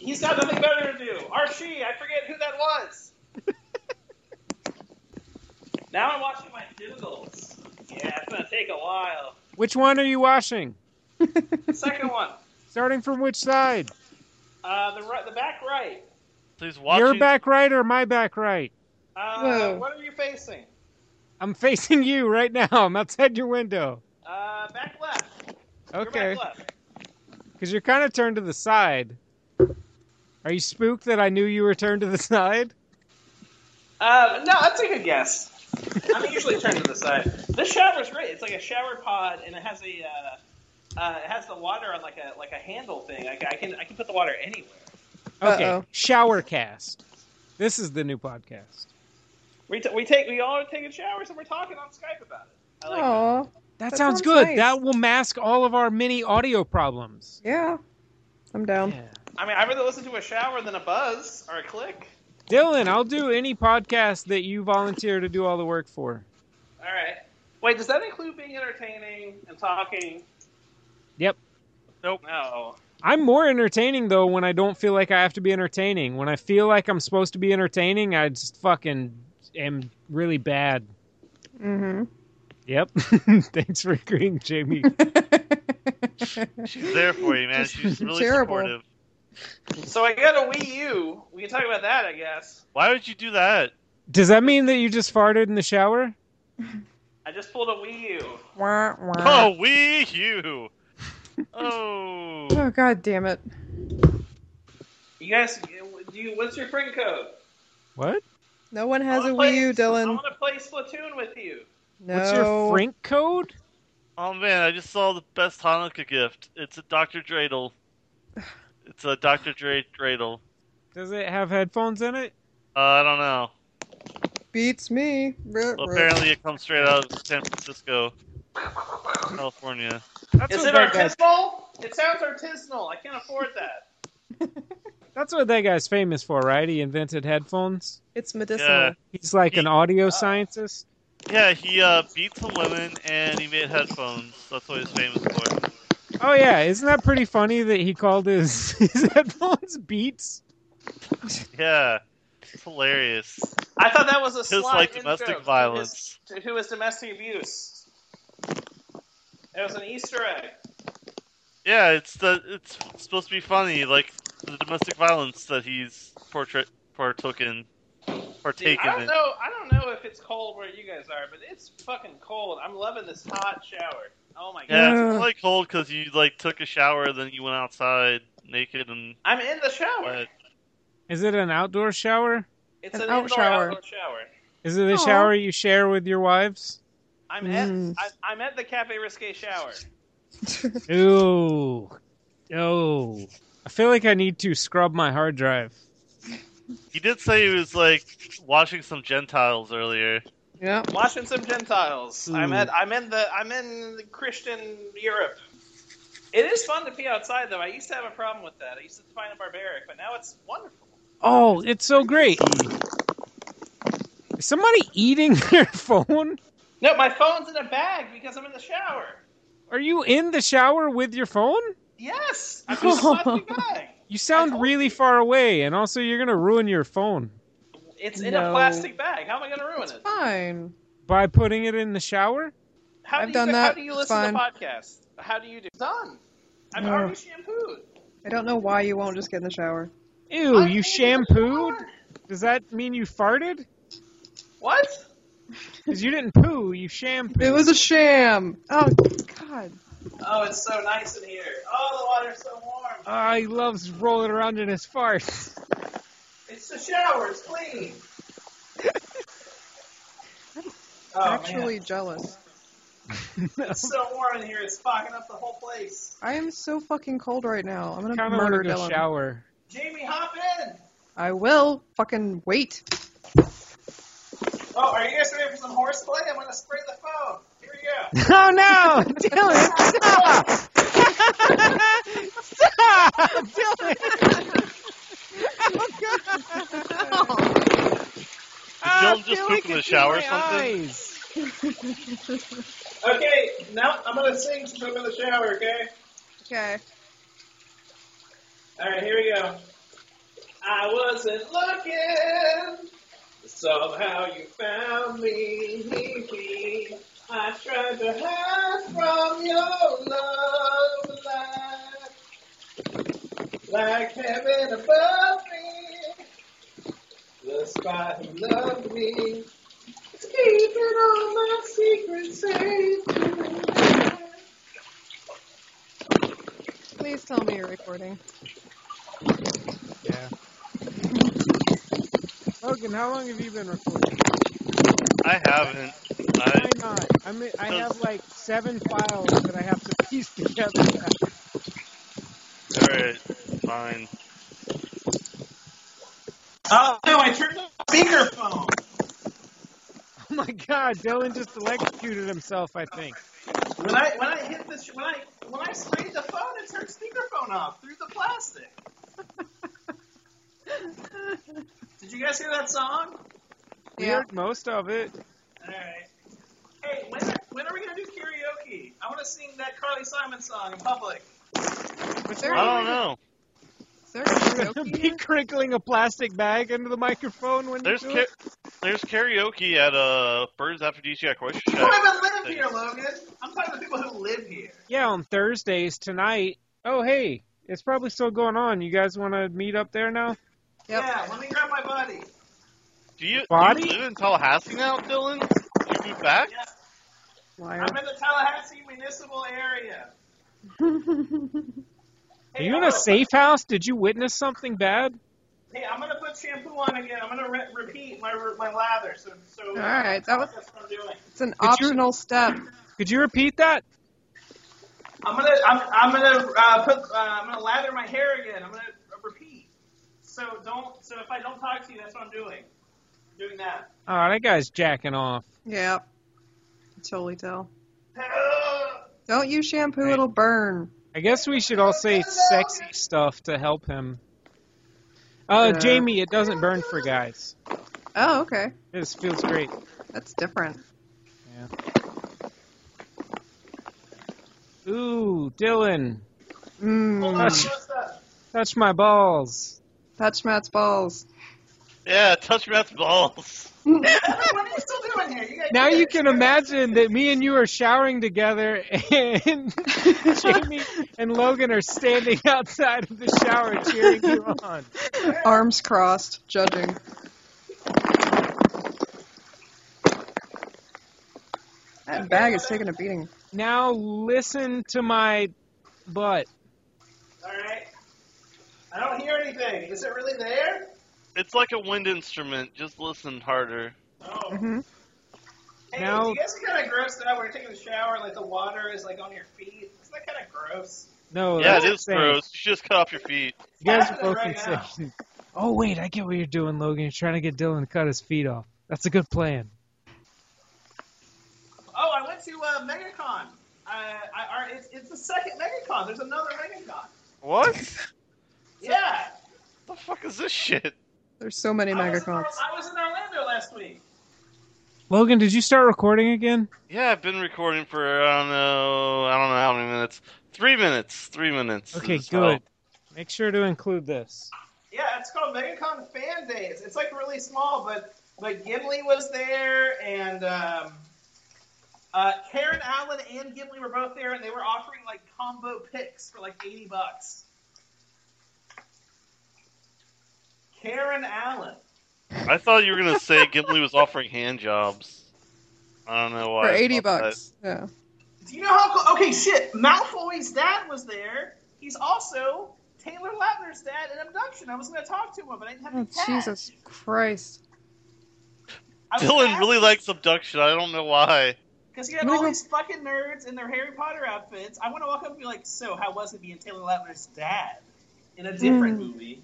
E: He's got nothing better to do. Archie, I forget who that was. now I'm watching my doodles. Yeah, it's gonna take a while.
B: Which one are you washing?
E: Second one,
B: Starting from which side?
E: uh, the right, the back right.
A: So he's watching.
B: Your back right or my back right?
E: Uh,
D: Whoa.
E: What are you facing?
B: I'm facing you right now. I'm outside your window.
E: Uh, back left. Your
B: Okay.
E: back left.
B: Because you're kind of turned to the side. Are you spooked that I knew you were turned to the side?
E: Uh, no, that's a good guess. I'm usually turned to the side. This shower's great. It's like a shower pod, and it has a uh, uh, it has the water on like a like a handle thing. I, I can I can put the water anywhere.
B: Okay.
D: Uh-oh.
B: Showercast. This is the new podcast.
E: We, t- we take we all are taking showers and we're talking on Skype about it. I like that.
D: Aw,
B: That,
D: That
B: sounds,
D: sounds
B: good.
D: nice.
B: That will mask all of our mini audio problems.
D: yeah. I'm down.
B: Yeah.
E: I mean, I'd rather listen to a shower than a buzz or a click.
B: Dylan, I'll do any podcast that you volunteer to do all the work for.
E: All right. Wait, does that include being entertaining and talking?
B: Yep.
E: Nope. No.
B: I'm more entertaining though when I don't feel like I have to be entertaining. When I feel like I'm supposed to be entertaining, I just fucking am really bad.
D: Mm-hmm.
B: Yep. Thanks for agreeing, Jamie.
A: She's there for you, man.
D: Just
A: She's really
D: terrible.
A: supportive.
E: So I got a Wii U. We can talk about that, I guess.
A: Why would you do that?
B: Does that mean that you just farted in the shower?
E: I just pulled a Wii U.
D: Wah, wah.
A: Oh, we you. Oh.
D: Oh, god damn it.
E: You guys, do you? What's your friend code?
B: What?
D: No one has
E: I
D: a
E: wanna play-
D: Wii U,
E: I
D: Dylan.
E: want to play Splatoon with you.
D: No.
B: What's your Frink code?
A: Oh man, I just saw the best Hanukkah gift. It's a Dr. Dreidel. It's a Dr. Dre Dreidel.
B: Does it have headphones in it?
A: Uh, I don't know.
D: Beats me. Ruh,
A: Well,
D: ruh.
A: apparently it comes straight out of San Francisco, California.
B: That's
E: Is
B: what
E: it
B: that guy's
E: artisanal? It sounds artisanal. I can't afford that.
B: That's what that guy's famous for, right? He invented headphones.
D: It's medicinal.
A: Yeah.
B: He's like an
A: He-
B: audio
E: uh,
B: scientist.
A: Yeah, he uh, beat some women and he made headphones. That's what he's famous for.
B: Oh yeah, isn't that pretty funny that he called his, his headphones Beats?
A: Yeah, it's hilarious.
E: I thought that was a
A: Just
E: sly
A: like
E: in
A: domestic
E: joke to
A: violence.
E: his- to- Who is domestic abuse? It was an Easter egg.
A: Yeah, it's the it's supposed to be funny, like the domestic violence that he's portrait partook in,
E: Dude, I
A: partaken
E: don't
A: in.
E: know. I don't know if it's cold where you guys are, but it's fucking cold. I'm loving this hot shower. Oh my god.
A: Yeah,
D: Yeah.
A: it's probably cold because you like took a shower, then you went outside naked and
E: I'm in the shower.
A: wet.
B: Is it an outdoor shower?
E: It's
D: An
E: an,
D: out
E: indoor
D: shower.
E: outdoor shower.
B: Is it a
D: Aw.
B: shower you share with your wives?
E: I'm
D: Mm.
E: at I, I'm at the Cafe Risque shower.
B: Ooh. Oh. I feel like I need to scrub my hard drive.
A: He did say he was like watching some Gentiles earlier.
D: yeah.
E: Watching some Gentiles. I'm
B: Ooh.
E: at I'm in the I'm in the Christian Europe. It is fun to pee outside though. I used to have a problem with that. I used to find it barbaric, but now it's wonderful.
B: Oh, it's so great. Is somebody eating their phone?
E: No, my phone's in a bag because I'm in the shower.
B: Are you in the shower with your phone?
E: Yes, I'm in the plastic bag.
B: You sound
E: told
B: really
E: you.
B: far away, and also you're gonna ruin your phone
E: It's in
D: No.
E: a plastic bag. How am I going to ruin it?
D: Fine.
B: by putting it in the shower.
E: How
D: I've
E: do you,
D: done
E: How
D: that.
E: do you
D: It's fine.
E: listen to podcasts? How do you do? Done. I'm
B: No.
E: already shampooed.
D: I don't know why you won't just get in the shower.
B: Ew,
E: I'm in
B: you
E: the
B: shampooed?
E: shower.
B: Does that mean you farted?
E: What?
B: Because you didn't poo, you shampooed.
D: It was a sham. Oh God.
E: Oh, it's so nice in here. Oh, the water's so warm.
B: Ah, he loves rolling around in his farts.
E: It's the shower. It's clean. oh,
D: Actually
E: man.
D: jealous.
E: it's so warm in here. It's fogging up the whole place.
D: I am so fucking cold right now. I'm gonna
B: Kind of want to
D: murder
B: go
D: Dylan.
B: shower.
E: Jamie, hop in.
D: I will fucking wait.
E: Oh, are you guys ready for some horseplay? I'm gonna spray the foam. Here we go.
B: Oh no, Dylan, stop! stop, Dylan! Ah,
A: Dylan just pooped in the shower or something?
E: Okay, now I'm gonna sing since I'm in the shower. Okay.
D: Okay.
E: All right, here we go. I wasn't looking. Somehow you found me. I tried to hide from your love light. Like heaven above me. The spot who loved me. Keeping all my secrets safe. tonight.
D: Please tell me you're recording.
B: Yeah. Logan, how long have you been recording?
A: I haven't.
B: Why
A: I,
B: not? I mean, I
A: Those-
B: have like seven files that I have to piece together.
A: alright, fine.
E: Oh no, I turned off the speakerphone.
B: Oh my god, Dylan just electrocuted himself, I think.
E: When I when I hit this when I when I sprayed the phone, it turned speakerphone off through the plastic. Did you guys hear that song?
B: We
D: Yeah.
B: heard most of it.
E: All right. Hey, when are, when are we gonna do karaoke? I want to sing that Carly Simon song in public.
D: Is there,
A: I don't know.
D: is there karaoke
B: Be
D: here?
B: crinkling a plastic bag under the microphone when
A: There's
B: you do
A: ca- there's karaoke at uh Birds After DCI Oyster
E: You don't
A: Shack.
E: even live here, Logan. I'm talking to people who live here.
B: Yeah, on Thursdays tonight. Oh, hey, it's probably still going on. You guys want to meet up there now?
D: Yep.
E: Yeah, let me grab my buddy.
A: Do you, do
B: Body?
A: you live in Tallahassee now, Dylan? Did you move back?
E: Yeah,
D: Liar.
E: I'm in the Tallahassee municipal area.
B: Are
E: Hey,
B: you in
E: oh,
B: a safe house? Did you witness something bad?
E: Hey, I'm gonna put shampoo on again. I'm gonna re- repeat my re- my lather. So so.
D: All right, that was-
E: that's what I'm doing.
D: It's an
B: you-
D: optional step.
B: Could you repeat that?
E: I'm gonna I'm, I'm gonna uh, put uh, I'm gonna lather my hair again. I'm gonna repeat. So don't so if I don't talk to you, that's what I'm doing. Doing that.
B: Oh, that guy's jacking off.
D: Yeah. Totally tell. Don't use shampoo,
B: Right.
D: it'll burn.
B: I guess we should all say sexy stuff to help him. Uh,
D: Yeah.
B: Jamie, it doesn't burn for guys.
D: Oh, okay.
B: This feels great.
D: That's different.
B: Ooh, Dylan,
E: Hold
D: Mmm.
E: on, what's up?
B: touch my balls.
D: Touch Matt's balls.
A: Yeah, touch Matt's balls.
E: What are you still doing here? You guys-
B: Now
E: guys-
B: you can imagine that me and you are showering together, and Jamie and Logan are standing outside of the shower cheering you on.
D: Arms crossed, judging. That bag is taking a beating.
B: Now listen to my butt.
E: All right. I don't hear anything. Is it really there?
A: It's like a wind instrument. Just listen harder.
E: Oh.
D: hmm
E: Hey,
B: Mm-hmm. Now-
E: you guys are kind of grossed out when you're taking a shower and like the water is like on your feet. Isn't that kind of gross?
B: No,
A: yeah,
B: that's
A: it is
B: insane.
A: gross. You should just cut off your feet.
B: You guys are
E: happening
B: both
E: right now.
B: insane. Oh wait, I get what you're doing, Logan. You're trying to get Dylan to cut his feet off. That's a good plan.
E: Oh, I went to uh, MegaCon. Uh, I, our, it's, it's the second MegaCon. There's another MegaCon.
A: What?
E: Yeah.
A: the fuck is this shit?
D: There's so many
E: I was, in,
D: megacons.
E: I was in Orlando last week.
B: Logan, did you start recording again?
A: Yeah, I've been recording for I don't know, I don't know how many minutes. Three minutes. Three minutes.
B: Okay,
A: is
B: good.
A: how-
B: Make sure to include this.
E: Yeah, it's called MegaCon Fan Days. It's like really small, but but Gimli was there, and um, uh, Karen Allen and Gimli were both there, and they were offering like combo picks for like eighty bucks. Karen Allen.
A: I thought you were gonna say Gimli was offering hand jobs. I don't know why.
D: For
A: I
D: 80
A: thought that.
D: bucks. Yeah.
E: Do you know how? co- Okay, shit. Malfoy's dad was there. He's also Taylor Lautner's dad in Abduction. I was going to talk to him, but I didn't have
D: Oh,
E: the cash.
D: Jesus Christ.
E: I was
A: Dylan
E: gonna
A: really
E: ask-
A: likes abduction. I don't know why.
E: Because you got
D: What
E: all
D: about-
E: these fucking nerds in their Harry Potter outfits. I want to walk up and be like, "So, how was it being Taylor Lautner's dad in a different movie?"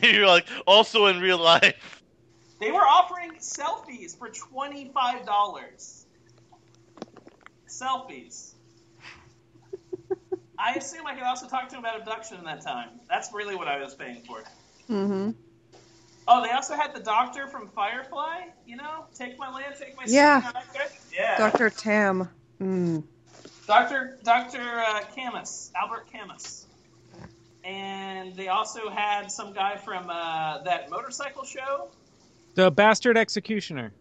A: You're like also in real life.
E: They were offering selfies for twenty five dollars. Selfies. I assume I could also talk to him about abduction in that time. That's really what I was paying for.
D: Mm-hmm.
E: Oh, they also had the doctor from Firefly. You know, take my land, take my
D: Yeah.
E: Sea, Doctor. Yeah,
D: Dr. Tam. Mm.
E: Doctor Doctor uh, Camus, Albert Camus, and they also had some guy from uh, that motorcycle show.
B: The bastard executioner.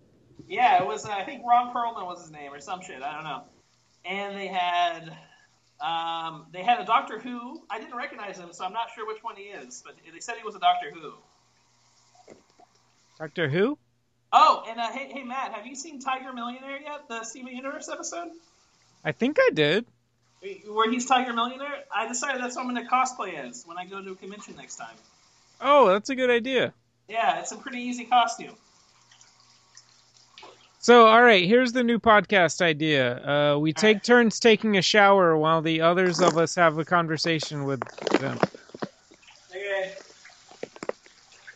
E: Yeah, it was uh, I think Ron Perlman was his name or some shit. I don't know. And they had um, they had a Doctor Who. I didn't recognize him, so I'm not sure which one he is. But they said he was a Doctor Who.
B: Doctor Who?
E: Oh, and uh, hey, hey Matt, have you seen Tiger Millionaire yet? The Steven Universe episode?
B: I think I did.
E: where he's Tiger Millionaire. I decided that's what I'm going to cosplay as when I go to a convention next time.
B: Oh, that's a good idea.
E: Yeah, it's a pretty easy costume.
B: So, all right, here's the new podcast idea. Uh, we take turns taking a shower while the others of us have a conversation with them.
E: Okay.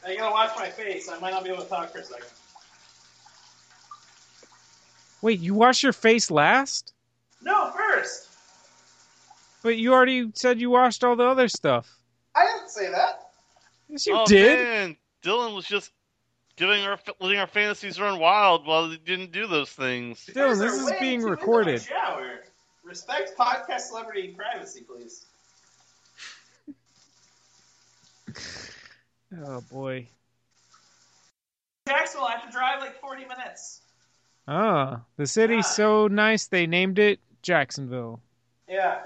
E: I gotta watch my face. I might not be able to talk for a second.
B: Wait, you wash your face last?
E: No, first.
B: But you already said you washed all the other stuff.
E: I didn't say that.
B: Yes, you
A: oh,
B: did.
A: Man. Dylan was just giving our letting our fantasies run wild while he didn't do those things.
B: Dylan, this is being recorded.
E: Shower. Respect podcast celebrity privacy, please.
B: Oh boy.
E: Jacksonville, I have to drive like 40 minutes.
B: Ah, the city's so nice they named it Jacksonville.
E: Yeah.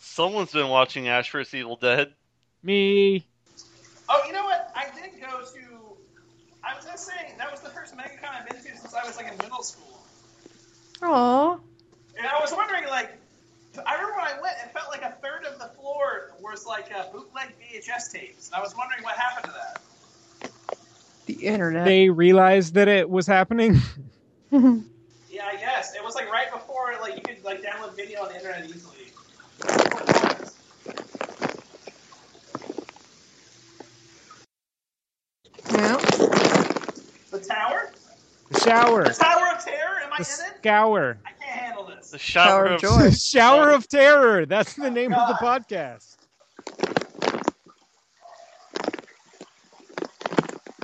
A: Someone's been watching Ash vs Evil Dead.
B: Me.
E: Oh, you know what? I did go to. I was just saying that was the first MegaCon I've been to since I was like in middle school.
D: Aw.
E: And I was wondering, like, I remember when I went, it felt like a third of the floor was like a bootleg VHS tapes. And I was wondering what happened to that.
D: The internet.
B: They realized that it was happening.
E: Yeah, I guess it was like right before like you could like download video on the internet easily. That's what it was.
D: yeah.
E: The tower?
B: Shower.
E: The Tower of Terror? Am I
B: The
E: in it?
B: scour.
E: I can't handle this.
A: The
D: Tower
A: shower
D: of
A: of
D: Joy.
B: Shower of Terror. That's the name of the podcast.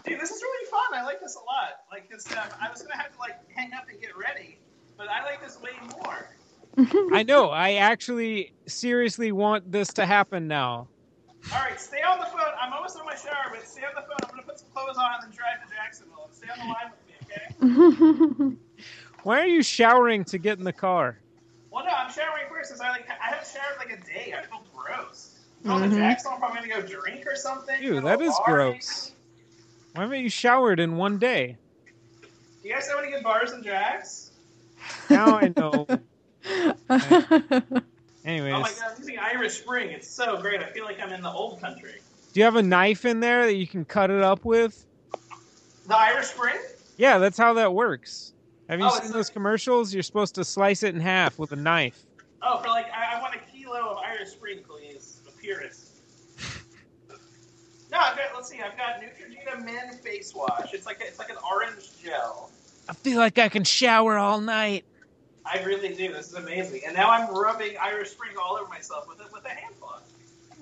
E: Dude, this is really fun. I like this a lot. Like, cause um, I was gonna have to like hang up and get ready, but I like this way more.
B: I know. I actually seriously want this to happen now.
E: All right, stay on the phone. I'm almost on my shower, but stay on the phone. I'm gonna put some clothes on and then drive to Jacksonville. Stay on the line with me, okay?
B: Why are you showering to get in the car?
E: Well, no, I'm showering first because I like I haven't showered in, like a day. I feel gross. Going to Jacksonville, I'm probably gonna go drink or something.
B: Mm-hmm. Ew,
E: go to
B: that
E: a
B: is
E: bar,
B: gross. Why haven't you showered in one day?
E: maybe. Do you guys know any good bars in Jacks?
B: Now I know.
E: Oh my
B: Anyways,
E: god, I'm using Irish Spring. It's so great. I feel like I'm in the old country.
B: do you have a knife in there that you can cut it up with?
E: The Irish Spring?
B: Yeah, that's how that works. Have you
E: Oh,
B: seen
E: it's
B: those
E: like-
B: commercials? You're supposed to slice it in half with a knife.
E: Oh, for like I, I want a kilo of Irish Spring, please. The purest. No, I've got. Let's see. I've got Neutrogena Men face wash. It's like a, it's like an orange gel.
B: I feel like I can shower all night.
E: I really do. This is amazing. And now I'm rubbing Irish Spring all over myself with a, with a hand cloth.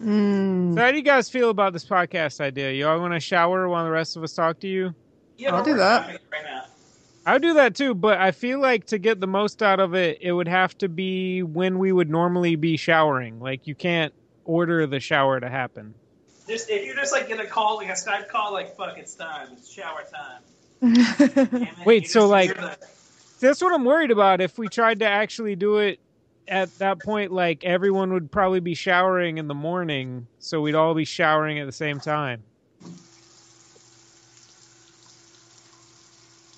D: Mm.
B: So how do you guys feel about this podcast idea? You all want to shower while the rest of us talk to you?
E: Yeah,
D: I'll
E: but
D: do
E: we're
D: that.
E: doing it Right now.
B: I would do that too, but I feel like to get the most out of it, it would have to be when we would normally be showering. Like you can't order the shower to happen.
E: Just if you're just like get a call, like a Skype call, like fuck, it's time. It's shower time. Damn it.
B: Wait,
E: You just
B: so, like-
E: hear the-
B: That's what I'm worried about. If we tried to actually do it at that point, like everyone would probably be showering in the morning, so we'd all be showering at the same time.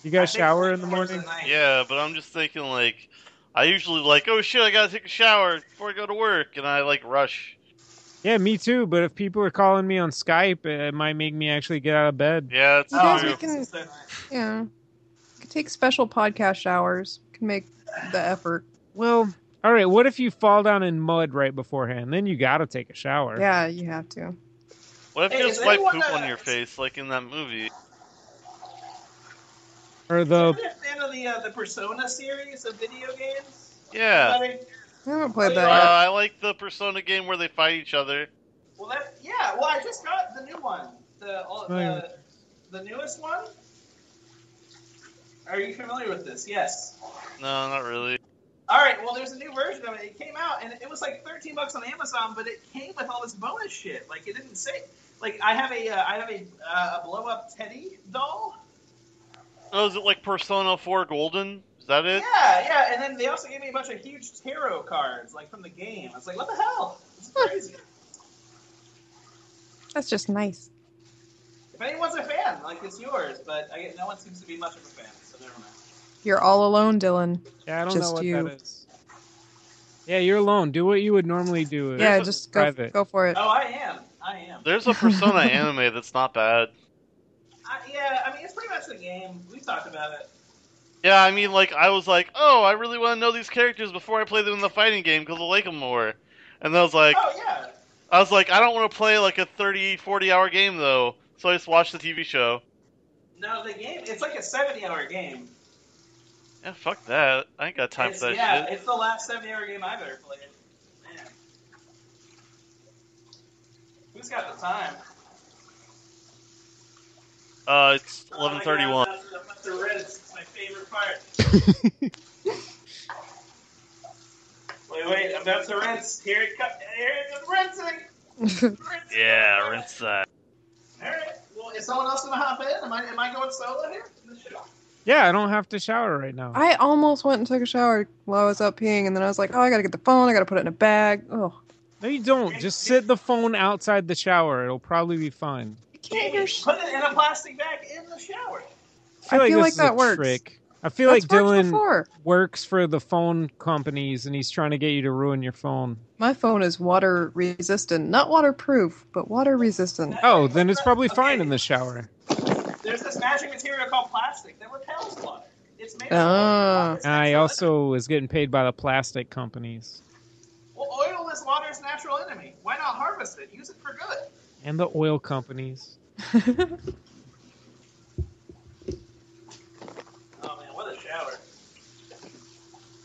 B: You
E: I
B: guys
E: think
B: shower in the
E: towards
B: morning?
E: night.
A: Yeah, but I'm just thinking like I usually like, oh shit, I gotta take a shower before I go to work, and I like rush.
B: Yeah, me too. But if people are calling me on Skype, it it might make me actually get out of bed.
A: Yeah, that's
D: You guys,
A: true.
D: we can,
E: So nice.
D: yeah, we can take special podcast showers. We can make the effort.
B: Well, all right. What if you fall down in mud right beforehand? Then you got to take a shower.
D: Yeah, you have to.
A: What if
E: Hey,
A: you
E: is
A: just wipe
E: anyone,
A: poop
E: uh,
A: on your face like in that movie?
B: Or the
E: Are you a fan of the uh, the Persona series of video games?
A: Yeah.
E: I mean,
D: I haven't played
A: Uh,
D: that yet.
A: I like the Persona game where they fight each other.
E: well, that yeah. Well, I just got the new one. The all
B: Right.
E: the, the newest one. Are you familiar with this? Yes.
A: No, not really.
E: All right. Well, there's a new version of it. It came out and it was like 13 bucks on Amazon, but it came with all this bonus shit. Like it didn't say. Like I have a uh, I have a uh, a blow up Teddy doll.
A: Oh, is it like Persona 4 Golden? Is that it?
E: Yeah, yeah. And then they also gave me a bunch of huge tarot cards, like from the game. I was like, what the hell? It's crazy.
D: That's just nice.
E: if anyone's a fan, like it's yours, but I get, no one seems to be much of a fan, so never mind.
D: You're all alone, Dylan.
B: yeah, I don't know
D: Just
B: what
D: you.
B: that is. Yeah, you're alone. Do what you would normally do.
D: yeah,
A: a-
D: just go
B: private.
D: go for it.
E: Oh, I am. I am.
A: There's a Persona anime that's not bad.
E: I, yeah, I mean, it's pretty much the game. We've talked about it.
A: Yeah, I mean, like, I was like, oh, I really want to know these characters before I play them in the fighting game because I like them more. And I was like,
E: oh, yeah.
A: I was like, I don't want to play like a 30, 40 hour game though, so I just watched the TV show.
E: No, the game, it's like a 70 hour game.
A: Yeah, fuck that. I ain't got time
E: It's-
A: for that
E: yeah,
A: shit.
E: it's the last 70 hour game I've ever played. Man. Who's got the time?
A: Uh, it's
E: Oh my God,
A: 11:31.
E: that's the- that's the red. It's my favorite part. Wait, wait, I'm about to rinse. Here it comes. Here it comes. Rinsing.
B: Oh.
E: rinsing.
A: Yeah, rinse that.
E: All right. Well, is someone else gonna hop in? Am I am I going solo here?
B: Yeah, I don't have to shower right now.
D: I almost went and took a shower while I was out peeing, and then I was like, oh, I gotta get the phone. I gotta put it in a bag. Oh,
B: no, you don't. Just sit the phone outside the shower. It'll probably be fine.
D: I can't
E: Jamie,
D: hear sh-
E: put it in a plastic bag in the shower.
D: I feel
B: this
D: like
B: is
D: that
B: a
D: works.
B: Trick. I feel like
D: That's worked
B: Dylan
D: before.
B: works for the phone companies and he's trying to get you to ruin your phone.
D: My phone is water resistant, not waterproof, but water resistant.
B: Oh, then it's probably fine in the shower.
E: There's this magic material called plastic that repels water. It's made
D: Ah.
E: of water. Water's
B: I
E: natural
B: also was getting paid by the plastic companies
E: enemy. Well, oil is water's natural enemy. Why not harvest it? Use it for good.
B: and the oil companies.
E: Oh man, what a shower.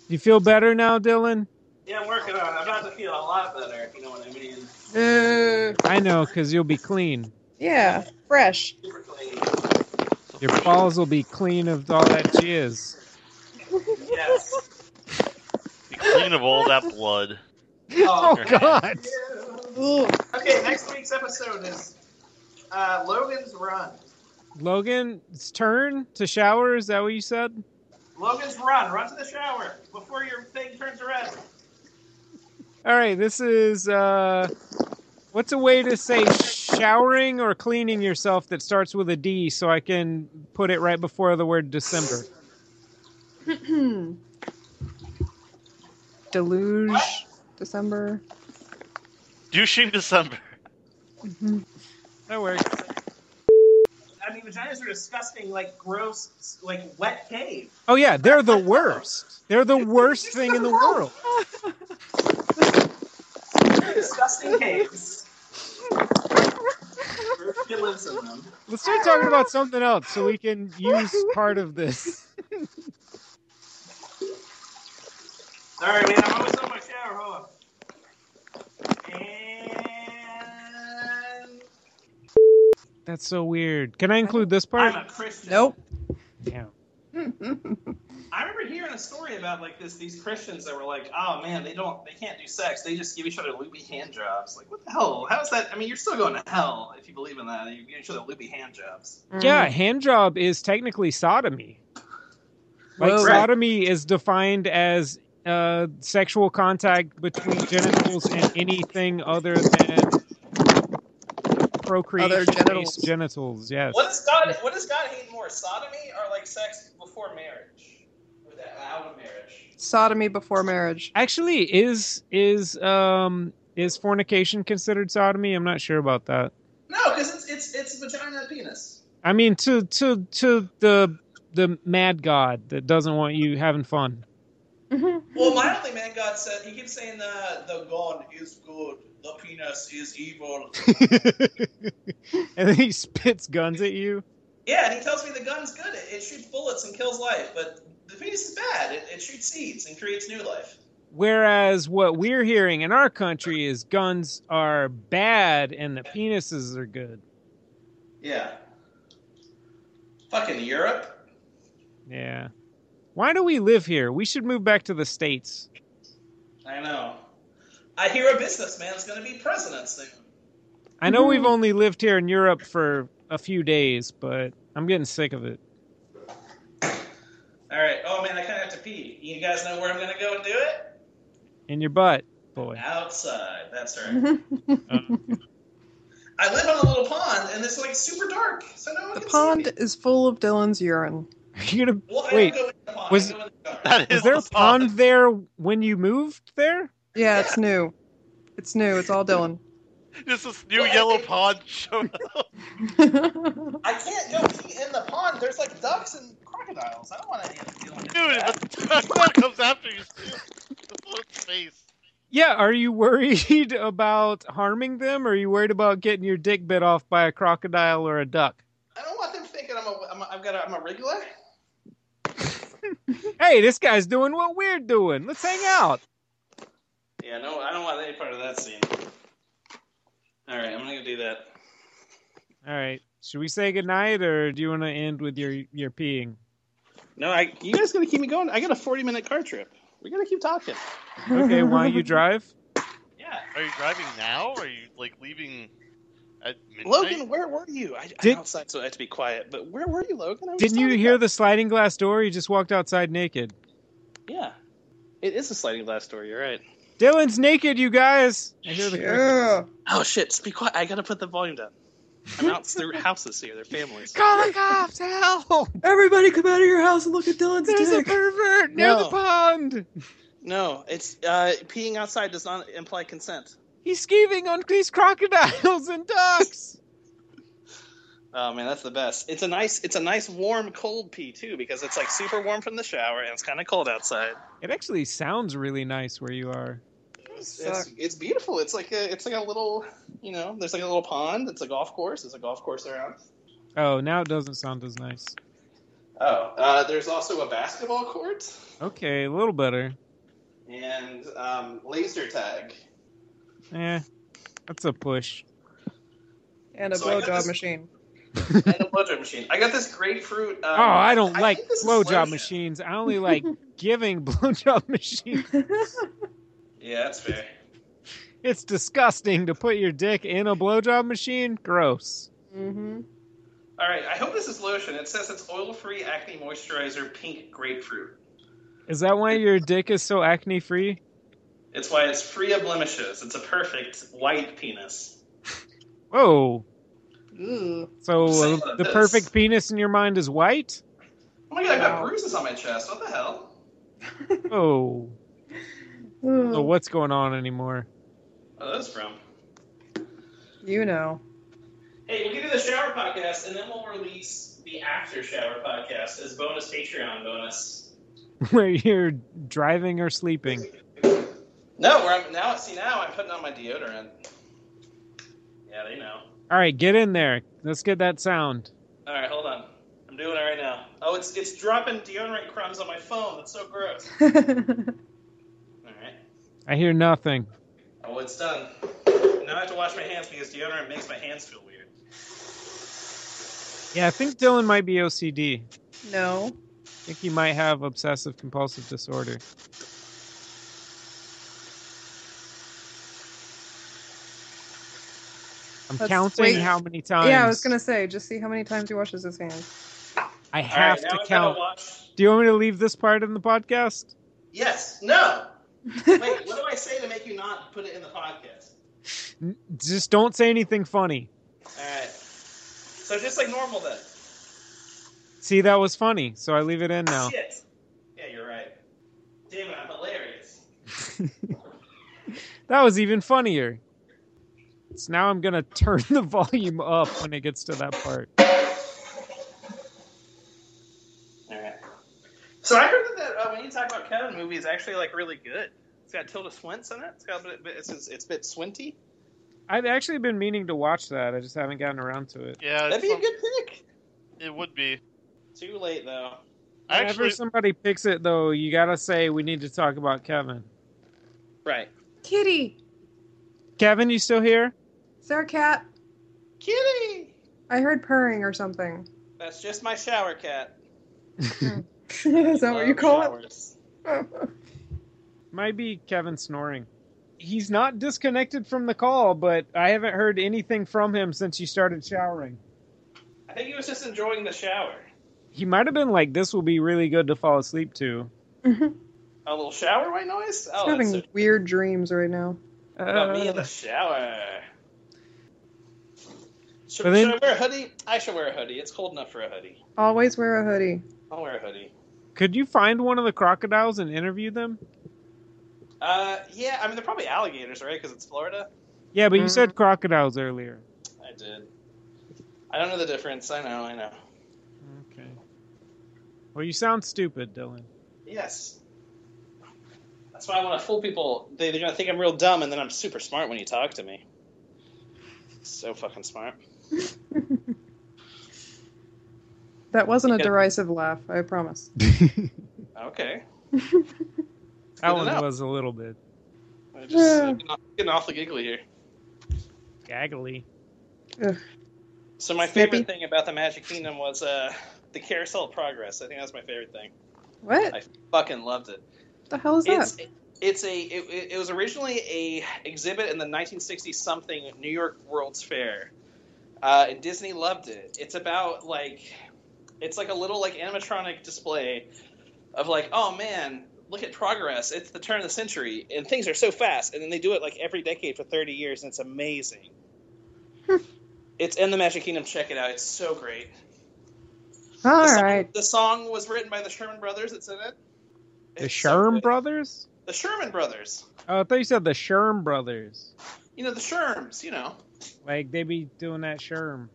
B: You feel better now, Dylan?
E: Yeah, I'm working on it. I'm about to feel a lot better, if you know what I
D: Uh,
E: mean.
B: I know, because you'll be clean.
D: yeah, fresh.
E: Super clean.
B: Your balls will be clean of all that jizz.
E: Yes.
A: Be clean of all that blood.
B: Oh, God.
D: Ooh.
E: Okay, next week's episode is uh, Logan's Run.
B: Logan's turn to shower. Is that what you said?
E: Logan's Run. Run to the shower before your thing turns red.
B: All right, this is uh, what's a way to say showering or cleaning yourself that starts with a D, so I can put it right before the word December.
D: Deluge, December.
A: Douching December.
B: That works.
E: I mean, vaginas are disgusting, like gross, like wet cave.
B: Oh yeah, they're the worst. They're the worst thing in the world.
E: They're disgusting caves. It lives in them.
B: Let's start talking about something else so we can use part of this.
E: All right, man. I'm almost on my shower. Hold on. And
B: That's so weird. Can I include this
E: I'm a
B: part?
E: Christian.
D: Nope.
B: Yeah.
E: I remember hearing a story about like this these Christians that were like, oh man, they don't they can't do sex. They just give each other loopy hand jobs. Like what the hell? How's that? I mean, you're still going to hell if you believe in that. You give each other loopy hand jobs.
B: Yeah, hand job is technically sodomy. Like
D: Whoa.
B: sodomy is defined as uh, sexual contact between genitals and anything other than procreation
D: genitals.
B: based genitals. Yes.
E: What does God what does God hate more, sodomy or like sex before marriage? Or that out of marriage?
D: Sodomy before marriage.
B: Actually, is is um is fornication considered sodomy? I'm not sure about that.
E: No, because it's it's it's vagina and penis.
B: I mean, to to to the the mad god that doesn't want you having fun.
E: Well, my only man God said he keeps saying the the gun is good, the penis is evil.
B: and then he spits guns at you.
E: Yeah, and he tells me the gun's good. It, it shoots bullets and kills life, but the penis is bad. It, it shoots seeds and creates new life.
B: Whereas what we're hearing in our country is guns are bad and the penises are good.
E: Yeah. Fucking Europe.
B: Yeah. Why do we live here? We should move back to the states.
E: I know. I hear a businessman's going to be president soon.
B: I know we've only lived here in Europe for a few days, but I'm getting sick of it.
E: All right. Oh man, I kind of have to pee. You guys know where I'm going to go and do it?
B: In your butt, boy.
E: Outside. That's right. I live on a little pond, and it's like super dark, so no one
D: The
E: can see
D: pond
E: me.
D: is full of Dylan's urine.
B: Are you gonna
E: Well, I
B: wait?
E: don't go in the pond.
B: was-
E: I go in the dark.
A: That is
B: Was there a
A: the pond.
B: pond there when you moved there?
D: Yeah, it's new. It's new. It's all Dylan.
A: Just this new yellow pond showing up.
E: I can't go pee in the pond. There's like ducks and crocodiles. I don't want to deal with
A: Dude,
E: that.
A: but that comes after you. It's face.
B: Yeah, are you worried about harming them? Or are you worried about getting your dick bit off by a crocodile or a duck?
E: I don't want them thinking I'm a, I'm a, I've got a, I'm a regular.
B: Hey, this guy's doing what we're doing. Let's hang out.
E: Yeah, no, I don't want any part of that scene. All right, I'm not gonna do that.
B: All right. Should we say goodnight or do you want to end with your your peeing?
E: No, I. You guys gonna keep me going? I got a 40 minute car trip. We're gonna keep talking.
B: Okay, why you drive?
E: Yeah,
A: Are you driving now? Or are you like leaving at midnight?
E: Logan, where were you? I,
B: Did-
E: I'm outside, so I have to be quiet. But where were you, Logan? I was
B: Didn't you
E: talking
B: hear
E: about-
B: the sliding glass door? You just walked outside naked.
E: Yeah, it is a sliding glass door. You're right.
B: Dylan's naked, you guys. I hear the crickets.
D: Yeah.
E: Oh shit! Be quiet. I gotta put the volume down.
G: I'm out through houses here. They're families.
B: Call the cops! Help!
D: Everybody come out of your house and look at Dylan's
B: There's a
D: dick.
B: pervert near the
E: No.
B: pond.
E: No, it's uh, peeing outside does not imply consent.
B: He's skeeving on these crocodiles and ducks.
E: Oh man, that's the best. It's a nice, it's a nice warm cold pee too because it's like super warm from the shower and it's kind of cold outside.
B: it actually sounds really nice where you are.
E: It's, it's beautiful. It's like a, it's like a little, you know, there's like a little pond. It's a golf course. There's a golf course around.
B: Oh, now it doesn't sound as nice.
E: Oh, uh, there's also a basketball court
B: Okay, a little better.
E: and um, laser tag.
B: Eh, that's a push.
D: And a
E: So I got
D: blowjob
E: this-
D: machine.
E: and a blowjob machine. I got this grapefruit. Um,
B: Oh, I don't like
E: think this is
B: blowjob
E: lotion.
B: machines. I only like giving blowjob machines.
E: Yeah, that's fair.
B: It's disgusting to put your dick in a blowjob machine. Gross.
D: mm-hmm.
G: All right. I hope this is lotion. It says it's oil-free acne moisturizer, pink grapefruit.
B: Is that why your dick is so acne free?
G: It's why it's free of blemishes. It's a perfect white penis.
B: Whoa. Oh,
D: Ooh.
B: So
G: Say
B: uh,
G: like
B: the
G: this.
B: perfect penis in your mind is white?
G: Oh my god, I've got
D: Wow.
G: bruises on my chest. What the hell?
B: Oh. So
E: Mm.
B: what's going on anymore?
G: What are those from?
D: You know.
G: Hey, we'll give you the shower podcast, and then we'll release the after shower podcast as bonus Patreon bonus.
B: Where you're driving or sleeping.
E: No, where I'm now. See, now I'm putting on my deodorant.
G: Yeah, they know.
B: All right, get in there. Let's get that sound.
G: All right, hold on. I'm doing it right now. Oh, it's it's dropping deodorant crumbs on my phone. That's so gross. All right.
B: I hear nothing.
G: Oh, it's done. Now I have to wash my hands because deodorant makes my hands feel weird.
B: Yeah, I think Dylan might be OCD.
D: no.
B: I think he might have obsessive compulsive disorder. I'm
D: Let's
B: counting
D: wait.
B: how many times.
D: Yeah, I was gonna say, just see how many times he washes his hands.
B: I
G: All right,
B: have
G: now
B: to
G: I
B: count.
G: gotta wash.
B: Do you want me to leave this part in the podcast?
G: Yes. No. Wait. what do I say to make you not put it in the podcast?
B: N- Just don't say anything funny.
G: All right. So just like normal then.
B: See, that was funny, so I leave it in now.
G: Shit. Yeah, you're right. Damn it, I'm hilarious.
B: That was even funnier. So now I'm gonna turn the volume up when it gets to that part.
G: All right. So I heard that uh, when you talk about Kevin movie is actually like really good. It's got Tilda Swinton in it. It's got a bit. It's, it's, it's a bit swinty.
B: I've actually been meaning to watch that. I just haven't gotten around to it.
A: Yeah,
E: That'd
A: it's
E: be a
A: some-
E: good pick.
A: it would be.
E: Too late though.
A: I
B: Whenever
A: actually,
B: somebody picks it, though, you gotta say we need to talk about Kevin.
E: Right.
D: Kitty!
B: Kevin, you still here?
D: Is there a cat?
E: Kitty.
D: I heard purring or something.
E: That's just my shower cat.
D: Is that
E: Oh,
D: what you call it?
E: it?
B: Might be Kevin snoring. He's not disconnected from the call, but I haven't heard anything from him since you started showering.
E: I think he was just enjoying the shower.
B: He might have been like, "This will be really good to fall asleep to."
E: A little shower white noise?
D: He's
E: Oh, that's
D: having
E: so-
D: weird dreams right now.
E: about me in
B: Uh,
E: the shower. Should,
B: But then-
E: should I wear a hoodie? I should wear a hoodie. It's cold enough for a hoodie.
D: Always wear a hoodie.
E: I'll wear a hoodie.
B: could you find one of the crocodiles and interview them?
E: Uh, yeah, I mean, they're probably alligators, right? Because it's Florida.
B: Yeah, but you
D: Mm.
B: said
E: Mm-hmm.
B: crocodiles earlier.
E: I did. I don't know the difference. I know, I know.
B: Okay. Well, you sound stupid, Dylan.
E: Yes. That's why I want to fool people. They, they're going to think I'm real dumb, and then I'm super smart when you talk to me. So fucking smart.
D: That wasn't a
E: Yeah.
D: derisive laugh, I promise.
E: Okay.
B: That
E: Good
B: one
E: enough.
B: was a little bit
E: I just I'm getting, getting awfully giggly here.
B: gaggly.
E: So my
D: Snippy.
E: favorite thing about the Magic Kingdom was uh, the Carousel of Progress. I think that's my favorite thing.
D: What
E: I fucking loved it.
D: the hell is that?
E: It's it's a it, it- it was originally a exhibit in the 1960 something New York World's Fair, uh, and Disney loved it. It's about like it's like a little like animatronic display of like oh man look at progress it's the turn of the century and things are so fast and then they do it like every decade for 30 years and it's amazing It's in the Magic Kingdom. Check it out. It's so great.
D: All
E: the song,
D: right.
E: The song was written by the Sherman Brothers. It's in it.
B: The
E: It's so
B: Sherm
E: good.
B: brothers?
E: The Sherman Brothers.
B: Oh, I thought you said the Sherm brothers.
E: You know the Sherms. You know.
B: Like they be doing that Sherm.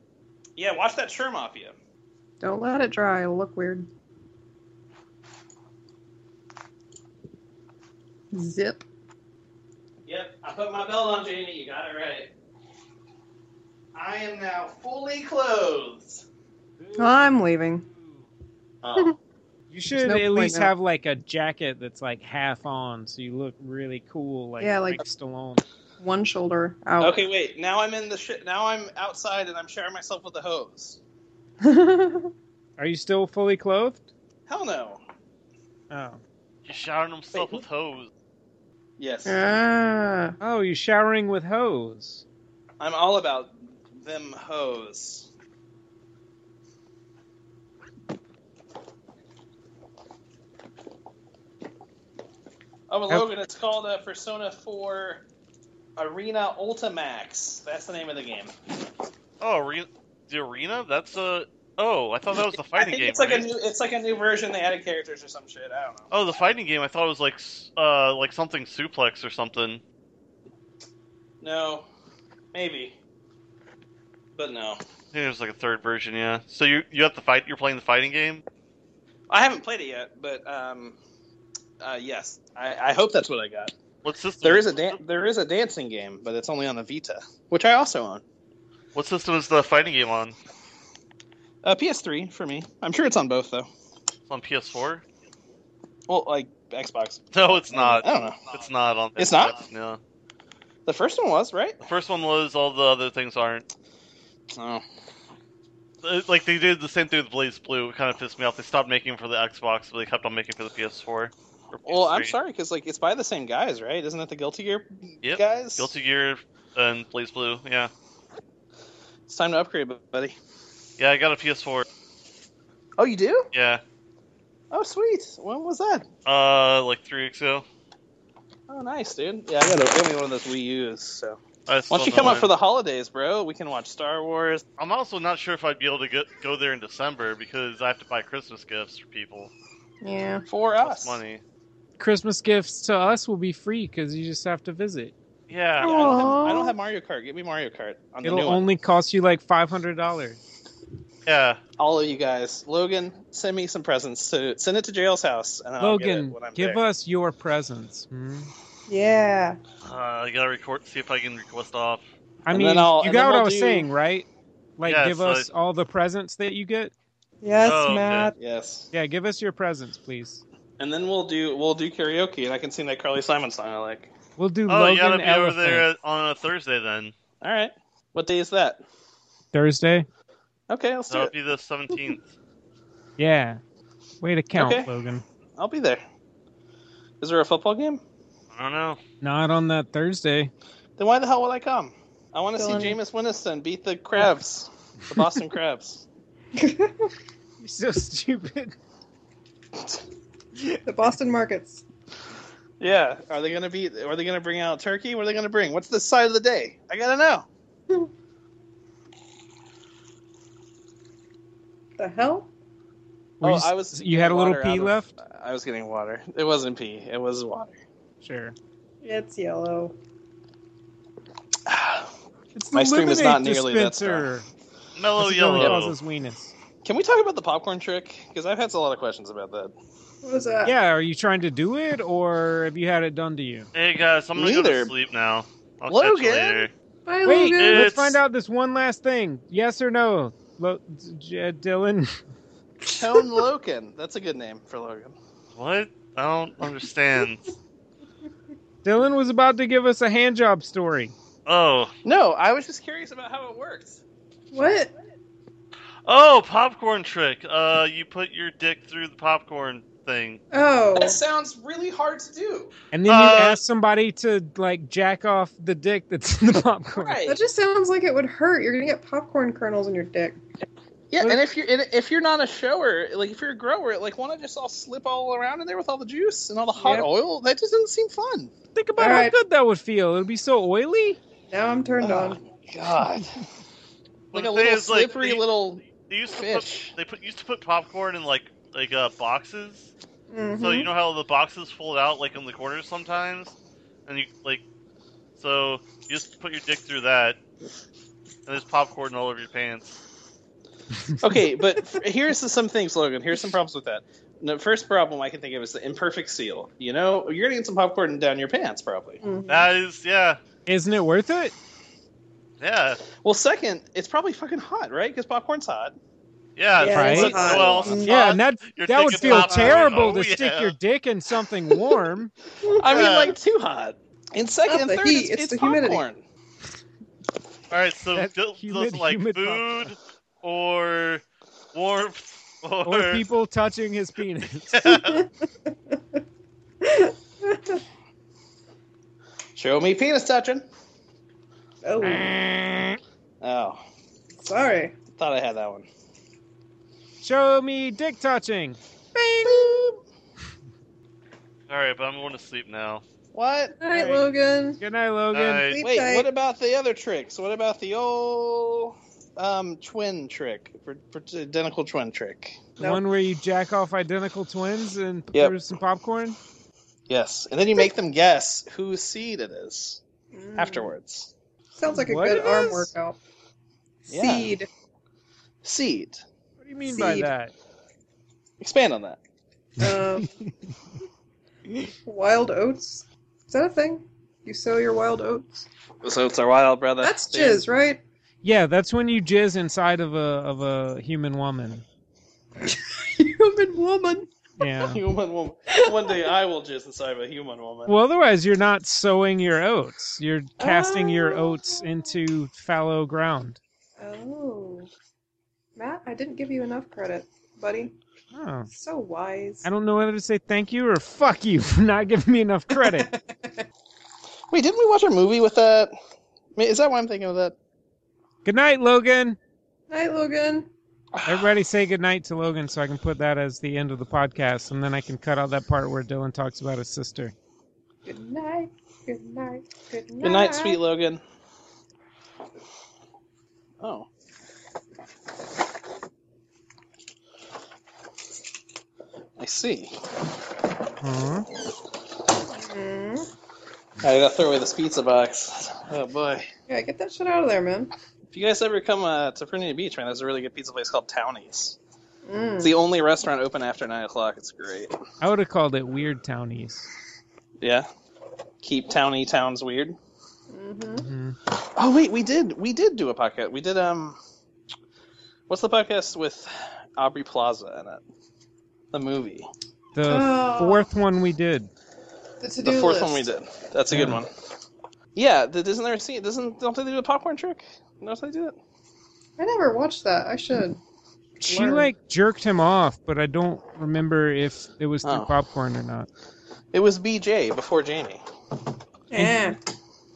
E: Yeah, watch that Sherm Mafia.
D: Don't let it dry. It'll look weird. Zip.
E: Yep, I put my belt on, Jamie. You got it right. I am now fully clothed.
D: I'm leaving.
E: Oh.
B: You should
D: no
B: at
D: point
B: least
D: now.
B: have like a jacket that's like half on, so you look really cool, like
D: Yeah, like-
B: Mike Stallone.
D: One shoulder out.
E: okay, wait. Now I'm in the shit. Now I'm outside and I'm sharing myself with the hose.
B: Are you still fully clothed?
E: Hell no.
B: Oh,
A: He's showering himself with hose.
E: Yes.
D: ah.
B: oh, you're showering with hose.
E: I'm all about them hoes. Oh, and
B: Yep.
E: Logan, it's called uh, Persona 4 Arena Ultimax. That's the name of the game.
A: Oh, arena, the arena? That's a. Oh, I thought that was the
E: I
A: fighting
E: think
A: game.
E: it's like
A: right?
E: a new it's like a new version. They added characters or some shit. I don't know.
A: Oh, the fighting game. I thought it was like s- uh like something suplex or something.
E: No, maybe, but no.
A: I think there's like a third version. Yeah. So you you have to fight. You're playing the fighting game.
E: I haven't played it yet, but um, uh, yes, I, I hope that's what I got.
A: What system?
E: There is a dan- there is a dancing game, but it's only on the Vita, which I also own.
A: What system is the fighting game on?
E: Uh, PS3 for me. I'm sure it's on both though.
A: It's on PS4.
E: Well, like Xbox.
A: No, it's not.
E: I don't know.
A: It's not on.
E: It's not?
A: Xbox, No.
E: The first one was right.
A: The first one was. All the other things aren't.
E: Oh,
A: Uh, Like they did the same thing with Blaze Blue. It kind of pissed me off. They stopped making for the Xbox, but they kept on making for the PS4. or
E: well, I'm
A: PS3.
E: sorry because like it's by the same guys, right? Isn't it the Guilty Gear
A: Yep.
E: guys?
A: Guilty Gear and Blaze Blue. Yeah.
E: It's time to upgrade, buddy.
A: Yeah, I got a PS4.
E: Oh, you do?
A: Yeah.
E: Oh, sweet. When was that?
A: Uh, like three weeks ago.
E: Oh, nice, dude. Yeah, I got, a, I got me one of those Wii U's. So
A: I still
E: why don't you
A: don't
E: come up
A: know.
E: for the holidays, bro? We can watch Star Wars.
A: I'm also not sure if I'd be able to go, go there in December because I have to buy Christmas gifts for people.
D: Yeah.
E: For
A: That's
E: us,
A: money.
B: Christmas gifts to us will be free because you just have to visit.
E: Yeah, I,
A: Yeah.
E: don't have,
D: Aw.
E: I don't have Mario Kart. Get me Mario Kart on the
B: It'll
E: new one.
B: only cost you like five hundred dollars.
A: Yeah.
E: All of you guys, Logan, send me some presents. To send it to Jail's house, and I'll get it
B: Logan,
E: when I'm
B: give
E: there.
B: us your presents. hmm?
D: Yeah.
A: Uh, I gotta record. See if I can request off.
B: I
E: And
B: mean,
E: then I'll-
B: you
E: and then
B: got what
E: we'll
B: I was
E: do-
B: saying, right? Like,
A: Yeah,
B: give
A: so-
B: us all the presents that you get.
D: Yes,
A: Oh, okay.
D: Matt.
E: Yes,
B: Yeah, give us your presents, please.
E: and then we'll do we'll do karaoke, and I can sing that Carly Simon song I like.
B: We'll do
A: Oh,
B: Logan
A: you gotta be
B: Elephant
A: over there on a Thursday then.
E: All right, what day is that?
B: Thursday.
E: Okay, let's do
A: That'll
E: it.
A: be the 17th.
B: Yeah, way to count,
E: Okay.
B: Logan.
E: I'll be there. Is there a football game?
A: I don't know.
B: Not on that Thursday.
E: Then why the hell would I come? I want to see
D: Dylan.
E: Jameis Winston beat the Crabs, the Boston Crabs.
B: You're so stupid.
D: the Boston markets.
E: Yeah, are they gonna beat? Are they gonna bring out turkey? What are they gonna bring? What's the side of the day? I gotta know.
D: The hell?
B: Were
E: oh,
B: you s-
E: I was.
B: You had a little
E: water out
B: pee
E: of-
B: left.
E: I was getting water. It wasn't pee. It was water.
B: Sure.
D: It's yellow.
B: It's the
E: My stream is not
B: lemonade
E: nearly that
B: dispenser.
A: Mellow
B: This is
A: Oh, yellow.
B: Only causes weenus.
E: Can we talk about the popcorn trick? Because I've had a lot of questions about that.
D: What was that?
B: Yeah, are you trying to do it, or have you had it done to you?
A: Hey guys, I'm gonna go
E: Neither.
A: to sleep now. I'll catch you
E: Logan?
A: later.
D: Bye,
B: Wait,
D: Logan.
B: let's
A: It's-
B: find out this one last thing. Yes or no, Lo- J- Dylan?
E: Tone Loken. That's a good name for Logan.
A: What? I don't understand.
B: Dylan was about to give us a hand job story.
A: oh.
E: No, I was just curious about how it worked.
D: What?
A: Oh, popcorn trick. Uh, you put your dick through the popcorn thing.
D: Oh.
E: That sounds really hard to do.
B: And then you
A: Uh,
B: asked somebody to like jack off the dick that's in the popcorn.
E: Right.
D: That just sounds like it would hurt. You're gonna get popcorn kernels in your dick.
E: Yeah,
B: Well-
E: and if you're and if you're not a shower, like if you're a grower, like why not just all slip all around in there with all the juice and all the hot
D: Yep.
E: oil? That just doesn't seem fun.
B: Think about
D: All right.
E: Ah.
B: how good that would feel. It would be so oily.
D: Now I'm turned
E: Oh,
D: on.
E: God.
A: But
E: like
A: the
E: a
A: thing
E: little
A: is, like,
E: slippery
A: they-
E: little
A: They used to
E: fish.
A: put they put used to put popcorn in like like uh, boxes.
E: Mm-hmm.
D: Mm-hmm.
A: So you know how the boxes fold out like on the corners sometimes, and you like, so you just put your dick through that, and there's popcorn all over your pants.
E: okay, but f- here's the- some things, Logan. Here's some problems with that. The first problem I can think of is the imperfect seal. You know, you're gonna get some popcorn down your pants, probably.
D: Mm-hmm.
A: That is, yeah,
B: Isn't it worth it?
A: yeah,
E: Well, second, it's probably fucking hot, right? Because popcorn's hot.
A: yeah.
B: Yeah, Right.
A: Look,
E: hot.
A: well, it's
B: Yeah,
A: hot.
B: and that
A: You're
B: that would
A: taking
B: feel
A: popcorn.
B: terrible
A: Oh,
B: to stick
A: yeah.
B: your dick in something warm.
E: I mean,
A: Yeah.
E: like too hot. And second,
D: Not
E: and
D: Uh, the
E: third,
D: heat,
E: it's,
D: it's
E: it's
D: the
E: popcorn.
D: humidity.
A: All right, so
B: That
A: do,
B: humid-
A: like
B: humid
A: food
B: popcorn.
A: or warmth or,
B: or people touching his penis.
E: Show me penis touching.
D: Oh,
E: Oh,
D: sorry.
E: thought I had that one.
B: Show me dick touching.
A: All right, but I'm going to sleep now.
E: What?
D: All right,
B: Right.
D: Logan.
B: Good night, Logan.
A: Night.
D: Sleep
E: Wait,
D: tight.
E: what about the other tricks? What about the old um, twin trick, for, for identical twin trick?
B: The one where you jack off identical twins and
E: Yep.
B: throw some popcorn.
E: Yes, and then you make them guess whose seed it is afterwards.
D: Mm. Sounds like a
B: What
D: good
B: it
D: arm
B: is?
D: workout.
E: Yeah.
D: Seed.
E: Mm. Seed.
B: What do you mean by
D: Seed.
B: that?
E: Expand on that.
D: Um, wild oats. Is that a thing? You sow your wild oats.
E: So it's our wild brother.
D: That's jizz, right?
B: Yeah, that's when you jizz inside of a of a human woman.
D: Human woman.
B: Yeah.
E: Human woman. One day I will jizz inside of a human woman.
B: well, otherwise you're not sowing your oats. You're casting your
D: Oh.
B: oats into fallow ground.
D: Oh, Matt, I didn't give you enough credit, buddy.
B: Oh.
D: So wise.
B: I don't know whether to say thank you or fuck you for not giving me enough credit.
E: Wait, didn't we watch a movie with that? I mean, Is that why I'm thinking of that?
B: good night, Logan.
D: Night, Logan.
B: Everybody say good night to Logan so I can put that as the end of the podcast and then I can cut out that part where Dylan talks about his sister.
D: Good night. Good night. Good night.
E: Good night, sweet Logan. Oh. I see.
B: Aw.
E: Mm-hmm.
D: Mhm.
E: I gotta throw away this pizza box. Oh boy.
D: Yeah, get that shit out of there, man.
E: If you guys ever come uh, to Fernandina Beach, man, there's a really good pizza place called Townies. It's
D: Mm.
E: the only restaurant open after 9 o'clock. It's great.
B: I would have called it Weird Townies.
E: Yeah. Keep towny towns weird. Mm-hmm.
D: hmm
B: Mhm.
E: Oh wait, we did we did do a podcast. We did um what's the podcast with Aubrey Plaza in it? The movie.
B: The
D: Oh.
B: fourth one we did.
D: The to-do
E: The fourth
D: list.
E: one we did. That's a good
B: Yeah.
E: one. Yeah, th- isn't there a scene doesn't don't they do the popcorn trick? Don't they do that?
D: I never watched that. I should.
B: She
D: Learn.
B: like jerked him off, but I don't remember if it was through
E: Oh.
B: popcorn or not.
E: It was BJ before Jamie.
D: Yeah.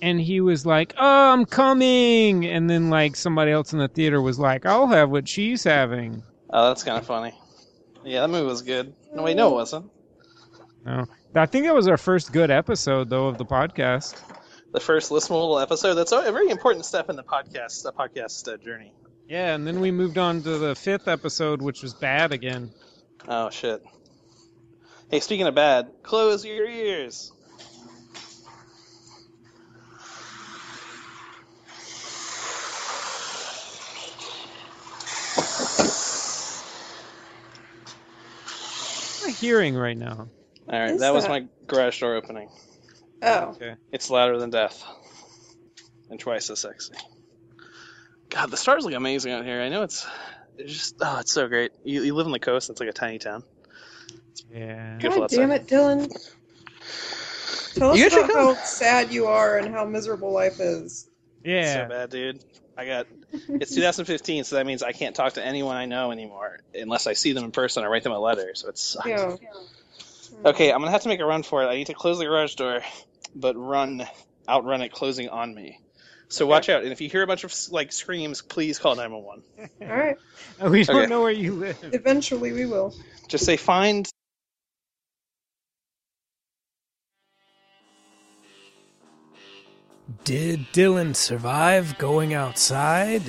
B: And he was like, "Oh, I'm coming," and then like somebody else in the theater was like, "I'll have what she's having."
E: Oh, that's kinda funny. Yeah, that movie was good. No wait, no it wasn't.
B: No, I think that was our first good episode though of the podcast.
E: The first listenable episode. That's a a very important step in the podcast the podcast uh, journey.
B: Yeah, and then we moved on to the fifth episode, which was bad again.
E: Oh shit. Hey, speaking of bad, close your ears.
B: What am I hearing right now?
E: All right,
D: Is
E: that was
D: that-
E: my garage door opening.
D: Oh.
E: It's louder than death, and twice as sexy. God, the stars look amazing out here. I know it's, it's just oh, it's so great. You, you live on the coast. It's like a tiny town.
B: Yeah.
E: Beautiful
D: God damn it, Dylan. Tell us
E: You should
D: about
E: come.
D: how sad you are and how miserable life is.
E: It's
B: Yeah.
E: so bad, dude. I got it's 2015, so that means I can't talk to anyone I know anymore unless I see them in person or write them a letter. So it sucks.
D: Yeah.
E: Okay, I'm gonna have to make a run for it. I need to close the garage door, but run, outrun it closing on me. So watch out, and if you hear a bunch of like screams, please call 911.
D: All right.
B: we don't
E: Okay.
B: know where you live.
D: Eventually we will.
E: Just say find
H: Did Dylan survive going outside?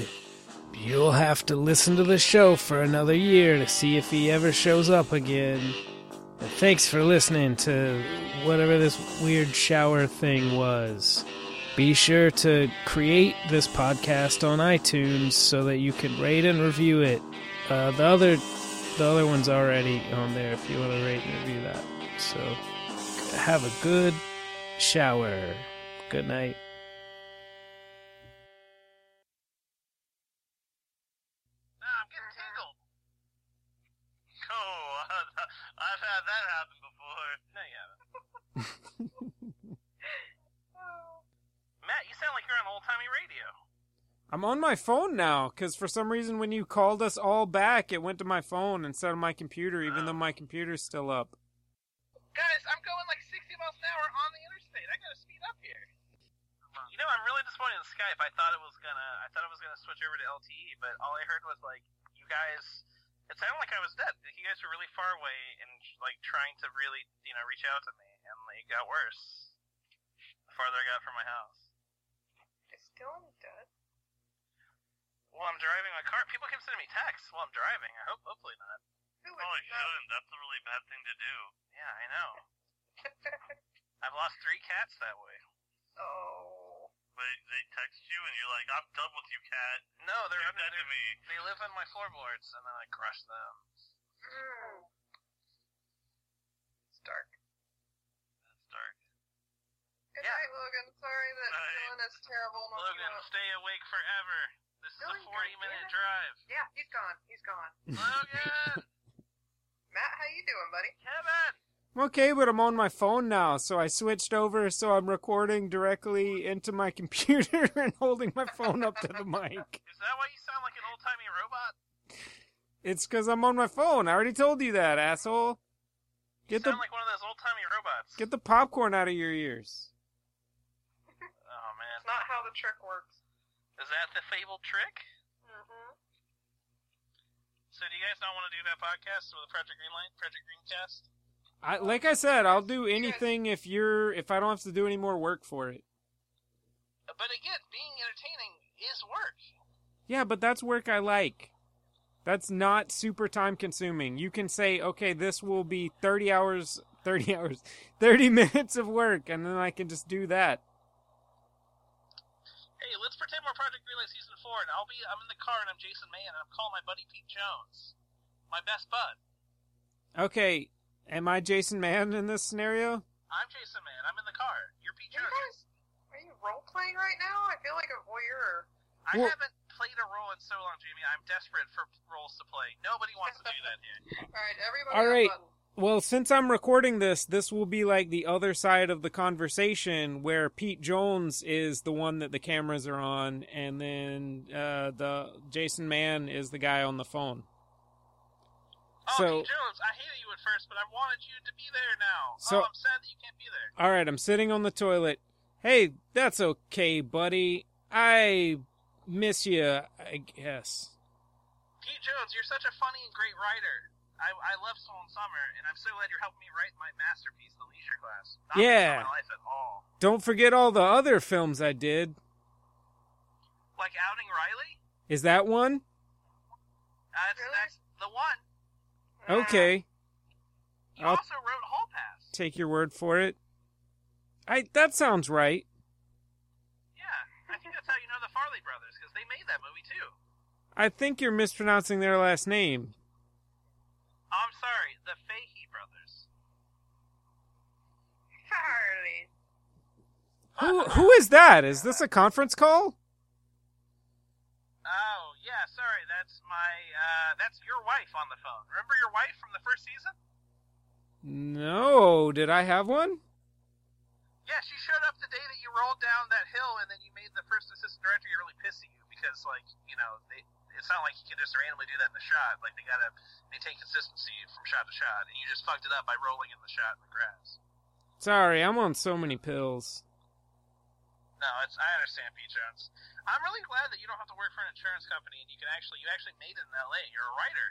H: You'll have to listen to the show for another year to see if he ever shows up again. And thanks for listening to whatever this weird shower thing was. Be sure to create this podcast on iTunes so that you can rate and review it. Uh, the other, the other one's already on there if you want to rate and review that. So, have a good shower. Good night.
I: I'm getting tingled. Oh, I've had that happen before. No, you haven't.
J: Matt, you sound like you're on old timey radio.
B: I'm on my phone now because for some reason when you called us all back, it went to my phone instead of my computer, even though my computer's still up.
J: Guys, I'm going like 60 miles an hour on the interstate. I gotta speed up here. You know, I'm really disappointed in Skype. I thought it was gonna, I thought it was gonna switch over to LTE, but all I heard was like, you guys. It sounded like I was dead. Like, you guys were really far away and like trying to really, you know, reach out to me, and like, it got worse. The farther I got from my house.
D: Is Dylan dead?
J: Well, I'm driving my car. People keep sending me texts while I'm driving. I hope, hopefully not.
D: Who
I: Probably
D: is
I: Oh,
D: that?
I: shouldn't. That's a really bad thing to do.
J: Yeah, I know. I've lost three cats that way.
D: oh.
I: They, they text you and you're like, I'm done with you, cat.
J: No, they're
I: You're dead
J: under.
I: to
J: They're,
I: me.
J: they live on my floorboards, and then I crush them.
D: Mm. It's dark.
I: That's dark.
D: Good
J: Yeah.
D: night, Logan. Sorry that
I: Night.
D: Dylan is terrible. and woke you
J: Logan,
D: up.
J: stay awake forever. This is a
D: Dylan,
J: 40 minute
D: goddammit.
J: drive.
D: Yeah, he's gone. He's gone.
J: Logan!
D: Matt, how you doing, buddy?
J: Kevin!
B: I'm okay, but I'm on my phone now, so I switched over so I'm recording directly into my computer and holding my phone up to the mic.
J: Is that why you sound like an old timey robot?
B: It's because I'm on my phone. I already told you that, asshole.
J: You
B: Get the
J: sound like one of those old timey robots.
B: get the popcorn out of your ears.
J: oh man.
D: It's not how the trick works.
J: Is that the fabled trick?
D: Mm-hmm.
J: So, do you guys not want to do that podcast with Project Greenlight? Project Greencast?
B: I, like I said, I'll do anything if you're if I don't have to do any more work for it.
J: Uh, But again, being entertaining is work.
B: Yeah, but that's work I like. That's not super time consuming. You can say, okay, this will be 30 hours, 30 hours, 30 minutes of work, and then I can just do that.
J: Hey, let's pretend we're Project Greenlight Season 4, and I'll be, I'm in the car, and I'm Jason Mann, and I'm calling my buddy Pete Jones. My best bud.
B: Okay, am I Jason Mann in this scenario?
J: I'm Jason Mann. I'm in the car. You're Pete
D: Are you
J: Jones.
D: guys? Are you role playing right now? I feel like a voyeur.
J: I
B: Well-
J: haven't played a role in so long, Jamie. I'm desperate for roles to play. Nobody wants to do that here.
D: All right, everybody.
B: All
D: on
B: right.
D: button.
B: Well, since I'm recording this, this will be like the other side of the conversation where Pete Jones is the one that the cameras are on, and then uh, the Jason Mann is the guy on the phone.
J: Oh,
B: So-
J: Pete Jones, I hated you at first, but I wanted you to be there now.
B: So-
J: oh, I'm sad that you can't be there.
B: All right, I'm sitting on the toilet. Hey, that's okay, buddy. I miss you, I guess.
J: Pete Jones, you're such a funny and great writer. I, I love Soul and Summer, and I'm so glad you're helping me write my masterpiece, The Leisure Class. Not
B: Yeah.
J: based on my life at all.
B: Don't forget all the other films I did.
J: Like Outing Riley?
B: Is that one?
J: Uh, that's,
D: Really?
J: that's the one. Mm.
B: Okay,
J: You
B: I'll-
J: also wrote Hall Pass.
B: take your word for it. I that sounds right.
J: Yeah, I think that's how you know the Farley brothers, because they made that movie too.
B: I think you're mispronouncing their last name.
J: Oh, I'm sorry, the Fahey brothers.
D: Charlie.
B: Who who is that? Is this a conference call?
J: Oh yeah, sorry. That's my uh, that's your wife on the phone. Remember your wife from the first season?
B: No, did I have one?
J: Yeah, she showed up the day that you rolled down that hill, and then you made the first assistant director get really pissed at you because, like, you know, they, it's not like you can just randomly do that in the shot. Like they gotta they take consistency from shot to shot, and you just fucked it up by rolling in the shot in the grass.
B: Sorry, I'm on so many pills.
J: No, it's I understand, Pete Jones. I'm really glad that you don't have to work for an insurance company, and you can actually you actually made it in L.A. You're a writer.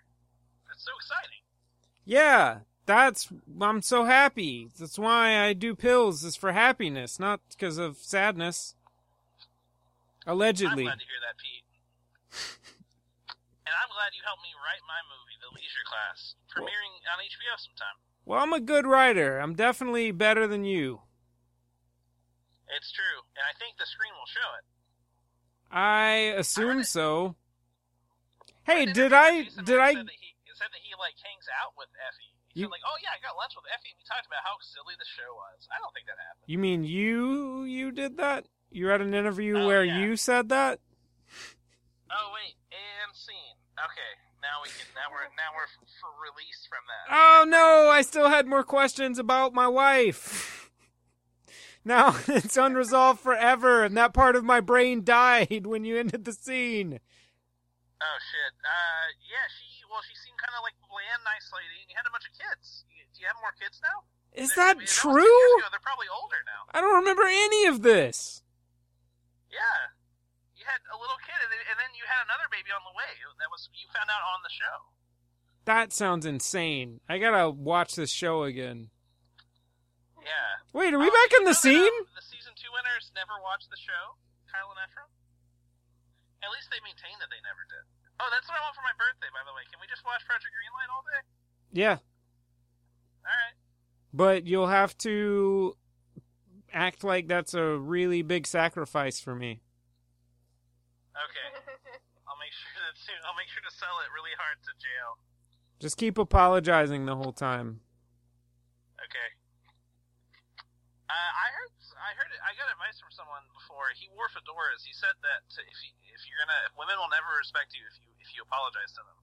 J: That's so exciting.
B: Yeah, that's I'm so happy. That's why I do pills is for happiness, not because of sadness. Allegedly.
J: I'm glad to hear that, Pete. I'm glad you helped me write my movie, The Leisure Class, premiering on HBO sometime.
B: Well, I'm a good writer. I'm definitely better than you.
J: It's true, and I think the screen will show it.
B: I assume so. Hey,
J: An
B: did
J: interview
B: I
J: with Jason
B: did
J: Mraz
B: I
J: Said that, he, said that he like hangs out with Effie. He
B: You-
J: said like, oh yeah, I got lunch with Effie. and We talked about how silly the show was. I don't think that happened.
B: You mean you you did that? You had an interview
J: Oh,
B: where
J: yeah.
B: you said that?
J: Oh wait, and scene. Okay, now we can. Now we're now we're f- for released from that.
B: Oh no, I still had more questions about my wife. Now it's unresolved forever and that part of my brain died when you ended the scene.
J: Oh shit. Uh, yeah, she. Well, she seemed kind of like bland, nice lady, and you had a bunch of kids. You, do you have more kids now?
B: Is
J: They're-
B: that
J: I mean, was 10
B: true?
J: years ago. They're probably older now.
B: I don't remember any of this.
J: Yeah. You had a little kid, and then, and then you had another baby on the way. That was you found out on the show.
B: That sounds insane. I gotta watch this show again.
J: Yeah.
B: Wait, are we
J: Oh,
B: back in
J: did you
B: the
J: know that,
B: scene?
J: um, the season two winners never watched the show, Kyle and Ephraim. At least they maintained that they never did. Oh, that's what I want for my birthday, by the way. Can we just watch Project Greenlight all day?
B: Yeah,
J: All right.
B: but you'll have to act like that's a really big sacrifice for me.
J: Okay. I'll make sure to I'll make sure to sell it really hard to jail.
B: Just keep apologizing the whole time.
J: Okay. Uh, I heard I heard it, I got advice from someone before. He wore fedoras. He said that to- if you, if you're gonna women will never respect you if you if you apologize to them.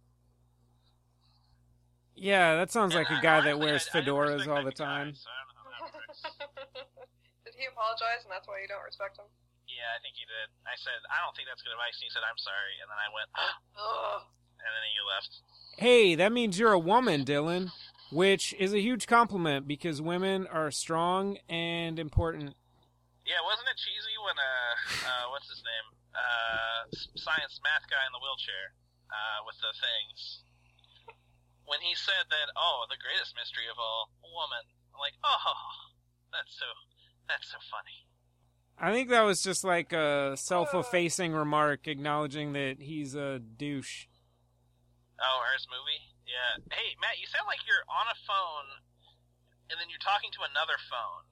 B: Yeah, that sounds
J: And
B: like a
J: I-
B: guy that
J: honestly,
B: wears
J: I- I didn't
B: fedoras
J: respect
B: all
J: that
B: the
J: guy,
B: time.
J: so I don't know how that works.
D: Did he apologize and that's why you don't respect him?
J: Yeah, I think he did. I said, I don't think that's good advice. And he said, I'm sorry. And then I went,
D: Ugh.
J: and then you left.
B: Hey, that means you're a woman, Dylan, which is a huge compliment because women are strong and important.
J: Yeah, wasn't it cheesy when, uh, uh what's his name? Uh, s- science math guy in the wheelchair, uh, with the things. When he said that, oh, the greatest mystery of all, woman. I'm like, oh, that's so, that's so funny.
B: I think that was just like a self-effacing remark acknowledging that he's a douche.
J: Oh, Earth's movie? Yeah. Hey, Matt, you sound like you're on a phone, and then you're talking to another phone.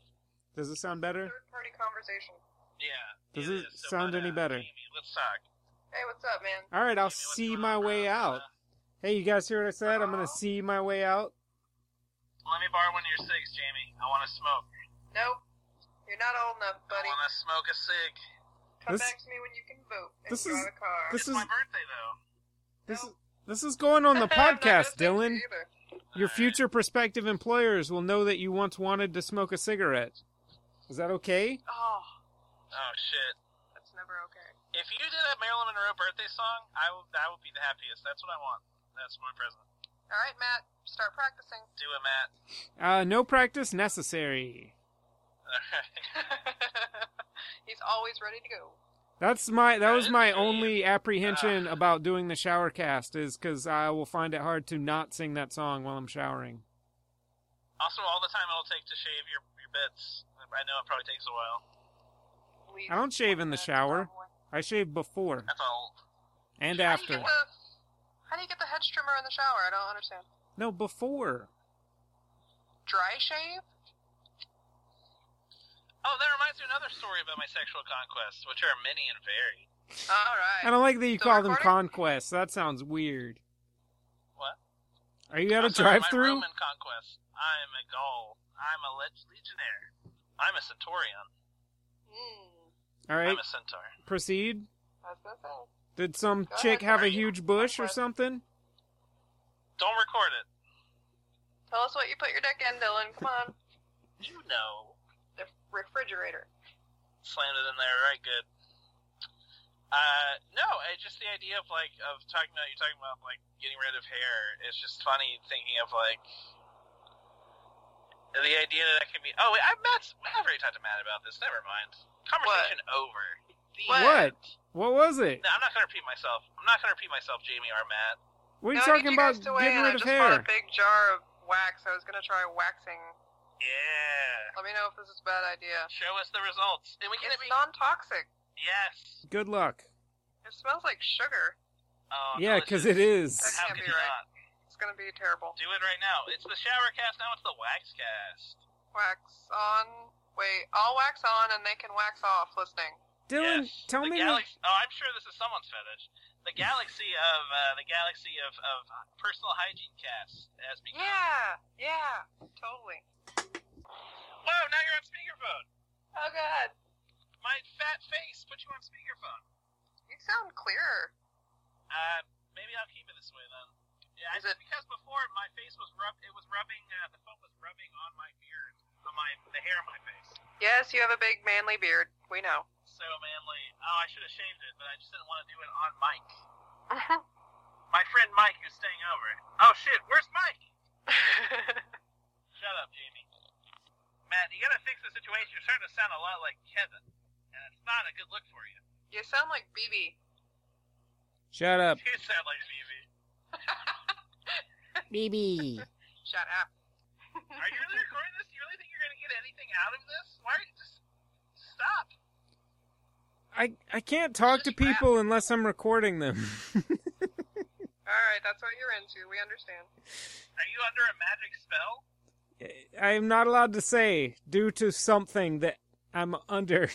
B: Does it sound better?
D: Third party conversation.
J: Yeah.
B: Does it
J: is. So,
B: sound
J: but,
B: any
J: uh,
B: better?
J: Jamie, let's talk.
D: Hey, what's up, man?
B: All right, I'll
J: Jamie, what's
B: see
J: going
B: my
J: on, uh,
B: way
J: bro?
B: out. Hey, you guys hear what I said? I'm gonna see my way out.
J: Let me borrow one of your cigs, Jamie. I want to smoke.
D: Nope. You're not old enough,
J: I
D: buddy.
J: want to smoke a cig.
D: Come
B: This-
D: back to me when you can vote and
B: this
D: drive
B: is-
D: a car.
B: this-
J: It's my
B: is-
J: birthday, though.
B: This is this is going on the
D: I'm not
B: podcast,
D: listening to
B: Dylan.
D: you either.
B: Your future prospective employers will know that you once wanted to smoke a cigarette. Is that okay?
D: Oh,
J: Oh shit!
D: that's never okay.
J: If you did a Marilyn Monroe birthday song, I would I would be the happiest. That's what I want. That's my present.
D: All right, Matt, start practicing.
J: Do it, Matt.
B: Uh, no practice necessary.
D: He's always ready to go.
B: That's my that was my only apprehension about doing the shower cast is because I will find it hard to not sing that song while I'm showering.
J: also, all the time it'll take to shave your your bits. I know it probably takes a while.
D: Leave
B: I don't shave in the shower.
D: Probably.
B: I shave before
J: That's all.
B: and
D: How do you
B: after.
D: get the How do you get the hedge trimmer in the shower? I don't understand.
B: No, before.
D: Dry shave?
J: Oh, that reminds me of another story about my sexual conquests, which are many and varied.
D: All right.
B: I don't like that you
D: Still
B: call them
D: recording?
B: conquests. That sounds weird.
J: What?
B: Are you at a
J: I'm sorry,
B: drive
J: my
B: through?
J: Roman conquest. I'm a Gaul. I'm a leg- legionnaire. I'm a centurion.
D: Mm,
B: All right,
J: I'm a centaur.
B: proceed.
D: I was gonna say.
B: Did some
D: Go
B: chick
D: ahead,
B: have a
D: Mario.
B: huge bush or something?
J: Don't record it.
D: Tell us what you put your dick in, Dylan. Come on.
J: You know.
D: The refrigerator.
J: Slammed it in there right good. Uh, no, I, just the idea of like of talking about you're talking about like getting rid of hair. It's just funny thinking of like the idea that that can be. Oh wait, I Matt's. I've already talked to Matt about this. Never mind. Conversation over. The
B: What?
J: end.
B: What was it?
J: No, I'm not gonna repeat myself. I'm not gonna repeat myself, Jamie or Matt.
B: What are you
D: No, I need
B: talking
D: you
B: about
D: guys to weigh
B: getting
D: in.
B: rid
D: I
B: of
D: just bought
B: hair?
D: a big jar of wax. I was gonna try waxing.
J: Yeah.
D: Let me know if this is a bad idea.
J: Show us the results, and we can
D: It's
J: be.
D: non-toxic.
J: yes.
B: Good luck.
D: It smells like sugar.
J: Oh, no,
B: Yeah,
J: this
B: because
J: is-
B: it is.
J: How
K: Can't
J: could
K: be
J: you
K: right.
J: not?
K: It's gonna be terrible.
J: Do it right now. It's the shower cast, now it's the wax cast.
K: Wax on. Wait, I'll wax on and they can wax off listening.
B: Dylan,
J: Yes.
B: tell
J: the
B: me. what-
J: Galaxy, oh, I'm sure this is someone's fetish. The galaxy of uh, the galaxy of, of personal hygiene casts has become.
K: Yeah, yeah, totally.
J: Whoa! Now you're on speakerphone.
K: Oh god,
J: My fat face put you on speakerphone.
K: you sound clearer.
J: Uh, maybe I'll keep it this way then. Yeah,
K: Is
J: I
K: it-
J: because before my face was rub, it was rubbing, uh, the foam was rubbing on my beard, on my the hair on my face.
K: Yes, you have a big manly beard. We know.
J: So manly. Oh, I should have shaved it, but I just didn't want to do it on Mike. My friend Mike who's staying over. Oh shit, where's Mike? Shut up, Jamie. Matt, you gotta fix the situation. You're starting to sound a lot like Kevin, and it's not a good look for you.
K: you sound like BB.
B: Shut up.
J: You sound like BB.
H: BB.
K: Shut up.
J: Are you really recording this? Do you really think you're gonna get anything out of this? Why? aren't you Just stop.
B: I I can't talk to people unless I'm recording them.
K: Alright, that's what you're into. We understand.
J: Are you under a magic spell?
B: I am not allowed to say due to something that I'm under.